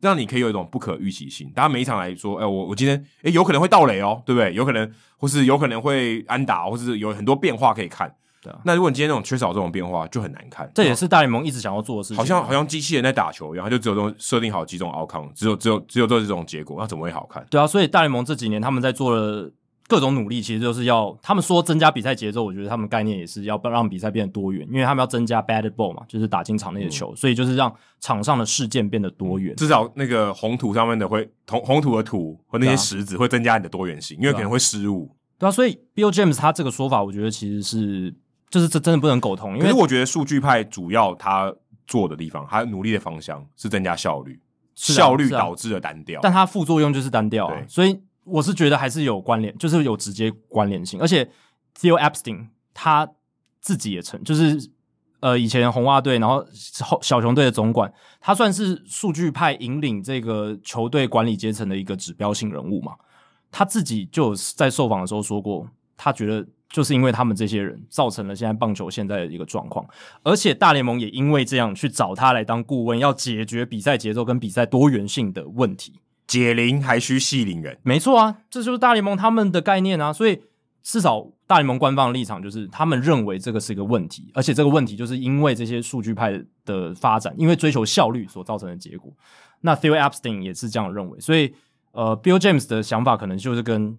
让你可以有一种不可预期性。大家每一场来说，哎、我我今天哎、有可能会倒雷哦，对不对？有可能，或是有可能会安打，或是有很多变化可以看。对啊那如果你今天那种缺少这种变化，就很难看。这也是大联盟一直想要做的事情。啊好像好像机器人在打球一样，它就只有这种设定好几种 outcome，只有只有只有这种结果，那怎么会好看？对啊，所以大联盟这几年他们在做了各种努力，其实就是要他们说增加比赛节奏，我觉得他们概念也是要让比赛变得多元，因为他们要增加 batted ball 嘛，就是打进场内的嗯球，所以就是让场上的事件变得多元。至少那个红土上面的会红红土的土和对那些啊石子会增加你的多元性，因为对啊可能会失误。对啊，所以 Bill James 他这个说法，我觉得其实是就是这真的不能苟同，因可为是我觉得数据派主要他做的地方，他努力的方向是增加效率，是啊效率是啊导致了单调。但它副作用就是单调、啊对，所以我是觉得还是有关联，就是有直接关联性。而且 Theo Epstein 他自己也承，就是呃以前红袜队，然后后小熊队的总管，他算是数据派引领这个球队管理阶层的一个指标性人物嘛。他自己就有在受访的时候说过，他觉得就是因为他们这些人造成了现在棒球现在的一个状况，而且大联盟也因为这样去找他来当顾问，要解决比赛节奏跟比赛多元性的问题。解铃还需系铃人，没错啊，这就是大联盟他们的概念啊。所以至少大联盟官方的立场就是，他们认为这个是一个问题，而且这个问题就是因为这些数据派的发展，因为追求效率所造成的结果。那 Theo Epstein 也是这样认为，所以呃，Bill James 的想法可能就是跟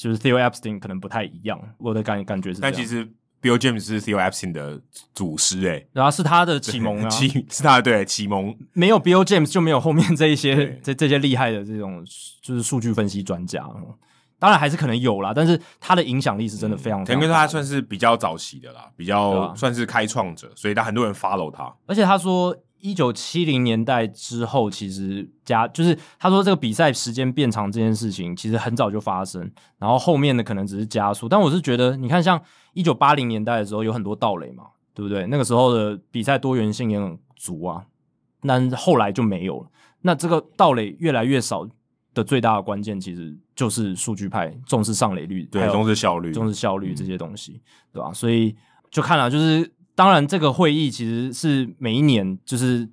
就是 Theo Epstein 可能不太一样，我的感感觉是这啊但样。其实 Bill James 是 Theo Epstein 的祖师、欸，哎。然后是他的启蒙啊， 启是他的对启蒙没有 Bill James 就没有后面这一些对这这些厉害的这种就是数据分析专家。嗯当然还是可能有啦，但是他的影响力是真的非常非常腾哥大嗯他算是比较早期的啦，比对较啊算是开创者，所以他很多人 follow 他。而且他说，一九七零年代之后，其实加就是他说这个比赛时间变长这件事情，其实很早就发生，然后后面的可能只是加速。但我是觉得，你看像一九八零年代的时候，有很多盗垒嘛，对不对？那个时候的比赛多元性也很足啊，但后来就没有了。那这个盗垒越来越少的最大的关键，其实就是数据派重视上垒率，还对，有重视效率，重视效率这嗯些东西，对吧、所以就看了，就是当然这个会议其实是每一年就是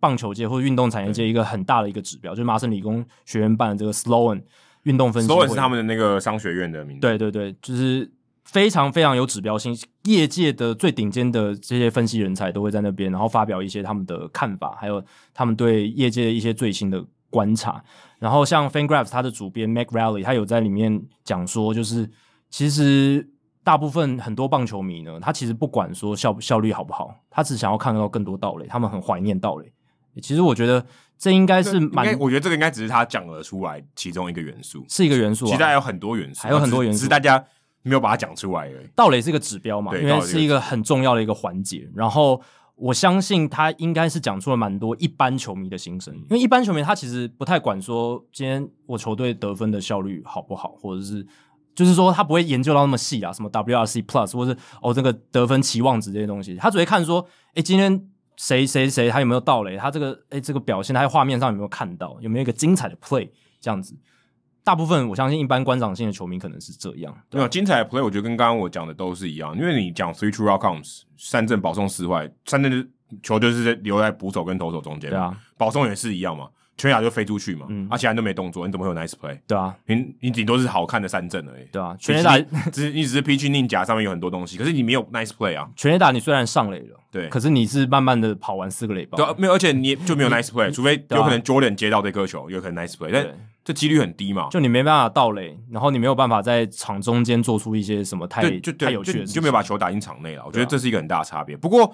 棒球界或者运动产业界一个很大的一个指标，就是麻省理工学院办的这个 Sloan 运动分析 s l o 会 w n 是他们的那个商学院的名字。，对对对，就是非常非常有指标性，业界的最顶尖的这些分析人才都会在那边，然后发表一些他们的看法，还有他们对业界的一些最新的观察。然后像 FanGraphs 它的主编 Mac Rally，他有在里面讲说，就是其实。大部分很多棒球迷呢，他其实不管说效效率好不好，他只想要看到更多盗垒，他们很怀念盗垒。其实我觉得这应该是应该蛮我觉得这个应该只是他讲了出来其中一个元素，是一个元素、啊，其实还有很多元素，还有很多只元素只是大家没有把它讲出来而已。盗垒是一个指标嘛，对因盗为垒是一个很重要的一个环节。然后我相信他应该是讲出了蛮多一般球迷的心声，因为一般球迷他其实不太管说今天我球队得分的效率好不好，或者是就是说他不会研究到那么细啊，什么 WRC Plus 或是哦这个得分期望值这些东西，他只会看说，诶，今天。谁谁谁他有没有盗垒？他这个诶，这个表现，他在画面上有没有看到？有没有一个精彩的 play？这样子，大部分我相信一般观赏性的球迷可能是这样。啊没有精彩的 play，我觉得跟刚刚我讲的都是一样，因为你讲 three true outcomes，三振保送四坏，三振就是球就是在留在捕手跟投手中间，对啊，保送也是一样嘛，全打就飞出去嘛，嗯啊，其他人都没动作，你怎么会有 nice play？对啊，你你顶多是好看的三振而已。对啊，全全垒打打，只是你只是 p g 宁甲上面有很多东西，可是你没有 nice play 啊，全垒打你虽然上垒了，对可是你是慢慢的跑完四个垒包，对啊，没有，而且你也就没有 nice play，除非对啊有可能 Jordan 接到这颗球，有可能 nice play，对但这几率很低嘛，就你没办法盗垒，然后你没有办法在场中间做出一些什么太对，就太对，有就趣你的事就情，没有把球打进场内了。我觉得对啊这是一个很大的差别。不过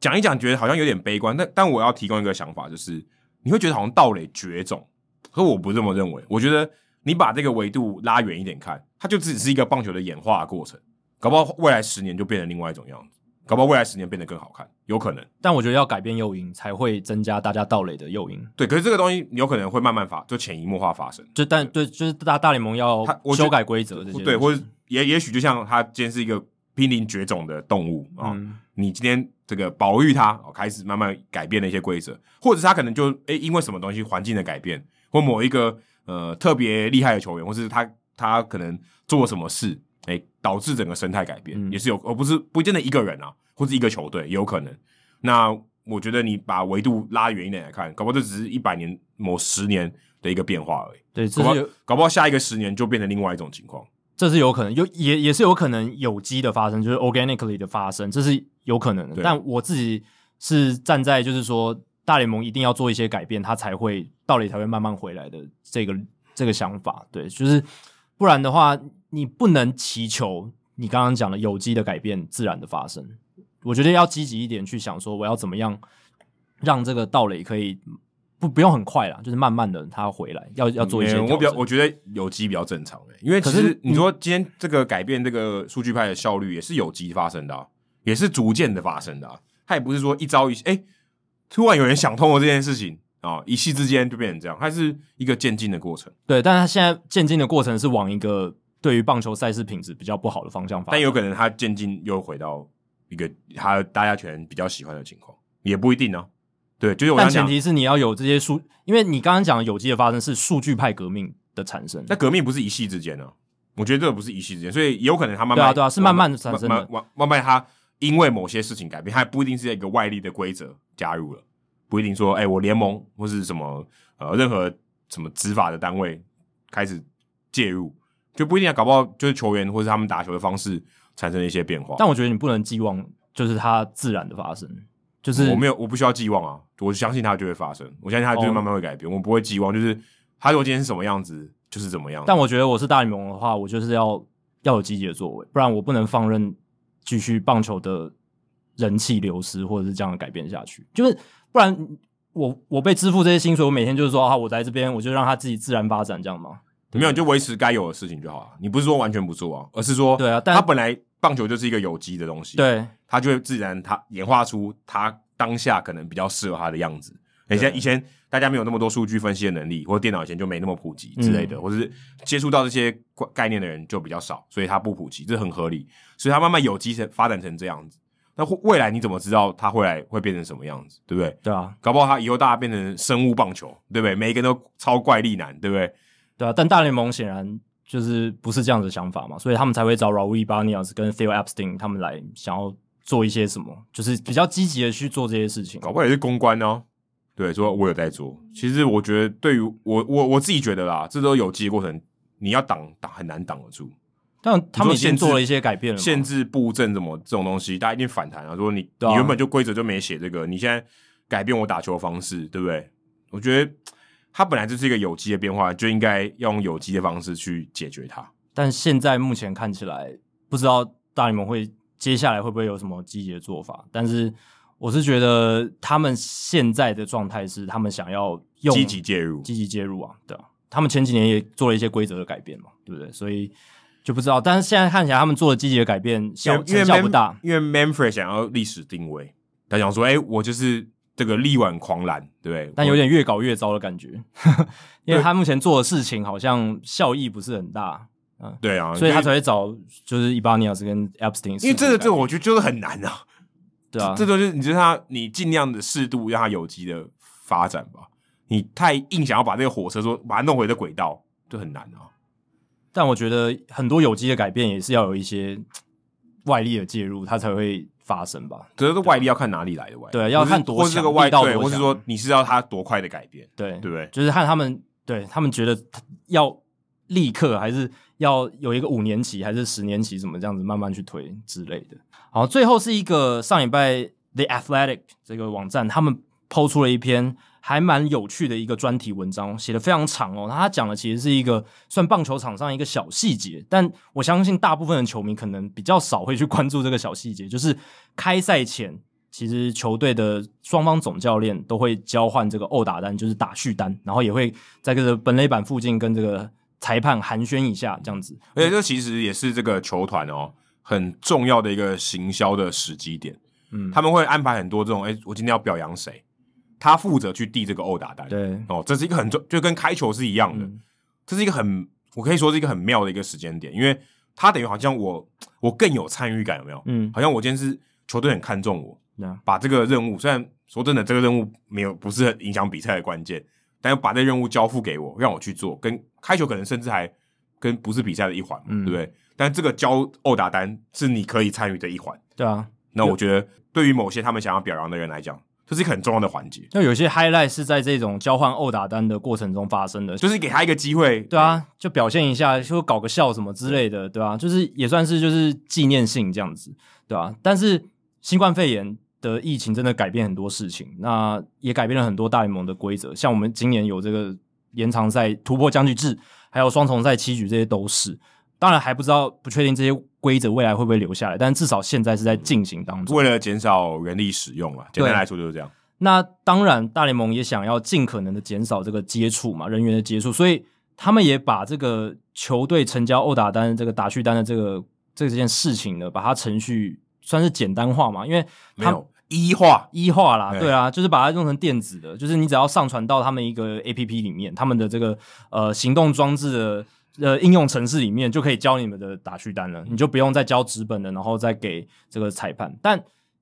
讲一讲，觉得好像有点悲观，但但我要提供一个想法，就是你会觉得好像盗垒绝种，可我不这么认为，我觉得你把这个维度拉远一点看，它就只是一个棒球的演化过程，搞不好未来十年就变成另外一种样子，搞不好未来十年变得更好看，有可能。但我觉得要改变诱因，才会增加大家盗垒的诱因。对，可是这个东西有可能会慢慢发，就潜移默化发生。就但对，就是大大联盟要他我觉得修改规则这些东西，对，或者也也许就像它今天是一个濒临绝种的动物啊、嗯你今天这个保育它，哦开始慢慢改变了一些规则，或者是它可能就诶、因为什么东西环境的改变，或某一个呃特别厉害的球员，或是他他可能做了什么事，诶、导致整个生态改变、嗯也是有，而不是不见得一个人啊，或是一个球队也有可能。那我觉得你把维度拉远一点来看，搞不好这只是一百年某十年的一个变化而已，对，搞这不好是有搞不好下一个十年就变成另外一种情况。这是有可能，有也也是有可能有机的发生，就是 organically 的发生，这是有可能的。对但我自己是站在就是说大联盟一定要做一些改变，它才会道理才会慢慢回来的这个这个想法。对，就是不然的话，你不能祈求你刚刚讲的有机的改变自然的发生。我觉得要积极一点去想，说我要怎么样让这个道垒可以不不用很快啦，就是慢慢的它回来，要要做一些嗯我比调较整我觉得有机比较正常、欸，因为可其实是你说今天这个改变这个数据派的效率也是有机发生的啊、也是逐渐的发生的、啊，它也不是说一朝一夕，哎、突然有人想通了这件事情啊、一夕之间就变成这样，它是一个渐进的过程，对，但是他现在渐进的过程是往一个对于棒球赛事品质比较不好的方向发但展。有可能它渐进又回到一个它大家全比较喜欢的情况，也不一定啊。对，就是我但想前讲，提是你要有这些数，因为你刚刚讲的有机的发生是数据派革命的产生。那革命不是一夕之间啊，我觉得这个不是一夕之间，所以有可能它慢慢对啊对啊是慢慢地产生的慢慢慢慢它因为某些事情改变，它也不一定是一个外力的规则加入了，不一定说哎、我联盟或是什么呃任何什么执法的单位开始介入，就不一定啊，搞不好就是球员或是他们打球的方式产生了一些变化。但我觉得你不能寄望就是它自然的发生，就是我没有，我不需要寄望啊，我相信它就会发生，我相信它就会哦慢慢会改变，我不会寄望，就是它如果今天是什么样子就是怎么样子。但我觉得我是大联盟的话，我就是要要有积极的作为，不然我不能放任继续棒球的人气流失或者是这样的改变下去。就是不然我我被支付这些薪水，我每天就是说啊，我在这边我就让它自己自然发展这样吗？没有，你就维持该有的事情就好了。啊你不是说完全不做啊，而是说，对啊但它本来棒球就是一个有机的东西，，对，它就会自然它演化出它当下可能比较适合它的样子。以前以前大家没有那么多数据分析的能力，或者电脑以前就没那么普及之类的，嗯或者是接触到这些概概念的人就比较少，所以它不普及，这很合理。所以它慢慢有机成发展成这样子。那会未来你怎么知道它未来会变成什么样子，对不对？对啊，搞不好它以后大家变成生物棒球，对不对？每一个人都超怪力男，对不对？对啊，但大联盟显然就是不是这样的想法嘛，所以他们才会找 Raul Ibanez 跟 Theo Epstein 他们来想要做一些什么，就是比较积极的去做这些事情。搞不好也是公关哦。对，说我有在做。其实我觉得，对于我我我自己觉得啦，这都有机的过程，你要挡挡很难挡得住。但他们已你说限经制做了一些改变了嘛，限制布阵怎么这种东西，大家一定反弹啊！说你、对啊你原本就规则就没写这个，你现在改变我打球方式，对不对？我觉得它本来就是一个有机的变化，就应该要用有机的方式去解决它。但现在目前看起来，不知道大联盟会接下来会不会有什么积极的做法。但是我是觉得他们现在的状态是，他们想要用积极介入，积极介入啊，对啊，他们前几年也做了一些规则的改变嘛，对不对？所以就不知道，但是现在看起来他们做的积极的改变因效为因为成效不大 Man-，因为 Manfred 想要历史定位，他想说，哎、我就是这个力挽狂澜，对不对？但有我点越搞越糟的感觉， 因为他目前做的事情好像效益不是很大，对啊，所以他就是才会找就是伊巴尼亚斯跟 Epstein，因为这个这个种我觉得就是很难啊，对啊，这这就是你就是他，你尽量的适度让它有机的发展吧。你太硬想要把这个火车说把它弄回的轨道，就很难啊。但我觉得很多有机的改变也是要有一些嘖外力的介入，它才会发生吧？这是外力要看哪里来的外力，啊对啊要看多或是或是这个强外力道对，多或是强说你是要它多快的改变，对，对不对？就是看他们对他们觉得要立刻，还是要有一个五年期，还是十年期，怎么这样子慢慢去推之类的。好，最后是一个上礼拜 The Athletic 这个网站，他们抛出了一篇还蛮有趣的一个专题文章，写的非常长哦。那他讲的其实是一个算棒球场上一个小细节，但我相信大部分的球迷可能比较少会去关注这个小细节，就是开赛前其实球队的双方总教练都会交换这个殴打单，就是打续单，然后也会在这个本垒板附近跟这个裁判寒暄一下，这样子。而且这其实也是这个球团哦很重要的一个行销的时机点。嗯，他们会安排很多这种，哎、我今天要表扬谁，他负责去递这个殴打单。对，哦，这是一个很重，就跟开球是一样的，嗯这是一个很，我可以说是一个很妙的一个时间点，因为他等于好像我我更有参与感，有没有？嗯，好像我今天是球队很看重我，对啊把这个任务，虽然说真的，这个任务没有不是很影响比赛的关键，但把这任务交付给我，让我去做，跟开球可能甚至还跟不是比赛的一环嘛，嗯对不对？但这个交殴打单是你可以参与的一环，对啊。那我觉得对于某些他们想要表扬的人来讲，这是一个很重要的环节，那有些 highlight 是在这种交换殴打单的过程中发生的，就是给他一个机会，对啊，就表现一下，就搞个笑什么之类的，对吧、啊？就是也算是就是纪念性这样子，对吧、啊？但是新冠肺炎的疫情真的改变很多事情，那也改变了很多大联盟的规则，像我们今年有这个延长赛突破僵局制，还有双重赛七局，这些都是。当然还不知道，不确定这些规则未来会不会留下来，但至少现在是在进行当中。为了减少人力使用啊，简对单来说就是这样。那当然，大联盟也想要尽可能的减少这个接触嘛，人员的接触，所以他们也把这个球队成交殴打单、这个打序单的这个这件事情呢，把它程序算是简单化嘛，因为没他们有一化，一化啦，对对啊，就是把它弄成电子的，就是你只要上传到他们一个 A P P 里面，他们的这个呃行动装置的呃应用程式里面，就可以教你们的打序单了，你就不用再教纸本的，然后再给这个裁判。但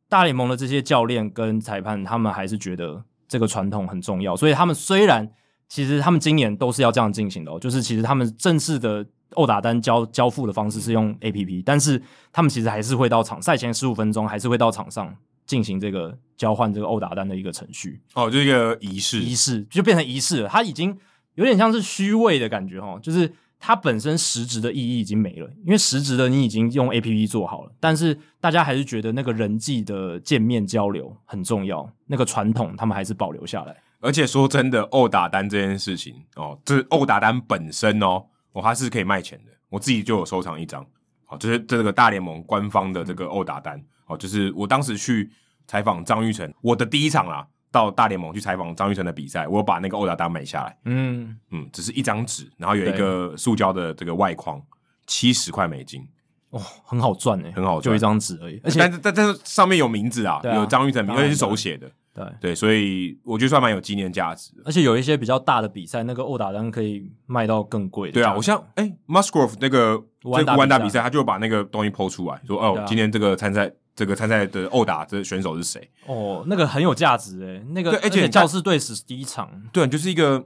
大联盟的这些教练跟裁判，他们还是觉得这个传统很重要，所以他们虽然其实他们今年都是要这样进行的、哦，就是其实他们正式的殴打单交交付的方式是用 A P P，但是他们其实还是会到场赛前十五分钟还是会到场上进行这个交换这个殴打单的一个程序哦，就一个仪式，仪式，就变成仪式了。它已经有点像是虚位的感觉哈、哦，就是它本身实质的意义已经没了，因为实质的你已经用 A P P 做好了，但是大家还是觉得那个人际的见面交流很重要，那个传统他们还是保留下来。而且说真的，殴打单这件事情哦，这殴打单本身哦，哦它是可以卖钱的。我自己就有收藏一张，哦，就是这个大联盟官方的这个殴打单，哦，就是我当时去采访张玉成，我的第一场啦，到大联盟去采访张玉成的比赛，我有把那个殴打单买下来，嗯，嗯，只是一张纸，然后有一个塑胶的这个外框，七十块美金，哦，很好赚哎、很好赚就一张纸而已，而且但是但但是上面有名字啊，对啊有张玉成名，当而然且是手写的，对。对，所以我觉得算蛮有纪念价值的。而且有一些比较大的比赛，那个殴打单可以卖到更贵的对价格。啊，我像哎、m u s g r o v e 那个卢安这达个万达比赛比赛，他就把那个东西剖出来，说哦，对啊今天这个参赛这个参赛的殴打这选手是谁？哦，那个很有价值诶、那个对而且你看教士队史第一场，对、啊就是一个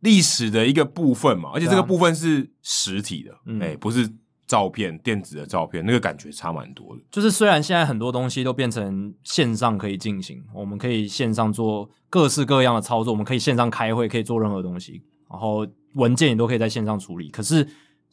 历史的一个部分嘛，而且这对个啊部分是实体的，哎、嗯不是照片电子的照片，那个感觉差蛮多的。就是虽然现在很多东西都变成线上可以进行，我们可以线上做各式各样的操作，我们可以线上开会，可以做任何东西，然后文件也都可以在线上处理。可是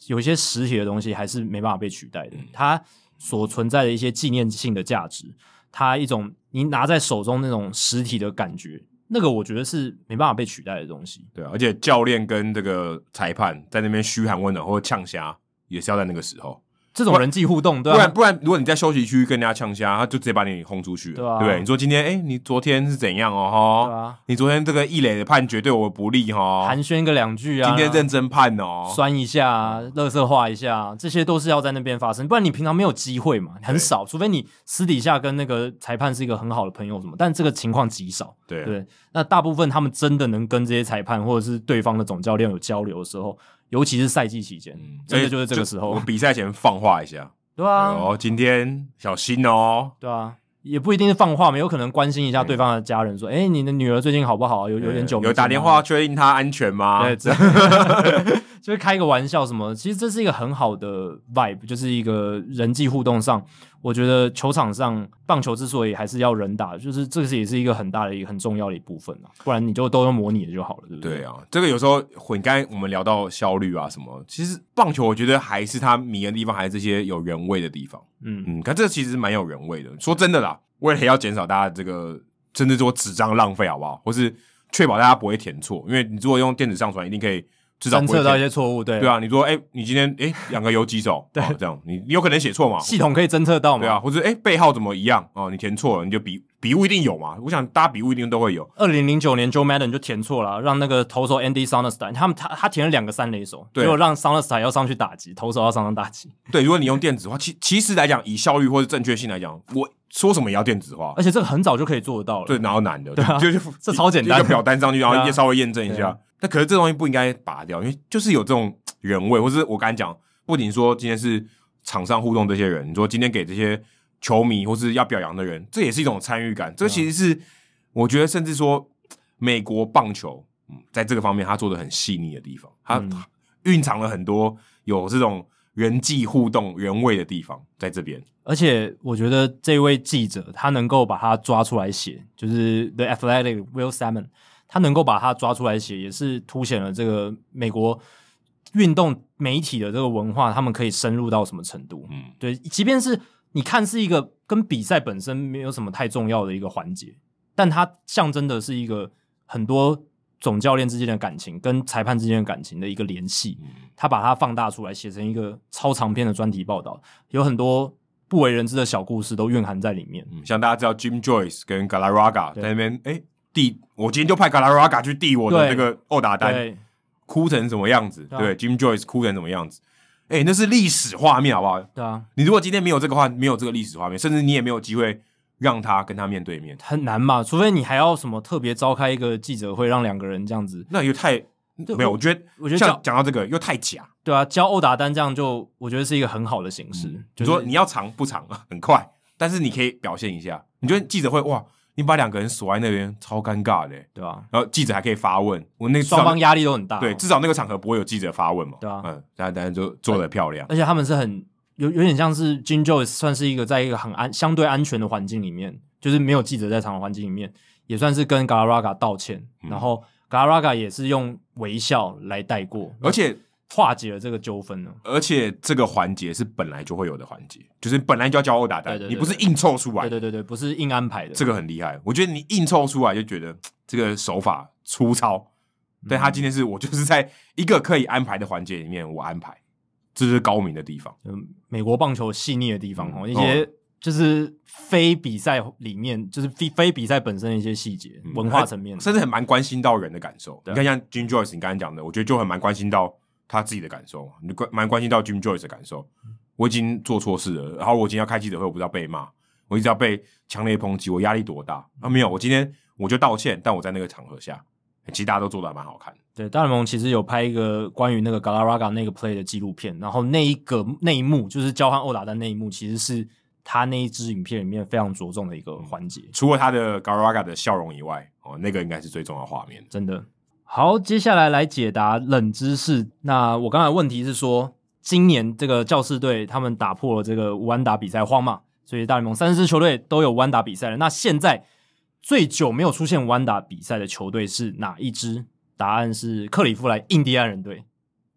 有一些实体的东西还是没办法被取代的，嗯它所存在的一些纪念性的价值，它一种你拿在手中那种实体的感觉，那个我觉得是没办法被取代的东西。对啊，而且教练跟这个裁判在那边嘘寒问暖或者呛虾，也是要在那个时候，这种人际互动，对啊不吧、然不然，如果你在休息区跟人家呛虾，他就直接把你轰出去了，对啊不对？你说今天哎、你昨天是怎样哦？哈，对啊，你昨天这个一垒的判决对我不利哈，寒暄个两句啊，今天认真判哦。酸一下啊、乐色化一下啊，这些都是要在那边发生，不然你平常没有机会嘛，很少，除非你私底下跟那个裁判是一个很好的朋友什么，但这个情况极少。对对，那大部分他们真的能跟这些裁判或者是对方的总教练有交流的时候，尤其是赛季期嗯间，真的就是这个时我候们，比赛前放话一下，对啊，哦，今天小心哦。对啊。也不一定是放话嘛，有可能关心一下对方的家人，说：“哎、你的女儿最近好不好？有有点久没嗯有打见电啊话确定他安全吗？对，这啊 就是开个玩笑什么。其实这是一个很好的 vibe，就是一个人际互动上，我觉得球场上棒球之所以还是要人打，就是这是也是一个很大的一个很重要的一部分啊，不然你就都用模拟的就好了，对不对啊，啊，这个有时候混干，我们聊到效率啊什么，其实棒球我觉得还是它迷的地方，还是这些有人味的地方。嗯，嗯，看这其实蛮有人味的。说真的啦，为了要减少大家这个，甚至说纸张浪费，好不好？或是确保大家不会填错，因为你如果用电子上传，一定可以至少侦不会测填到一些错误，对对，啊，你说哎、你今天哎两、个有几 手？对、哦，这样你你有可能写错嘛？系统可以侦测到嘛？对啊，，或者哎、背号怎么一样？哦，你填错了，你就比笔误一定有嘛，我想大家笔误一定都会有。二零零九年 Joe Madden 就填错了，啊让那个投手 Andy Sonerstein 他们他他填了两个三垒手，对结果让 Sonerstein 要上去打击，投手要上上打击，对，如果你用电子化，其其实来讲，以效率或是正确性来讲，我说什么也要电子化，而且这个很早就可以做得到了。对，哪有难的？对啊 就是这超简单一个表单上去，然后对也啊稍微验证一对下啊。那可是这东西不应该拔掉，因为就是有这种人味，或是我刚才讲，不仅说今天是场上互动这些人，你说今天给这些球迷或是要表扬的人，这也是一种参与感。这其啊实是我觉得，甚至说美国棒球，嗯，在这个方面他做的很细腻的地方，他嗯蕴藏了很多有这种人际互动、人味的地方，在这边。而且我觉得这位记者他能够把他抓出来写，就是 The Athletic Will Salmon，他能够把他抓出来写，也是凸显了这个美国运动媒体的这个文化，他们可以深入到什么程度。嗯，对，即便是你看是一个跟比赛本身没有什么太重要的一个环节，但它象征的是一个很多总教练之间的感情跟裁判之间的感情的一个联系。嗯他把它放大出来，写成一个超长篇的专题报道，有很多不为人知的小故事都蕴含在里面。嗯，像大家知道 Jim Joyce 跟 Galarraga 对在那边，哎、递我今天就派 Galarraga 去递我的对那个殴打单，对，哭成什么样子？对啊对，Jim Joyce 哭成什么样子？哎、那是历史画面，好不好？对啊，你如果今天没有这个画，没有这个历史画面，甚至你也没有机会让他跟他面对面，很难嘛，除非你还要什么特别召开一个记者会，让两个人这样子。那又太没有。我觉得，我觉得像教讲到这个又太假。对啊，教殴打单这样就，我觉得是一个很好的形式。就嗯是你说你要长不长，很快，但是你可以表现一下。你觉得记者会哇，你把两个人锁在那边，超尴尬的欸。对啊，然后记者还可以发问，我那双方压力都很大、哦对，至少那个场合不会有记者发问嘛。对啊嗯，但但是就做的漂亮，而且他们是很有有点像是 Jim Joyce 算是一个在一个很安相对安全的环境里面，就是没有记者在场的环境里面，也算是跟 Galarraga 道歉，嗯然后 Galarraga 也是用微笑来带过，而且化解了这个纠纷呢。而且这个环节是本来就会有的环节，就是本来就要交殴打单，对对对你不是硬凑出来对，对对对，不是硬安排的，这个很厉害。我觉得你硬凑出来就觉得嘖这个手法粗糙，嗯但他今天是我就是在一个可以安排的环节里面我安排，这是高明的地方。嗯美国棒球细腻的地方哦，嗯一些。就是非比赛里面，就是非非比赛本身的一些细节、文化层面的，嗯甚至很蛮关心到人的感受。对你啊看像 Jim Joyce，你刚才讲的，我觉得就很蛮关心到他自己的感受，你关蛮关心到 Jim Joyce 的感受。嗯我已经做错事了，然后我今天要开记者会，我不知道被骂，我一直要被强烈抨击，我压力多大啊？没有，我今天我就道歉，但我在那个场合下，其实大家都做的蛮好看的。对，大联盟其实有拍一个关于那个 Galarraga 那个 play 的纪录片，然后那一个那一幕就是交换殴打的那一幕，其实是他那一支影片里面非常着重的一个嗯环节，除了他的 Garaga 的笑容以外，哦，那个应该是最重要的画面。真的。好，接下来来解答冷知识。那我刚才的问题是说，今年这个教士队他们打破了这个无安打比赛荒嘛，所以大联盟三十支球队都有无安打比赛了。那现在最久没有出现无安打比赛的球队是哪一支？答案是克利夫兰印第安人队。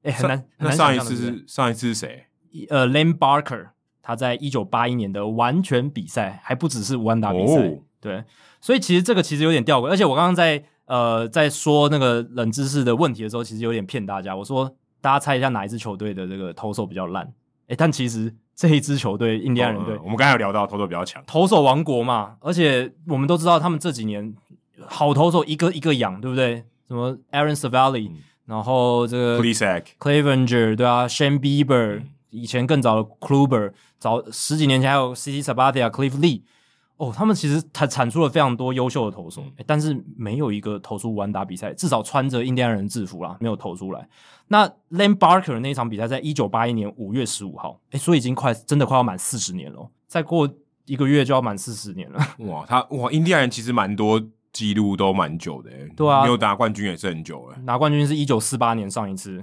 哎、很难，那很难想象上一的次对不对是上一次是谁？呃，Lane Barker，他在一九八一年的完全比赛，还不只是五安打比赛，哦对，所以其实这个其实有点吊诡，而且我刚刚在呃在说那个冷知识的问题的时候，其实有点骗大家，我说大家猜一下哪一支球队的这个投手比较烂，诶，但其实这一支球队印第安人队、嗯我们刚才有聊到投手比较强，投手王国嘛，而且我们都知道他们这几年好投手一个一个养，对不对？什么 Aaron Savali，、嗯然后这个 p l e a s a c Clavenger 对啊，Shane Bieber，、以前更早的 Kluber，早十几年前还有 CC Sabathia、Cliff Lee，哦，他们其实产产出了非常多优秀的投手、诶但是没有一个投出完打比赛，至少穿着印第安人制服啦，没有投出来。那 Lane Barker 那一场比赛在一九八一年五月十五号，诶，所以已经快真的快要满四十年了哦，再过一个月就要满四十年了。哇，他哇，印第安人其实蛮多记录都蛮久的、欸，对啊没有拿冠军也是很久了、拿冠军是一九四八年上一次，？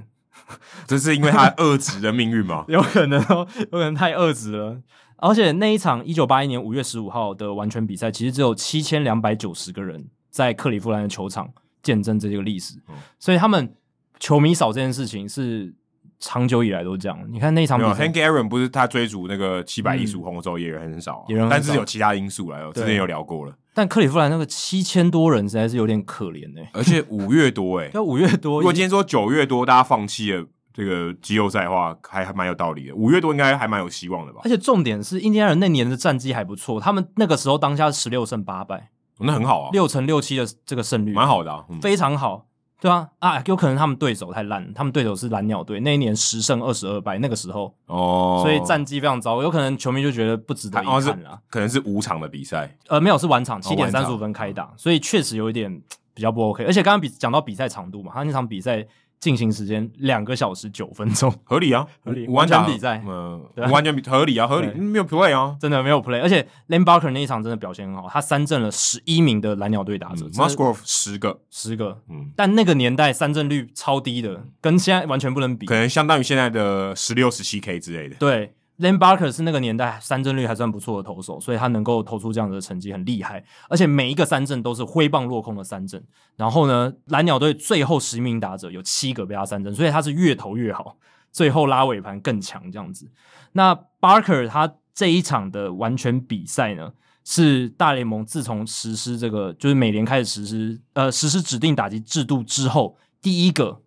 这是因为他二职的命运吗 有可能哦，有可能太二职了。而且那一场一九八一年五月十五号的完全比赛，其实只有七千两百九十个人在克利夫兰的球场见证这个历史，嗯所以他们球迷少这件事情是长久以来都这样。你看那一场没比有啊赛，Hank Aaron 不是他追逐那个七百一十五红的时候也人很少啊、嗯也人很少但是有其他因素来，我之前有聊过了，但克利夫兰那个七千多人实在是有点可怜哎、 而且五月多哎、要五月多如果今天说九月多大家放弃了，这个季后赛的话，还还蛮有道理的。五月多应该还蛮有希望的吧而？且重点是，印第安人那年的战绩还不错，他们那个时候当下十六胜八败，那很好啊，六成六七的这个胜率，蛮好的啊。嗯非常好，对啊，啊，有可能他们对手太烂了，他们对手是蓝鸟队，那一年十胜二十二败，那个时候，哦，所以战绩非常糟，有可能球迷就觉得不值得一好像看是啦。可能是五场的比赛，呃，没有是晚场七哦点晚三场十五分开打，所以确实有一点比较不 OK。而且刚刚比讲到比赛长度嘛，他那场比赛进行时间两个小时九分钟， 合理啊，合理五完完全比赛嗯，对啊五完全比合理啊，合理，对没有 play 啊。真的没有 play。而且 Len Barker 那一场真的表现很好，他三振了十一名的蓝鸟队打者，嗯真的 Musgrove 十个，十个。嗯，但那个年代三振率超低的，跟现在完全不能比可。能相当于现在的十六、十七 K 之类的。对，Len Barker 是那个年代三振率还算不错的投手，所以他能够投出这样的成绩很厉害，而且每一个三振都是挥棒落空的三振。然后呢，蓝鸟队最后十名打者有七个被他三振，所以他是越投越好，最后拉尾盘更强这样子。那 Barker 他这一场的完全比赛呢？是大联盟自从实施这个，就是美联开始实施呃实施指定打击制度之后，第一个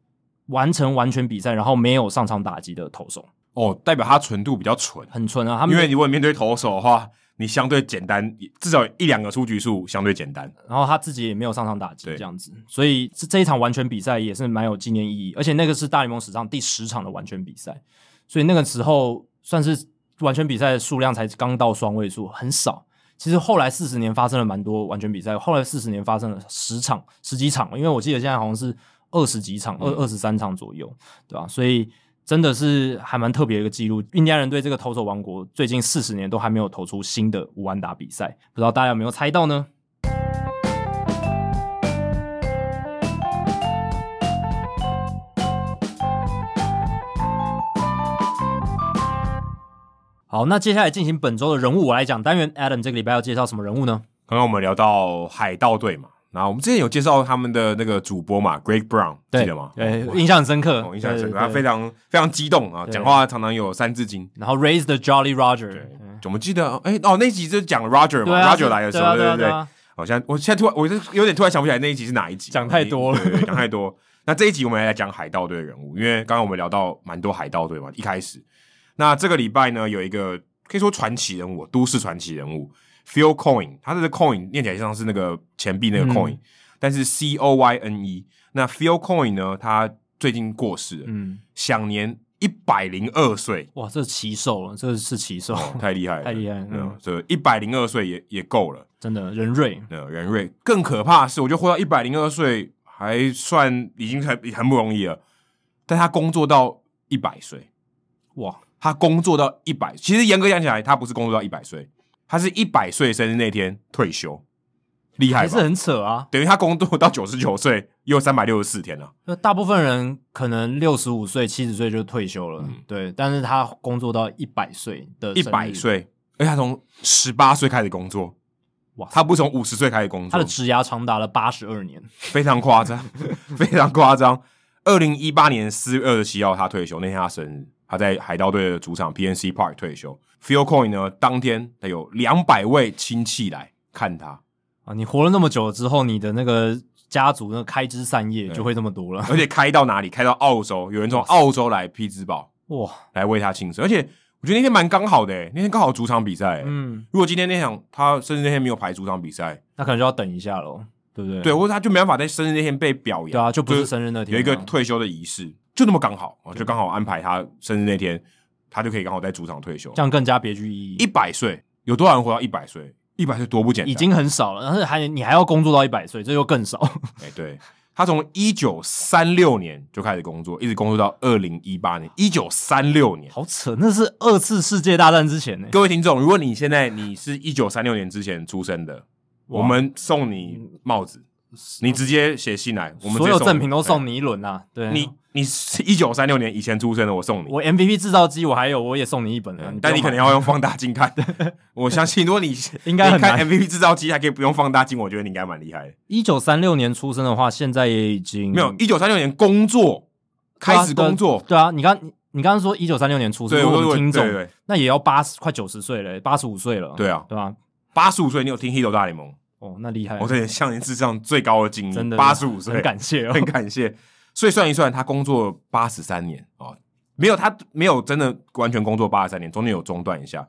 完成完全比赛，然后没有上场打击的投手，哦，代表他纯度比较纯，很纯啊。他们因为你如果面对投手的话，你相对简单，至少一两个出局数相对简单。然后他自己也没有上场打击对这样子，所以这这一场完全比赛也是蛮有纪念意义，而且那个是大联盟史上第十场的完全比赛，所以那个时候算是完全比赛的数量才刚到双位数，很少。其实后来四十年发生了蛮多完全比赛，后来四十年发生了十场、十几场，因为我记得现在好像是二十几场、二嗯二十三场左右，对吧、所以真的是还蛮特别的一个记录。印第安人队这个投手王国最近四十年都还没有投出新的无安打比赛，不知道大家有没有猜到呢？好，那接下来进行本周的人物我来讲单元。Adam 这个礼拜要介绍什么人物呢？刚刚我们聊到海盗队嘛，然后我们之前有介绍他们的那个主播嘛，Greg Brown，记得吗？哦对，印象很深刻，我印象很深刻，对他非。常非常激动啊，对讲话常常有三字经。对然后 Raise the Jolly Roger，对，我们记得，哎、哦，那集就讲 Roger 嘛、啊 r o g e r 来的时对啊候，对啊对对对啊，好像我现在突然，我就有点突然想不起来那一集是哪一集，讲太多了对对对讲太多。 那这一集我们来讲海盗队的人物，因为刚刚我们聊到蛮多海盗队嘛，一开始。那这个礼拜呢，有一个可以说传奇人物，都市传奇人物 Phil Coin，他这个 Coin 念起来像是那个钱币那个嗯 Coin，、但是 C O Y N E。那 Phil Coin 呢，他最近过世了，嗯，享年一百零二岁，哇，这是奇兽了，这是奇兽，太厉害了，太厉害了嗯，这一百零二岁也也够了。 真的人瑞，呃，人瑞更可怕的是，我觉得活到一百零二岁还算已经很很不容易了，但他工作到一百岁，哇，他工作到一百，其实严格讲起来，他不是工作到一百岁，他是一百岁生日那天退休，厉害还是吧？很扯啊。等于他工作到九十九岁，也有三百六十四天了、那大部分人可能六十五岁、七十岁就退休了，对，但是他工作到一百岁的嗯一生百日，岁，而且他从十八岁开始工作，哇他不是从五十岁开始工作，他的职涯长达了八十二年，非常夸张， 非常夸张。二零一八年四月二十七号，他退休那天他生日，他在海盗队的主场 PNC Park 退休。Phil Coin 呢，当天他有两百位亲戚来看他，啊，你活了那么久之后，你的那个家族那个开枝散叶对就会这么多了。而且开到哪里？开到澳洲，有人从澳洲来匹兹堡哇，来为他庆生。而且我觉得那天蛮刚好的、欸，那天刚好主场比赛、欸。嗯，如果今天那场他生日那天没有排主场比赛，那可能就要等一下喽，对不对？对，或者他就没办法在生日那天被表扬。对啊，就不是是生日那天啊、有一个退休的仪式，就那么刚好，哦就刚好安排他生日那天，他就可以刚好在主场退休这。样更加别具意义。一百岁，有多少人活到一百岁？一百岁啊多不简单。已经很少了，但是还你还要工作到一百岁，这又更少。 哎、对他从一九三六年就开始工作，一直工作到二零一八年。一九三六年，好扯，那是二次世界大战之前呢、各位听众，如果你现在你是一九三六年之前出生的，哇嗯我们送你帽子，你直接写信来，我们所有直接送赠你品都送你一轮啊。对，哎你。你是一九三六年以前出生的，我送你。我 MVP 制造机我还有，我也送你一本啊。哎嗯但不你用买可能要用放大镜看。 我相信，如果你应该你很看难。 MVP 制造机还可以不用放大镜，我觉得你应该蛮厉害的。一九三六年出生的话，现在也已经没有，一九三六年工作嗯对啊开始工作对，对啊，你刚你刚刚说一九三六年出生，对，如果我我说们听对众对那也要八十快九十岁了，八十五岁了。对啊，对吧？八十五岁你有听《h i t o 大联盟》，哦，那厉害我，这也向您致上最高的敬意，真的八十五岁，很感谢哦很。感谢。所以算一算，他工作八十三年哦，没有他没有真的完全工作八十三年，中间有中断一下，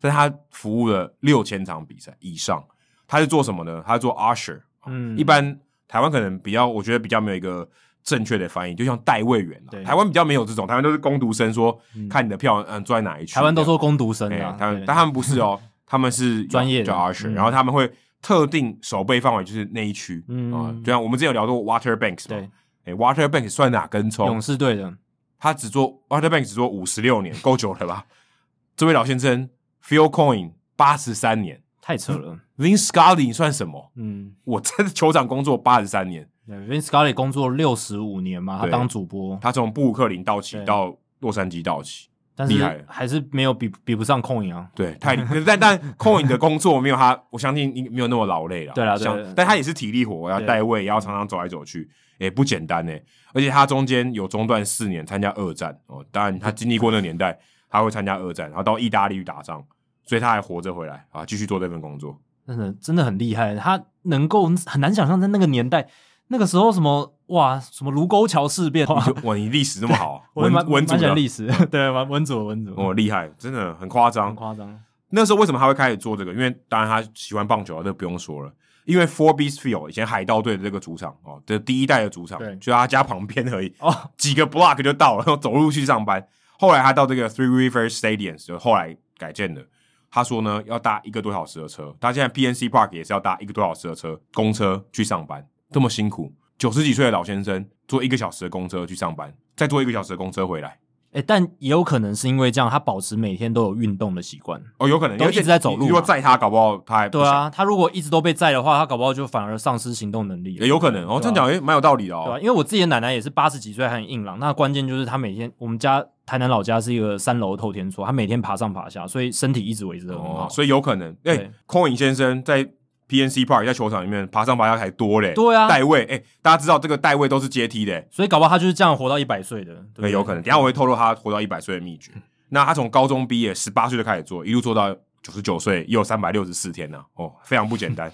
但他服务了六千场比赛以上。他是做什么呢？他是做 usher，嗯一般台湾可能比较，我觉得比较没有一个正确的翻译，就像代位员、啊对，台湾比较没有这种，台湾都是工读生说、看你的票，嗯，坐在哪一区。台湾都说攻读生这样，啊哎，台湾对但他们不是 哦，他们是专业的叫 usher，、嗯然后他们会特定守备范围就是那一区啊、嗯就像我们之前有聊过 water banks 嘛对，哎、w a t e r banks 算哪根葱勇？士队的，他只做 water banks 只做五十六年，够久了吧？ 这位老先生 Phil Coin 八十三年太扯了。 ，Vin Scully 算什么？嗯我在球场工作八十三年，对，Vince Scully 工作六十五年嘛，他对当主播，他从布鲁克林道奇对到洛杉矶道奇，但厉害是还是没有比比不上控影啊。对， 太但但控影的工作没有他，我相信应没有那么劳累了。对啦对像对对但他也是体力活，要对带位，也要常常走来走去，也不简单呢、而且他中间有中断四年参加二战哦，当然他经历过那个 年代，他会参加二战，然后到意大利去打仗，所以他还活着回来啊，继续做这份工作。真的真的很厉害，他能够很难想象在那个年代，那个时候什么哇，什么卢沟桥事变，哇你就哇，你历史那么好， 我也哦 文蛮文组蛮喜欢的，历史， 对，蛮文组的文组，哦，厉害，真的很夸张很。夸张，那时候为什么他会开始做这个？因为当然他喜欢棒球啊，这不用说了。因为 Four Bees Field 以前海盗队的这个主场哦，这第一代的主场对，就在他家旁边而已，哦，几个 block 就到了，然后走路去上班。后来他到这个 Three Rivers Stadiums，就后来改建的。他说呢，要搭一个多小时的车，他现在 PNC Park 也是要搭一个多小时的车，公车去上班，这么辛苦。九十几岁的老先生坐一个小时的公车去上班，再坐一个小时的公车回来。哎、但也有可能是因为这样，他保持每天都有运动的习惯。哦，有可能，都而且一直在走路你如果嘛载他，搞不好他还不对啊，他如果一直都被载的话，他搞不好就反而丧失行动能力了也。有可能哦，这样讲也蛮有道理的对啊吧、哦。因为我自己的奶奶也是八十几岁，还很硬朗。那关键就是她每天，我们家台南老家是一个三楼透天厝，她每天爬上爬下，所以身体一直维持的很好。哦，所以有可能。哎啊嗯对，空影先生在 PNC Park 在球场里面爬上爬下还多嘞。对啊代位，哎，大家知道这个代位都是阶梯的，所以搞不好她就是这样活到一百岁的，对不对，对有可能。等一下我会透露他活到一百岁的秘诀。那他从高中毕业，十八岁就开始做，一路做到九十九岁，也有三百六十四天呢、哦，非常不 简单。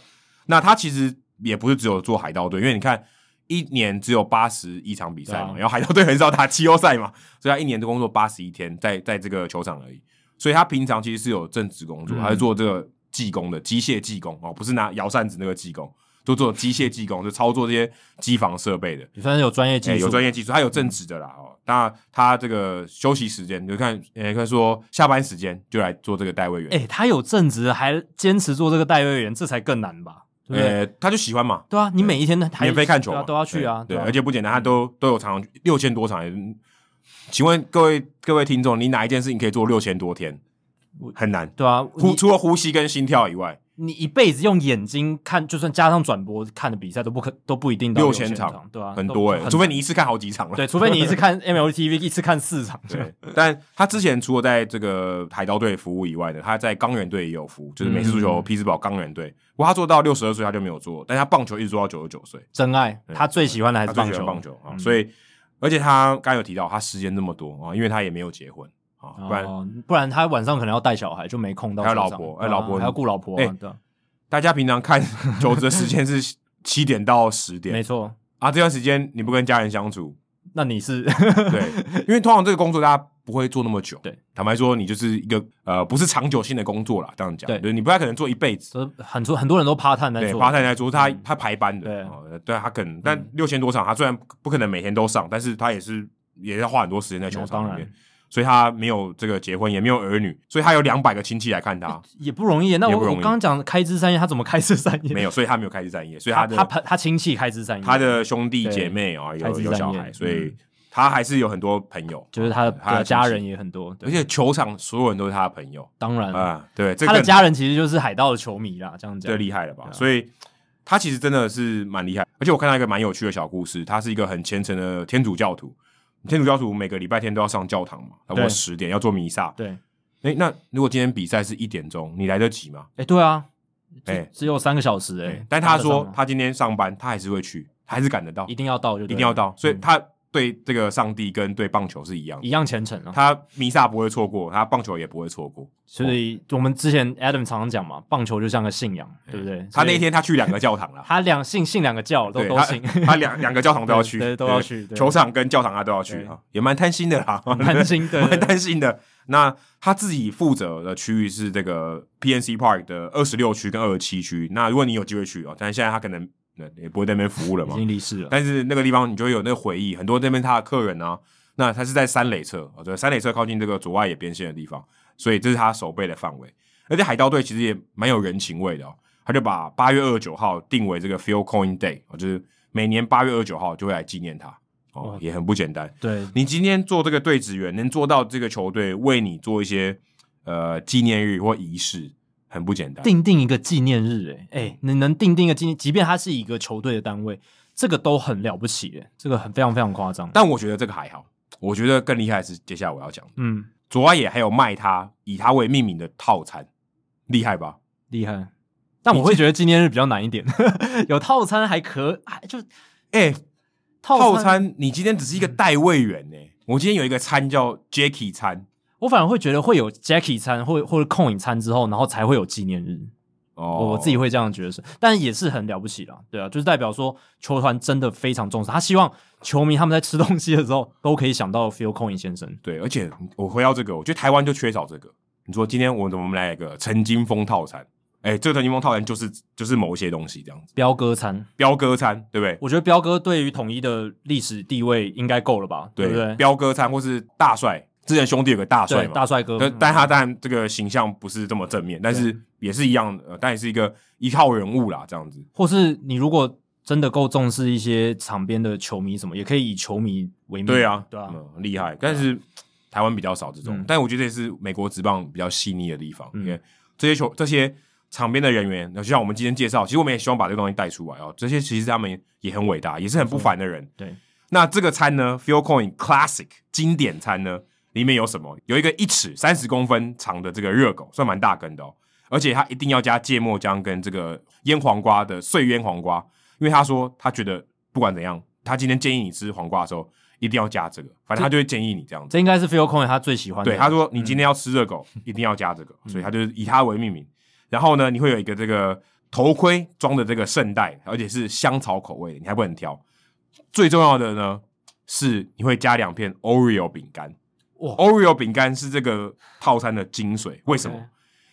那他其实也不是只有做海盗队，因为你看一年只有八十一场比赛嘛，对啊然后海盗队很少打季后赛嘛，所以他一年就工作八十一天，在在这个球场而已。所以他平常其实是有正职工作，嗯他是做这个技工的机械技工哦，不是拿摇扇子那个技工，就做机械技工，就操作这些机房设备的。也算是有专业技哎、术，有专业技术，他有正职的啦哦。那他这个休息时间，你就看，呃，看说下班时间就来做这个代位员。哎、他有正职还坚持做这个代位员，这才更难吧？对不对？呃，他就喜欢嘛，对啊，你每一天都还免费看球对嘛，啊都要去啊，对，啊而且不简单，他都都有常常六千多场。嗯请问各位各位听众，你哪一件事情可以做六千多天？很难，对啊，呼你除了呼吸跟心跳以外，你一辈子用眼睛看，就算加上转播看的比赛都不可都不一定到6000千场场，对啊，很都多哎、很除非你一次看好几场了。对，除非你一次看 MLTV 一次看四场，对，但他之前除了在这个海盗队服务以外呢，他在钢人队也有服务，就是美式足球嗯匹兹堡钢人队。不过他做到六十二岁他就没有做，但他棒球一直做到九十九岁，真爱，对他最喜欢的还他是最棒喜球，欢棒球啊，嗯所以而且他刚刚有提到他时间那么多啊，因为他也没有结婚啊，不然哦不然他晚上可能要带小孩，就没空到还有球老场婆对啊哎老婆还要顾老婆哎啊，对啊，大家平常看球的时间是七点到十没点错。啊，这段时间你不跟家人相处，那你是对，因为通常这个工作大家不会做那么久。对，坦白说，你就是一个呃不是长久性的工作啦，这样讲，对就是你不太可能做一辈子。就是很多很多人都趴探在对，做，巴泰来说，他他排班的，嗯对嗯哦对他可能，但六千多场，他虽然不可能每天都上，但是他也是也要花很多时间在球场当里面然，所以他没有这个结婚，也没有儿女，所以他有两百个亲戚来 看他，也不容易。啊那也我不我容易刚刚讲开枝散叶，他怎么开枝散叶？没有，所以他没有开枝散叶，所以他的他他他亲戚开枝散叶，啊他的兄弟姐妹啊开有枝有小散叶孩，所以嗯他还是有很多朋友，就是他的他对的家亲戚人也很多，对而且球场所有人都是他的朋友当然啊，对，嗯这他的更家人其实就是海盗的球迷啦，这样讲最。厉害了吧？对啊所以他其实真的是蛮厉害，而且我看到一个蛮有趣的小故事，他是一个很虔诚的天主教徒。天主教徒每个礼拜天都要上教堂嘛，差不多对十点要做弥撒。对，诶，那如果今天比赛是一点钟，你来得及吗？哎，对啊，哎哎，只有三个小时哎诶，但他搭得上说吗他今天上班，他还是会去，他还是赶得到，一定要到就一对定要了到，所以嗯他对这个上帝跟对棒球是一样的一。样虔诚啊。他弥撒不会错过，他棒球也不会错过。所以哦我们之前 Adam 常常讲嘛，棒球就像个信仰，对不对？他那所以天他去两个教 堂了，他两信信两个教都对，都他信，他两两个教堂都要去，对对都要去对球场跟教堂他都要去对啊，也蛮贪心的啦， 蛮心的 蛮贪心的。那他自己负责的区域是这个 PNC Park 的二十六区跟二十七区。那如果你有机会去哦，但是现在他可能呃也不会在那边服务了 已嘛，经离世了。但是那个地方你就会有那个回忆，很多那边他的客人啊，那他是在三垒侧，哦，对，三垒侧靠近这个左外野边线的地方，所以这是他守备的范围。而且海盗队其实也蛮有人情味的、哦，他就把八月二十九号定为这个 Phil Coin Day，、哦、就是每年八月二十九号就会来纪念他，哦哇，也很不简单。对，你今天做这个队职员，能做到这个球队为你做一些呃纪念日或仪式，很不简单。定定一个纪念日、欸，哎、你能定定一个纪念，即便它是一个球队的单位，这个都很了不起、欸，这个很非常非常夸张。但我觉得这个还好，我觉得更厉害的是接下来我要讲的。嗯，左外野还有卖它以它为命名的套餐，厉害吧？厉害。但我会觉得纪念日比较难一点， 有套餐还可，还就哎、套嗯套餐你今天只是一个代位员呢、我今天有一个餐叫 Jacky 餐我反而会觉得会有 Jackie 餐或或者控影餐之后，然后才会有纪念日。哦我我自己会这样觉得是，但也是很了不起啦，对啊，就是代表说球团真的非常重视，他希望球迷他们在吃东西的时候都可以想到 Phil Coin 先生。对，而且我回到这个，我觉得台湾就缺少这个。你说今天我怎么来一个陈金峰套餐？哎、这个陈金峰套餐就是就是某一些东西这样子，彪哥餐，彪哥餐对不对？我觉得彪哥对于统一的历史地位应该够了吧，对不对？彪哥餐或是大帅，之前兄弟有个大帅对嘛，大帅哥，但但他当然这个形象不是这么正面，但是也是一样，呃，但也是一个一号人物啦，这样子。或是你如果真的够重视一些场边的球迷什么，也可以以球迷为名，对啊，对啊，嗯，厉害。但是台湾比较少这种，嗯但我觉得也是美国职棒比较细腻的地方，嗯因为这些球这些场边的人员，就像我们今天介绍，其实我们也希望把这个东西带出来哦。这些其实他们也很伟大，也是很不凡的人。对，那这个餐呢，Fuel Coin Classic 经典餐呢，里面有什么？有一个一尺三十公分长的这个热狗，算蛮大根的哦。而且它一定要加芥末酱跟这个腌黄瓜的碎腌黄瓜，因为他说他觉得不管怎样，他今天建议你吃黄瓜的时候一定要加这个，反正他就会建议你这样子。这应该是 Phil Coin 他最喜欢的。对，他说嗯你今天要吃 热狗，一定要加这个，所以他就是以它为命名。然后呢，你会有一个这个头盔装的这个圣代，而且是香草口味的，你还不能挑。最重要的呢是你会加两片 Oreo 饼干。哇 Oreo 饼干是这个套餐的精髓，为什么 OK？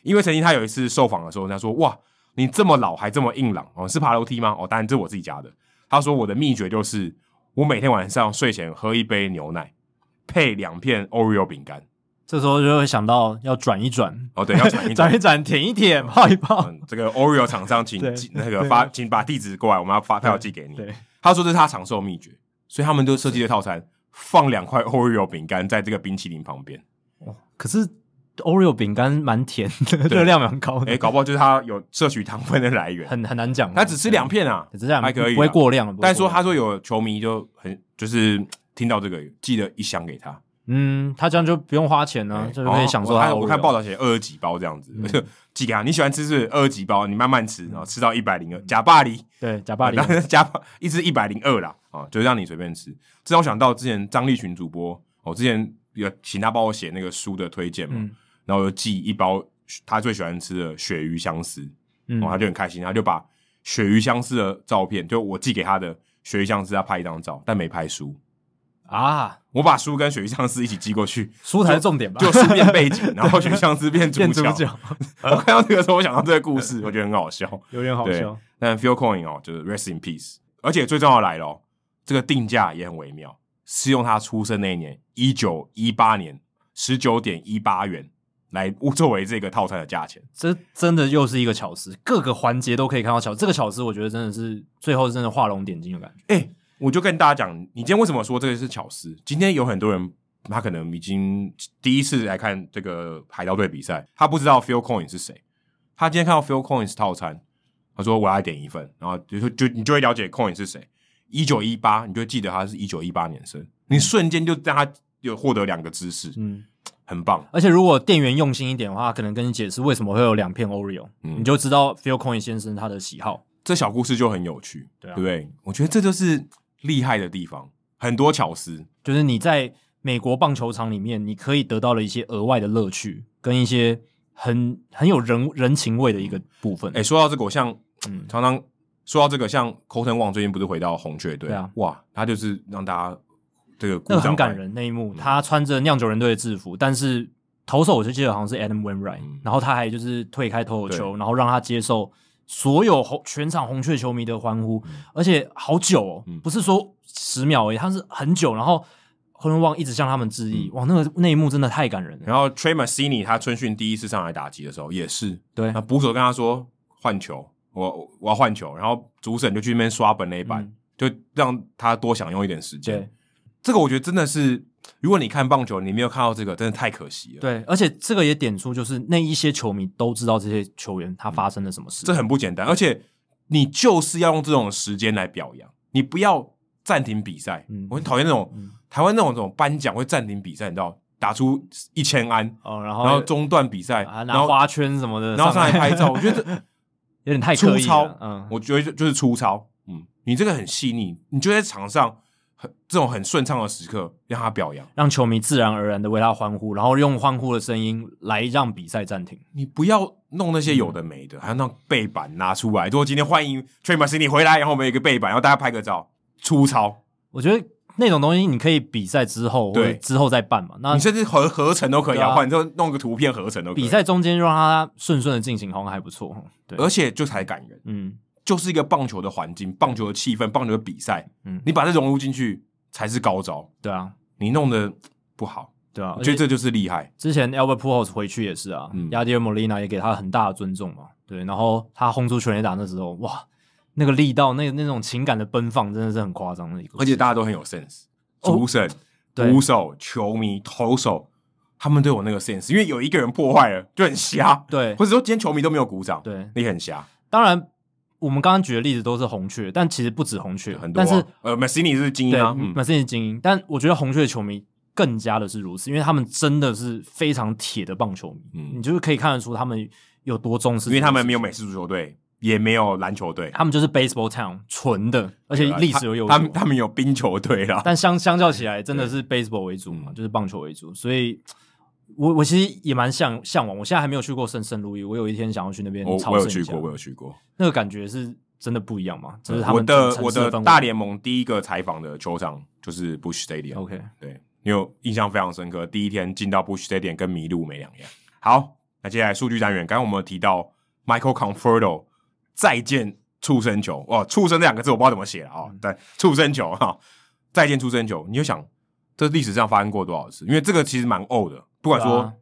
因为曾经他有一次受访的时候，人家说：“哇，你这么老还这么硬朗哦，是爬楼梯吗？”哦，当然这是我自己加的。他说：“我的秘诀就是我每天晚上睡前喝一杯牛奶，配两片 Oreo 饼干。”这时候就会想到要转一转，哦，对，要转一转转。一转，舔一舔，泡一泡。嗯，这个 Oreo 厂商请对寄那个对发，请把地址过来，我们要发票寄给你。对，他说这是他长寿秘诀，所以他们就设计了套餐，放两块 Oreo 饼干在这个冰淇淋旁边。哦可是 Oreo 饼干蛮甜的，对热量蛮高的，哎，搞不好就是他有摄取糖分的来源。很很难讲。他只吃两片啊，对，只是两还可以啊不会过量。不会但是过说量他说有球迷就很就是听到这个，寄了一箱给他。嗯，他这样就不用花钱呢哎，就是可以享受哦我他的看 Oreo。嗯我看报道写二十几包这样子，就 寄给他。你喜欢吃是不是二十几包，你慢慢吃，然后吃到一百零二，假巴黎。对假 巴黎然，后加一支一百零二啦，啊，就让你随便吃。这让我想到之前张立群主播，我之前有请他帮我写那个书的推荐嘛，嗯然后我就寄一包他最喜欢吃的鳕鱼香丝，嗯 然后他就很开心，他就把鳕鱼香丝的照片，就我寄给他的鳕鱼香丝，他拍一张照，但没拍书。啊，我把书跟鳕鱼香丝一起寄过去，书才是重点吧？ 就书变背景，然后鳕鱼香丝变主变主 角。角，我看到这个时候，我想到这个故事，我觉得很好笑。有点好对笑。但 Phil Coin 哦，就是 Rest in Peace。而且最重要的来了哦，这个定价也很微妙，是用他出生那一年，一九一八年十九点一八元来作为这个套餐的价钱。这真的又是一个巧思，各个环节都可以看到巧。这个巧思，我觉得真的是最后真的画龙点睛的感觉。哎、我就跟大家讲，你今天为什么说这个是巧思？今天有很多人。他可能已经第一次来看这个海盗队比赛，他不知道 Phil Coin 是谁。他今天看到 Phil Coin 套餐，他说我要点一份，然后就说就你就会了解 Coin 是谁。一九一八，你就会记得他是一九一八年生，你瞬间就让他有获得两个知识，嗯，很棒。而且如果店员用心一点的话，可能跟你解释为什么会有两片 Oreo，、嗯你就知道 Phil Coin 先生他的喜好。这小故事就很有趣，对啊不对？我觉得这就是厉害的地方。很多巧思，就是你在美国棒球场里面，你可以得到了一些额外的乐趣，跟一些很很有人人情味的一个部分。哎、说到这个，我像、嗯常常说到这个，像 Colton Wong 最近不是回到红雀队？对啊哇，他就是让大家这个鼓那掌哎嗯个很感欢迎。人那一幕，他穿着酿酒人队的制服，但是投手我就记得好像是 Adam Wainwright，、嗯然后他还就是退开投手球，然后让他接受所有红全场红雀球迷的欢呼，而且好久哦，嗯不是说十秒而已，他是很久，然后霍伦旺一直向他们致意，哇，那个那一幕真的太感人了，嗯然后 Trey Mancini 他春训第一次上来打击的时候也是，对那，捕手跟他说换球，我我我要换球，然后主审就去那边刷本垒板，嗯就让他多享用一点时间对。这个我觉得真的是，如果你看棒球，你没有看到这个，真的太可惜了。对，而且这个也点出，就是那一些球迷都知道这些球员他发生了什么事，这很不简单，而且你就是要用这种时间来表扬，你不要暂停比赛。嗯我很讨厌那种、嗯台湾那种这种颁奖会暂停比赛，你知道，打出一千安，哦，然后然后中断比赛，啊然拿后花圈什么的，然后上来拍照，我觉得这 有点太粗刻意糙了，，嗯，我觉得就就是粗糙，嗯，你这个很细腻，你就在场上很这种很顺畅的时刻让他表扬，让球迷自然而然的为他欢呼，然后用欢呼的声音来让比赛暂停。你不要弄那些有的没嗯的，还要让背板拿出来，如果今天欢迎 t r e m a s i n i 回来，然后我们有一个背板，然后大家拍个照，粗糙，我觉得那种东西你可以比赛之后或对者之后再办嘛。那你甚至合合成都可以对啊，啊或者说弄个图片合成都可以比，赛中间让它顺顺的进行，好像还不错。对，而且就才感人，嗯，就是一个棒球的环境、棒球的气氛、棒球的比赛，嗯你把这融入进去才是高招，对啊，你弄得不好，对啊。我而且觉得这就是厉害，之前 Albert Pujols 回去也是啊，嗯亚迪尔莫利娜也给他很大的尊重嘛。对，然后他轰出全垒打那时候，哇，那个力道，那个那种情感的奔放，真的是很夸张的一个。而且大家都很有 sense，哦哦主审、对捕手、球迷、投手，他们都有那个 sense，因为有一个人破坏了就很瞎，对或者说今天球迷都没有鼓掌，对，那也很瞎，当然我们刚刚举的例子都是红雀，但其实不止红雀，很多、啊。但是呃 m a s i n i 是精英对啊， m 嗯 e r c e 精英，但我觉得红雀的球迷更加的是如此，因为他们真的是非常铁的棒球迷，嗯你就是可以看得出他们有多重视，因为他们没有，美式足球队，也没有篮球队，他们就是 baseball town 纯的，而且历史有悠久。啊他们他们有冰球队啦，但相相较起来，真的是 baseball 为主嘛，嗯就是棒球为主，所以。我我其实也蛮向向往，我现在还没有去过圣圣路易，我有一天想要去那边我朝哦我有圣一去下过，我有去过。那个感觉是真的不一样嘛，就是他我们的城我市的的氛围大联盟第一个采访的球场就是 Bush Stadium。 OK，对，因为我印象非常深刻，第一天进到 Bush Stadium 跟迷路没两样。好，那接下来数据单元，刚刚我们有提到 Michael Conforto 再见畜生球哦，畜生这两个字我不知道怎么写了啊、哦，嗯但畜生球哈、再见畜生球，你就想这历史上发生过多少次？因为这个其实蛮 old 的，不管说、对啊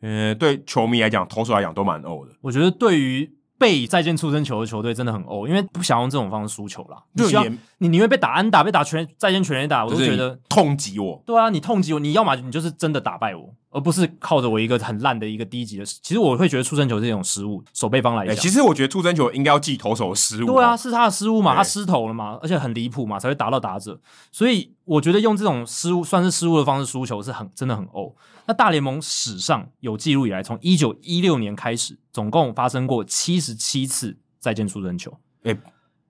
呃对球迷来讲、投手来讲都蛮 old 的，我觉得对于被再见出生球的球队真的很欧，因为不想用这种方式输球啦。你就需要也你宁愿被打安打，被打全再见全垒打，我都就是觉你得痛击我。对啊，你痛击我，你要么你就是真的打败我，而不是靠着我一个很烂的一个低级的。其实我会觉得出生球这种失误，守备方来哎、讲，其实我觉得出生球应该要记投手的失误。对啊，，是他的失误嘛，哦对他失头了嘛，而且很离谱嘛，才会打到打者。所以我觉得用这种失误算是失误的方式输球是很真的很欧。那大联盟史上有记录以来，从一九一六年开始，总共发生过七十七次再见出生球，哎、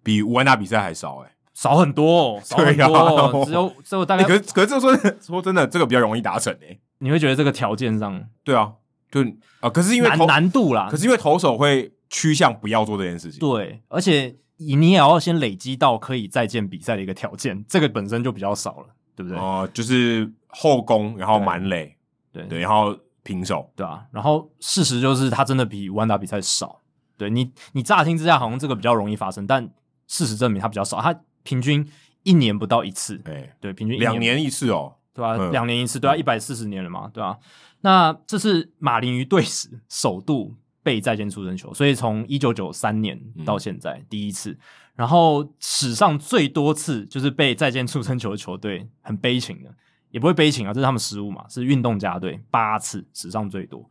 比五万大比赛还少哎、少很多、哦，少很多、对哦，啊只有只有大概、哎、可是可是这说真的说真的，这个比较容易达成哎、你会觉得这个条件上对啊，就啊、可是因为难投，难度啦可，是因为投手会趋向不要做这件事情。对，而且你也要先累积到可以再见比赛的一个条件，这个本身就比较少了，对不对？哦、就是后攻，然后满垒，对对，然后平手。对啊，然后事实就是他真的比万达比赛少。对你，你乍听之下好像这个比较容易发生，但事实证明他比较少，他平均一年不到一次。哎、对，平均一两年一次哦，对吧、嗯两年一次，对啊，一百四十年了嘛，对吧、那这是马林鱼队史首度被再见出生球，所以从一九九三年嗯到现在、第一次，然后史上最多次就是被再见出生球的球队，很悲情的，也不会悲情啊，这是他们失误嘛，是运动家队八次，史上最多。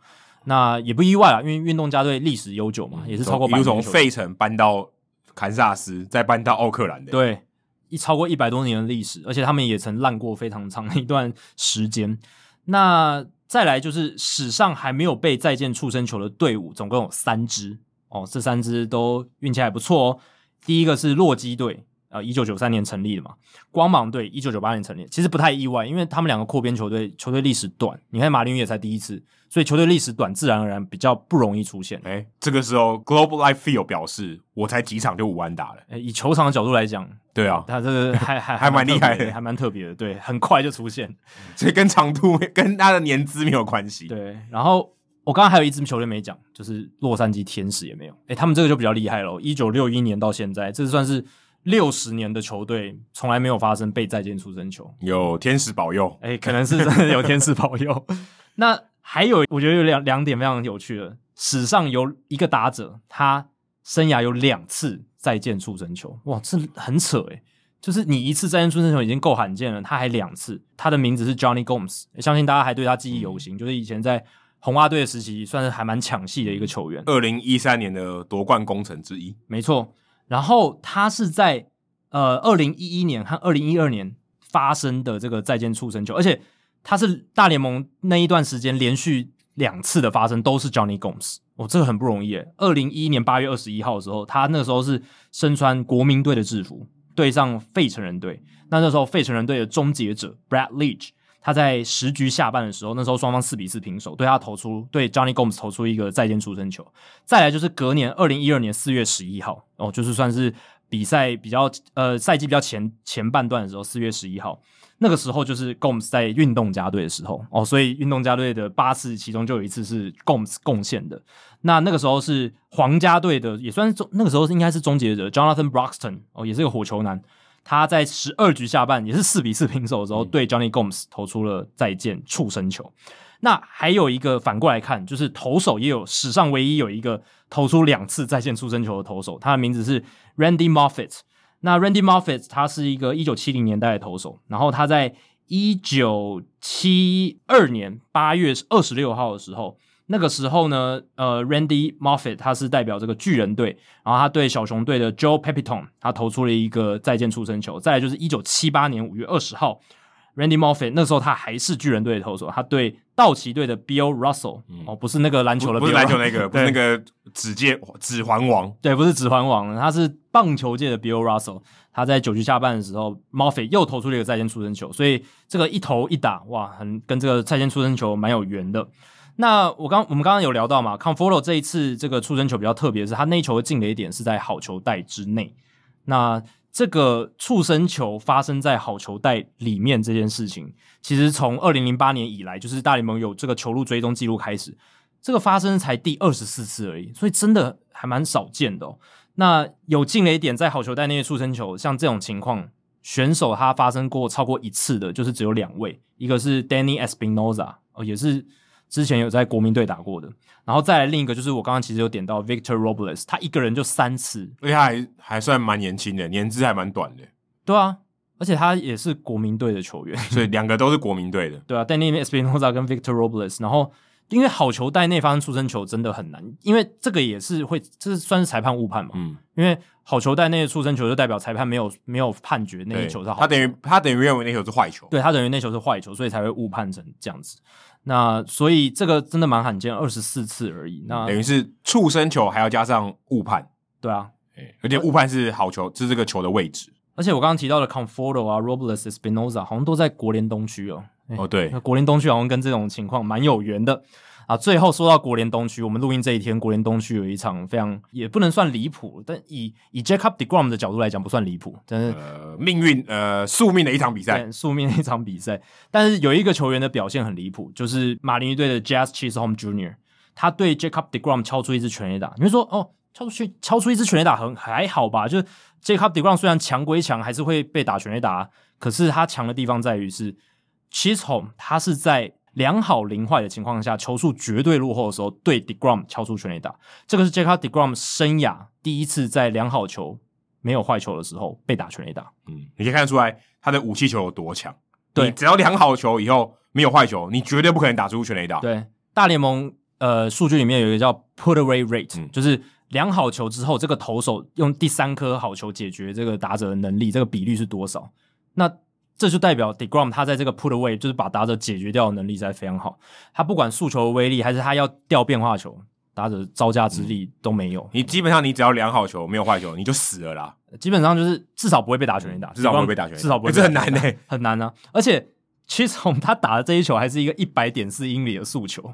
那也不意外啊，因为运动家队历史悠久嘛，也是超过比百如年的嗯从球队费城搬到堪萨斯，再搬到奥克兰的。，对，一超过一百多年的历史，而且他们也曾烂过非常长的一段时间。那再来就是史上还没有被再见触生球的队伍，总共有三支哦，这三支都运气还不错哦。第一个是洛基队，呃，一九九三年成立的嘛，光芒队一九九八年成立，其实不太意外，因为他们两个扩编球队，球队历史短，你看马林鱼也才第一次，所以球队历史短，自然而然比较不容易出现。哎、这个时候 Global Life Field 表示，我才几场就五万打了。呃以球场的角度来讲，对啊，他这个还 还还蛮厉害的特别还蛮特别的，对，很快就出现。所以跟长度、跟他的年资没有关系。对，然后我刚刚还有一支球队没讲，就是洛杉矶天使也没有。诶，他们这个就比较厉害咯，一九六一年到现在，这算是六十年的球队从来没有发生被再见出生球。有天使保佑，诶，哎可能是真的有天使保佑。 那还有，我觉得有两两点非常有趣的，史上有一个打者，他生涯有两次再见出生球，哇，这很扯诶。就是你一次再见出生球已经够罕见了，他还两次。他的名字是 Johnny Gomes，相信大家还对他记忆犹新，就是以前在红袜队的时期算是还蛮抢戏的一个球员。二零一三年的夺冠功臣之一。没错。然后他是在呃二零一一年和二零一二年发生的这个再见触身球，而且他是大联盟那一段时间连续两次的发生都是 Johnny Gomes，哦，这个很不容易耶。二零一一年八月二十一号的时候，他那个时候是身穿国民队的制服，对上费城人队。那那时候费城人队的终结者 Brad Leach，他在十局下半的时候，那时候双方四比四平手，对他投出对 Johnny Gomes 投出一个再见出生球。再来就是隔年二零一二年四月十一号，哦，就是算是比赛比较呃赛季比较前前半段的时候，四月十一号那个时候就是 Gomes 在运动家队的时候哦，所以运动家队的八次其中就有一次是 Gomes 贡献的。那那个时候是皇家队的，也算是终那个时候是应该是终结者 Jonathan Broxton 哦，也是个火球男。他在十二局下半也是四比四平手的时候，对 Johnny Gomes 投出了再见触身球。那还有一个反过来看，就是投手也有史上唯一有一个投出两次在线出生球的投手，他的名字是 Randy Moffett。那 Randy Moffett 他是一个一九七零年代的投手，然后他在一九七二年八月二十六号的时候，那个时候呢，呃，Randy Moffett 他是代表这个巨人队，然后他对小熊队的 Joe Pepitone 他投出了一个再见出生球。再来就是一九七八年五月二十号，Randy Moffett 那时候他还是巨人队的投手，他对道奇队的 Bill Russell、哦，不是那个篮球的 Bill，嗯不是篮球那个， Russell，不对是那个指界指环王，对，不是指环王，他是棒球界的 Bill Russell。他在九局下半的时候 m o f f e t 又投出了一个再见出生球，所以这个一投一打，哇，很跟这个再见出生球蛮有缘的。那我刚我们刚刚有聊到嘛 c o n f o l o 这一次这个出生球比较特别的是，他那一球进了一点是在好球带之内。那这个触身球发生在好球带里面这件事情，其实从二零零八年以来，就是大联盟有这个球路追踪记录开始，这个发生才第二十四次而已，所以真的还蛮少见的、哦。那有进雷点在好球带内的触身球，像这种情况，选手他发生过超过一次的，就是只有两位，一个是 Danny Espinosa，哦，也是之前有在国民队打过的，然后再来另一个就是我刚刚其实有点到 Victor Robles，他一个人就三次，而且他还还算蛮年轻的，年资还蛮短的，对啊，而且他也是国民队的球员，所以两个都是国民队的。对啊，Danny Espinosa 跟 Victor Robles，然后因为好球带内发生出生球真的很难，因为这个也是会，这是算是裁判误判嘛，嗯，因为好球带内的出生球就代表裁判没有没有判决 那对一球是好球，他等于他等于认为那球是坏球。对他等于那球是坏球，所以才会误判成这样子。那所以这个真的蛮罕见，二十四次而已。那等于是触身球还要加上误判，对啊，哎而且误判是好球，是这个球的位置。而且我刚刚提到的 Conforto 啊、Robles、Espinosa 好像都在国联东区哦。哎哦，对那，国联东区好像跟这种情况蛮有缘的啊。最后说到国联东区，我们录音这一天，国联东区有一场非常也不能算离谱，但以以 Jacob Degrom 的角度来讲不算离谱，但是呃，命运呃宿命的一场比赛，对宿命的一场比赛。但是有一个球员的表现很离谱，就是马林鱼队的 Jazz Chisholm Jr.，他对 Jacob Degrom 敲出一支全垒打。你会说哦，敲出去敲出一支全垒打很还好吧？就是 Jacob Degrom 虽然强归强，还是会被打全垒打啊，可是他强的地方在于是 Chisholm 他是在。良好零坏的情况下，球数绝对落后的时候，对 Degrom 敲出全垒打，这个是 Jacob Degrom 生涯第一次在良好球没有坏球的时候被打全垒打。嗯，你可以看得出来他的武器球有多强。对你只要量好球以后没有坏球，你绝对不可能打出全垒打。对，大联盟呃数据里面有一个叫 put away rate，、嗯就是量好球之后，这个投手用第三颗好球解决这个打者的能力，这个比率是多少？那这就代表 Degrom 他在这个 put away，就是把打者解决掉的能力实在非常好。他不管速球的威力，还是他要掉变化球，打者招架之嗯力都没有，你基本上你只要量好球，没有坏球，你就死了啦。基本上就是至少不会被打全垒打，嗯至少不会被打全垒打至少不会欸被这打全很垒打，难欸很难啊！而且 c h i 他打的这一球还是一个一百点四英里的速球。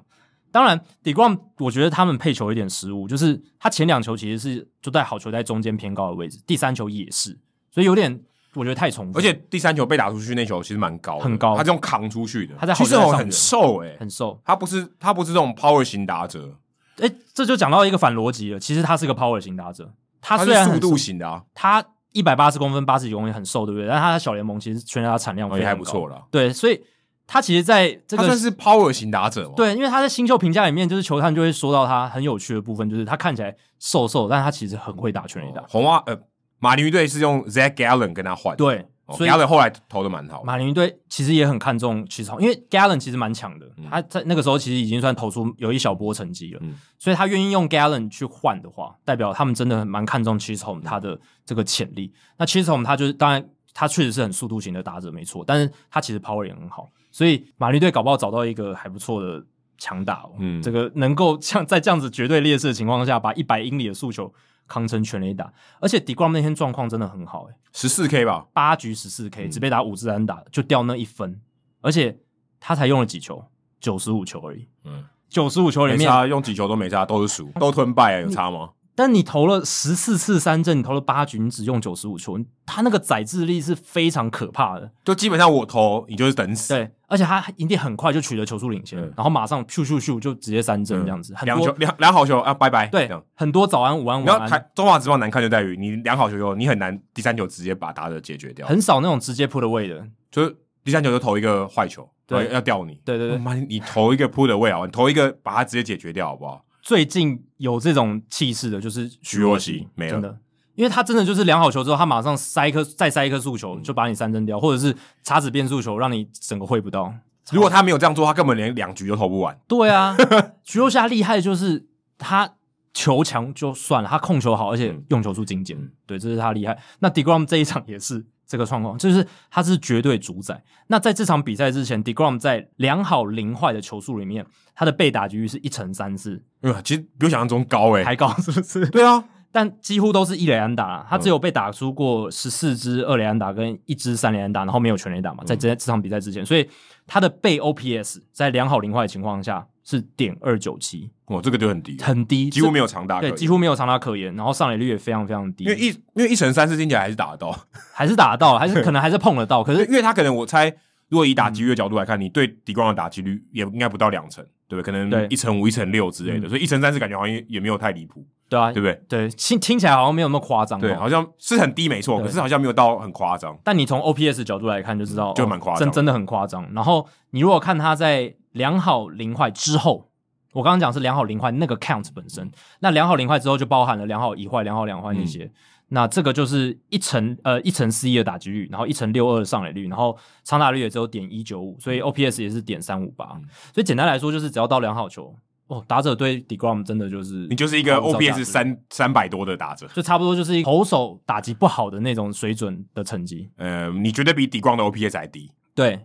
当然 d e g r o m 我觉得他们配球有点失误，就是他前两球其实是就在好球在中间偏高的位置，第三球也是，所以有点我觉得太重复，而且第三球被打出去那球其实蛮高的，很高他这种扛出去的。他在其后实面上很的瘦哎、很瘦。他不是他不是这种 power 型打者，哎、这就讲到一个反逻辑了，其实他是个 power 型打者，他他虽是然速很度型的啊，他一百八十公分、八十几公分很瘦，对不对？但他在小联盟其实全垒打产量哦非也还常不高错啦。对，所以他其实在这他个算是 power 型打者嘛？，对，因为他在新秀评价里面，就是球探就会说到他很有趣的部分，就是他看起来瘦瘦，但他其实很会打全垒打。红袜呃，马林鱼队是用 Zach Gallen 跟他换，对，哦所以，Gallen 后来投的蛮好的，马林鱼队其实也很看重七号，因为 Gallen 其实蛮强的，他在那个时候其实已经算投出有一小波成绩了，嗯所以他愿意用 Gallen 去换的话，代表他们真的很蛮看重嗯 Chisholm 他的这个潜力。那 Chisholm 他就是当然他确实是很速度型的打者没错，但是他其实 power 也很好，所以马林鱼队搞不好找到一个还不错的强打、哦，嗯这个能够像在这样子绝对劣势的情况下，把一百英里的速球扛成全垒打，而且 d e g r o m 那天状况真的很好、欸，十四 K 吧，八局十四 K，嗯只被打五支安打，就掉那一分，而且他才用了几球，九十五球而已，嗯，九十五球里没面，差，用几球都没差，都是输，都吞败啊，有差吗？但你投了十四次三振，你投了八局，你只用九十五球，他那个载制力是非常可怕的，就基本上我投你就是等死，对，而且他一定很快就取得球速领先，嗯然后马上咻咻咻就直接三振嗯这样子，很两球多两两好球啊，拜拜，对这样。很多早安午安你知道晚台安，中华职棒难看就在于你两好球以后，你很难第三球直接把打者解决掉，很少那种直接 put away 的，就是第三球就投一个坏球，对然后要掉你。对对对哦妈，你投一个 put away 啊，你投一个把它直接解决掉好不好？最近有这种气势的，就是徐若曦曦没了真的，因为他真的就是量好球之后，他马上塞一颗，再塞一颗速嗯球，就把你三振掉，或者是叉子变速球，让你整个挥不到。 如果他没有这样做，他根本连两局都投不完。对啊，徐若曦他厉害的就是他球强就算了，他控球好，而且嗯用球数精简，嗯对，这是他厉害。那 Degrom 这一场也是这个状况，就是他是绝对主宰。那在这场比赛之前，Degrom 在良好零坏的球数里面，他的被打击率是一乘三四，因哎为其实比我想象中高哎、还高是不是？对啊，但几乎都是一垒安打嗯啦，他只有被打出过十四支二垒安打跟一支三垒安打，然后没有全垒打嘛，嗯在这这场比赛之前，所以他的被 OPS 在良好零坏的情况下是点二九七，哇，这个就很低，很低，几乎没有有长打可对，言，几乎没有长打可言，然后上垒率也非常非常低，因为一因为一乘三四听起来还是打得到，还是打得到，还是可能还是碰得到，可因为是因为他可能我猜，如果以打击率的角度来看，你对敌光的打击率也应该不到两成，对不对？可对能一乘五、一乘六之类的，所以一乘三四感觉好像也也没有太离谱，对啊，对不对？对听听起来好像没有那么夸张，对，哦好像是很低没错，对可是好像没有到很夸张。但你从 OPS 角度来看就知道，嗯就哦蛮夸张真真的很夸张。然后你如果看他在良好零坏之后，我刚刚讲是良好零坏那个 count 本嗯身，那良好零坏之后就包含了良好一坏、良好两坏那嗯些。那这个就是一乘呃一乘四一的打击率，然后一乘六二的上垒率，然后长打率也只有点一九五，所以 OPS 也是点三五八嗯。所以简单来说，就是只要到良好球，哦，打者对 Degrom 真的就是你就是一个毫无招架之 OPS 力三三百多的打者，就差不多就是一个投手打击不好的那种水准的成绩。呃，你绝对比敌光的 OPS 还低。对，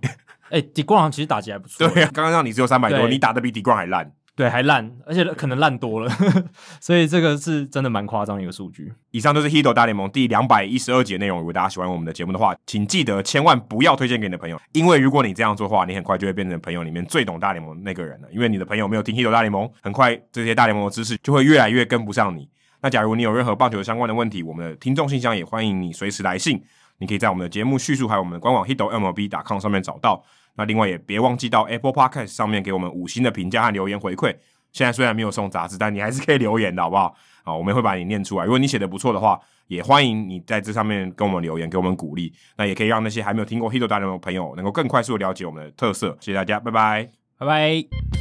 哎、迪光好像其实打击还不错，对啊，刚刚让你只有三百多，对你打的比敌光还烂。对，还烂，而且可能烂多了， 所以这个是真的蛮夸张的一个数据。以上就是《h i d o 大联盟》第两百一十二集的内容。如果大家喜欢我们的节目的话，请记得千万不要推荐给你的朋友，因为如果你这样做的话，你很快就会变成朋友里面最懂大联盟的那个人了。因为你的朋友没有听《h i d o 大联盟》，很快这些大联盟的知识就会越来越跟不上你。那假如你有任何棒球相关的问题，我们的听众信箱也欢迎你随时来信，你可以在我们的节目叙述还有我们的官网 h i d o MLB com 上面找到。那另外也别忘记到 Apple Podcast 上面给我们五星的评价和留言回馈。现在虽然没有送杂志，但你还是可以留言的好不好？啊，我们会把你念出来。如果你写的不错的话，也欢迎你在这上面跟我们留言，给我们鼓励。那也可以让那些还没有听过《h i t 大联盟》的朋友能够更快速地了解我们的特色。谢谢大家，拜拜。拜拜。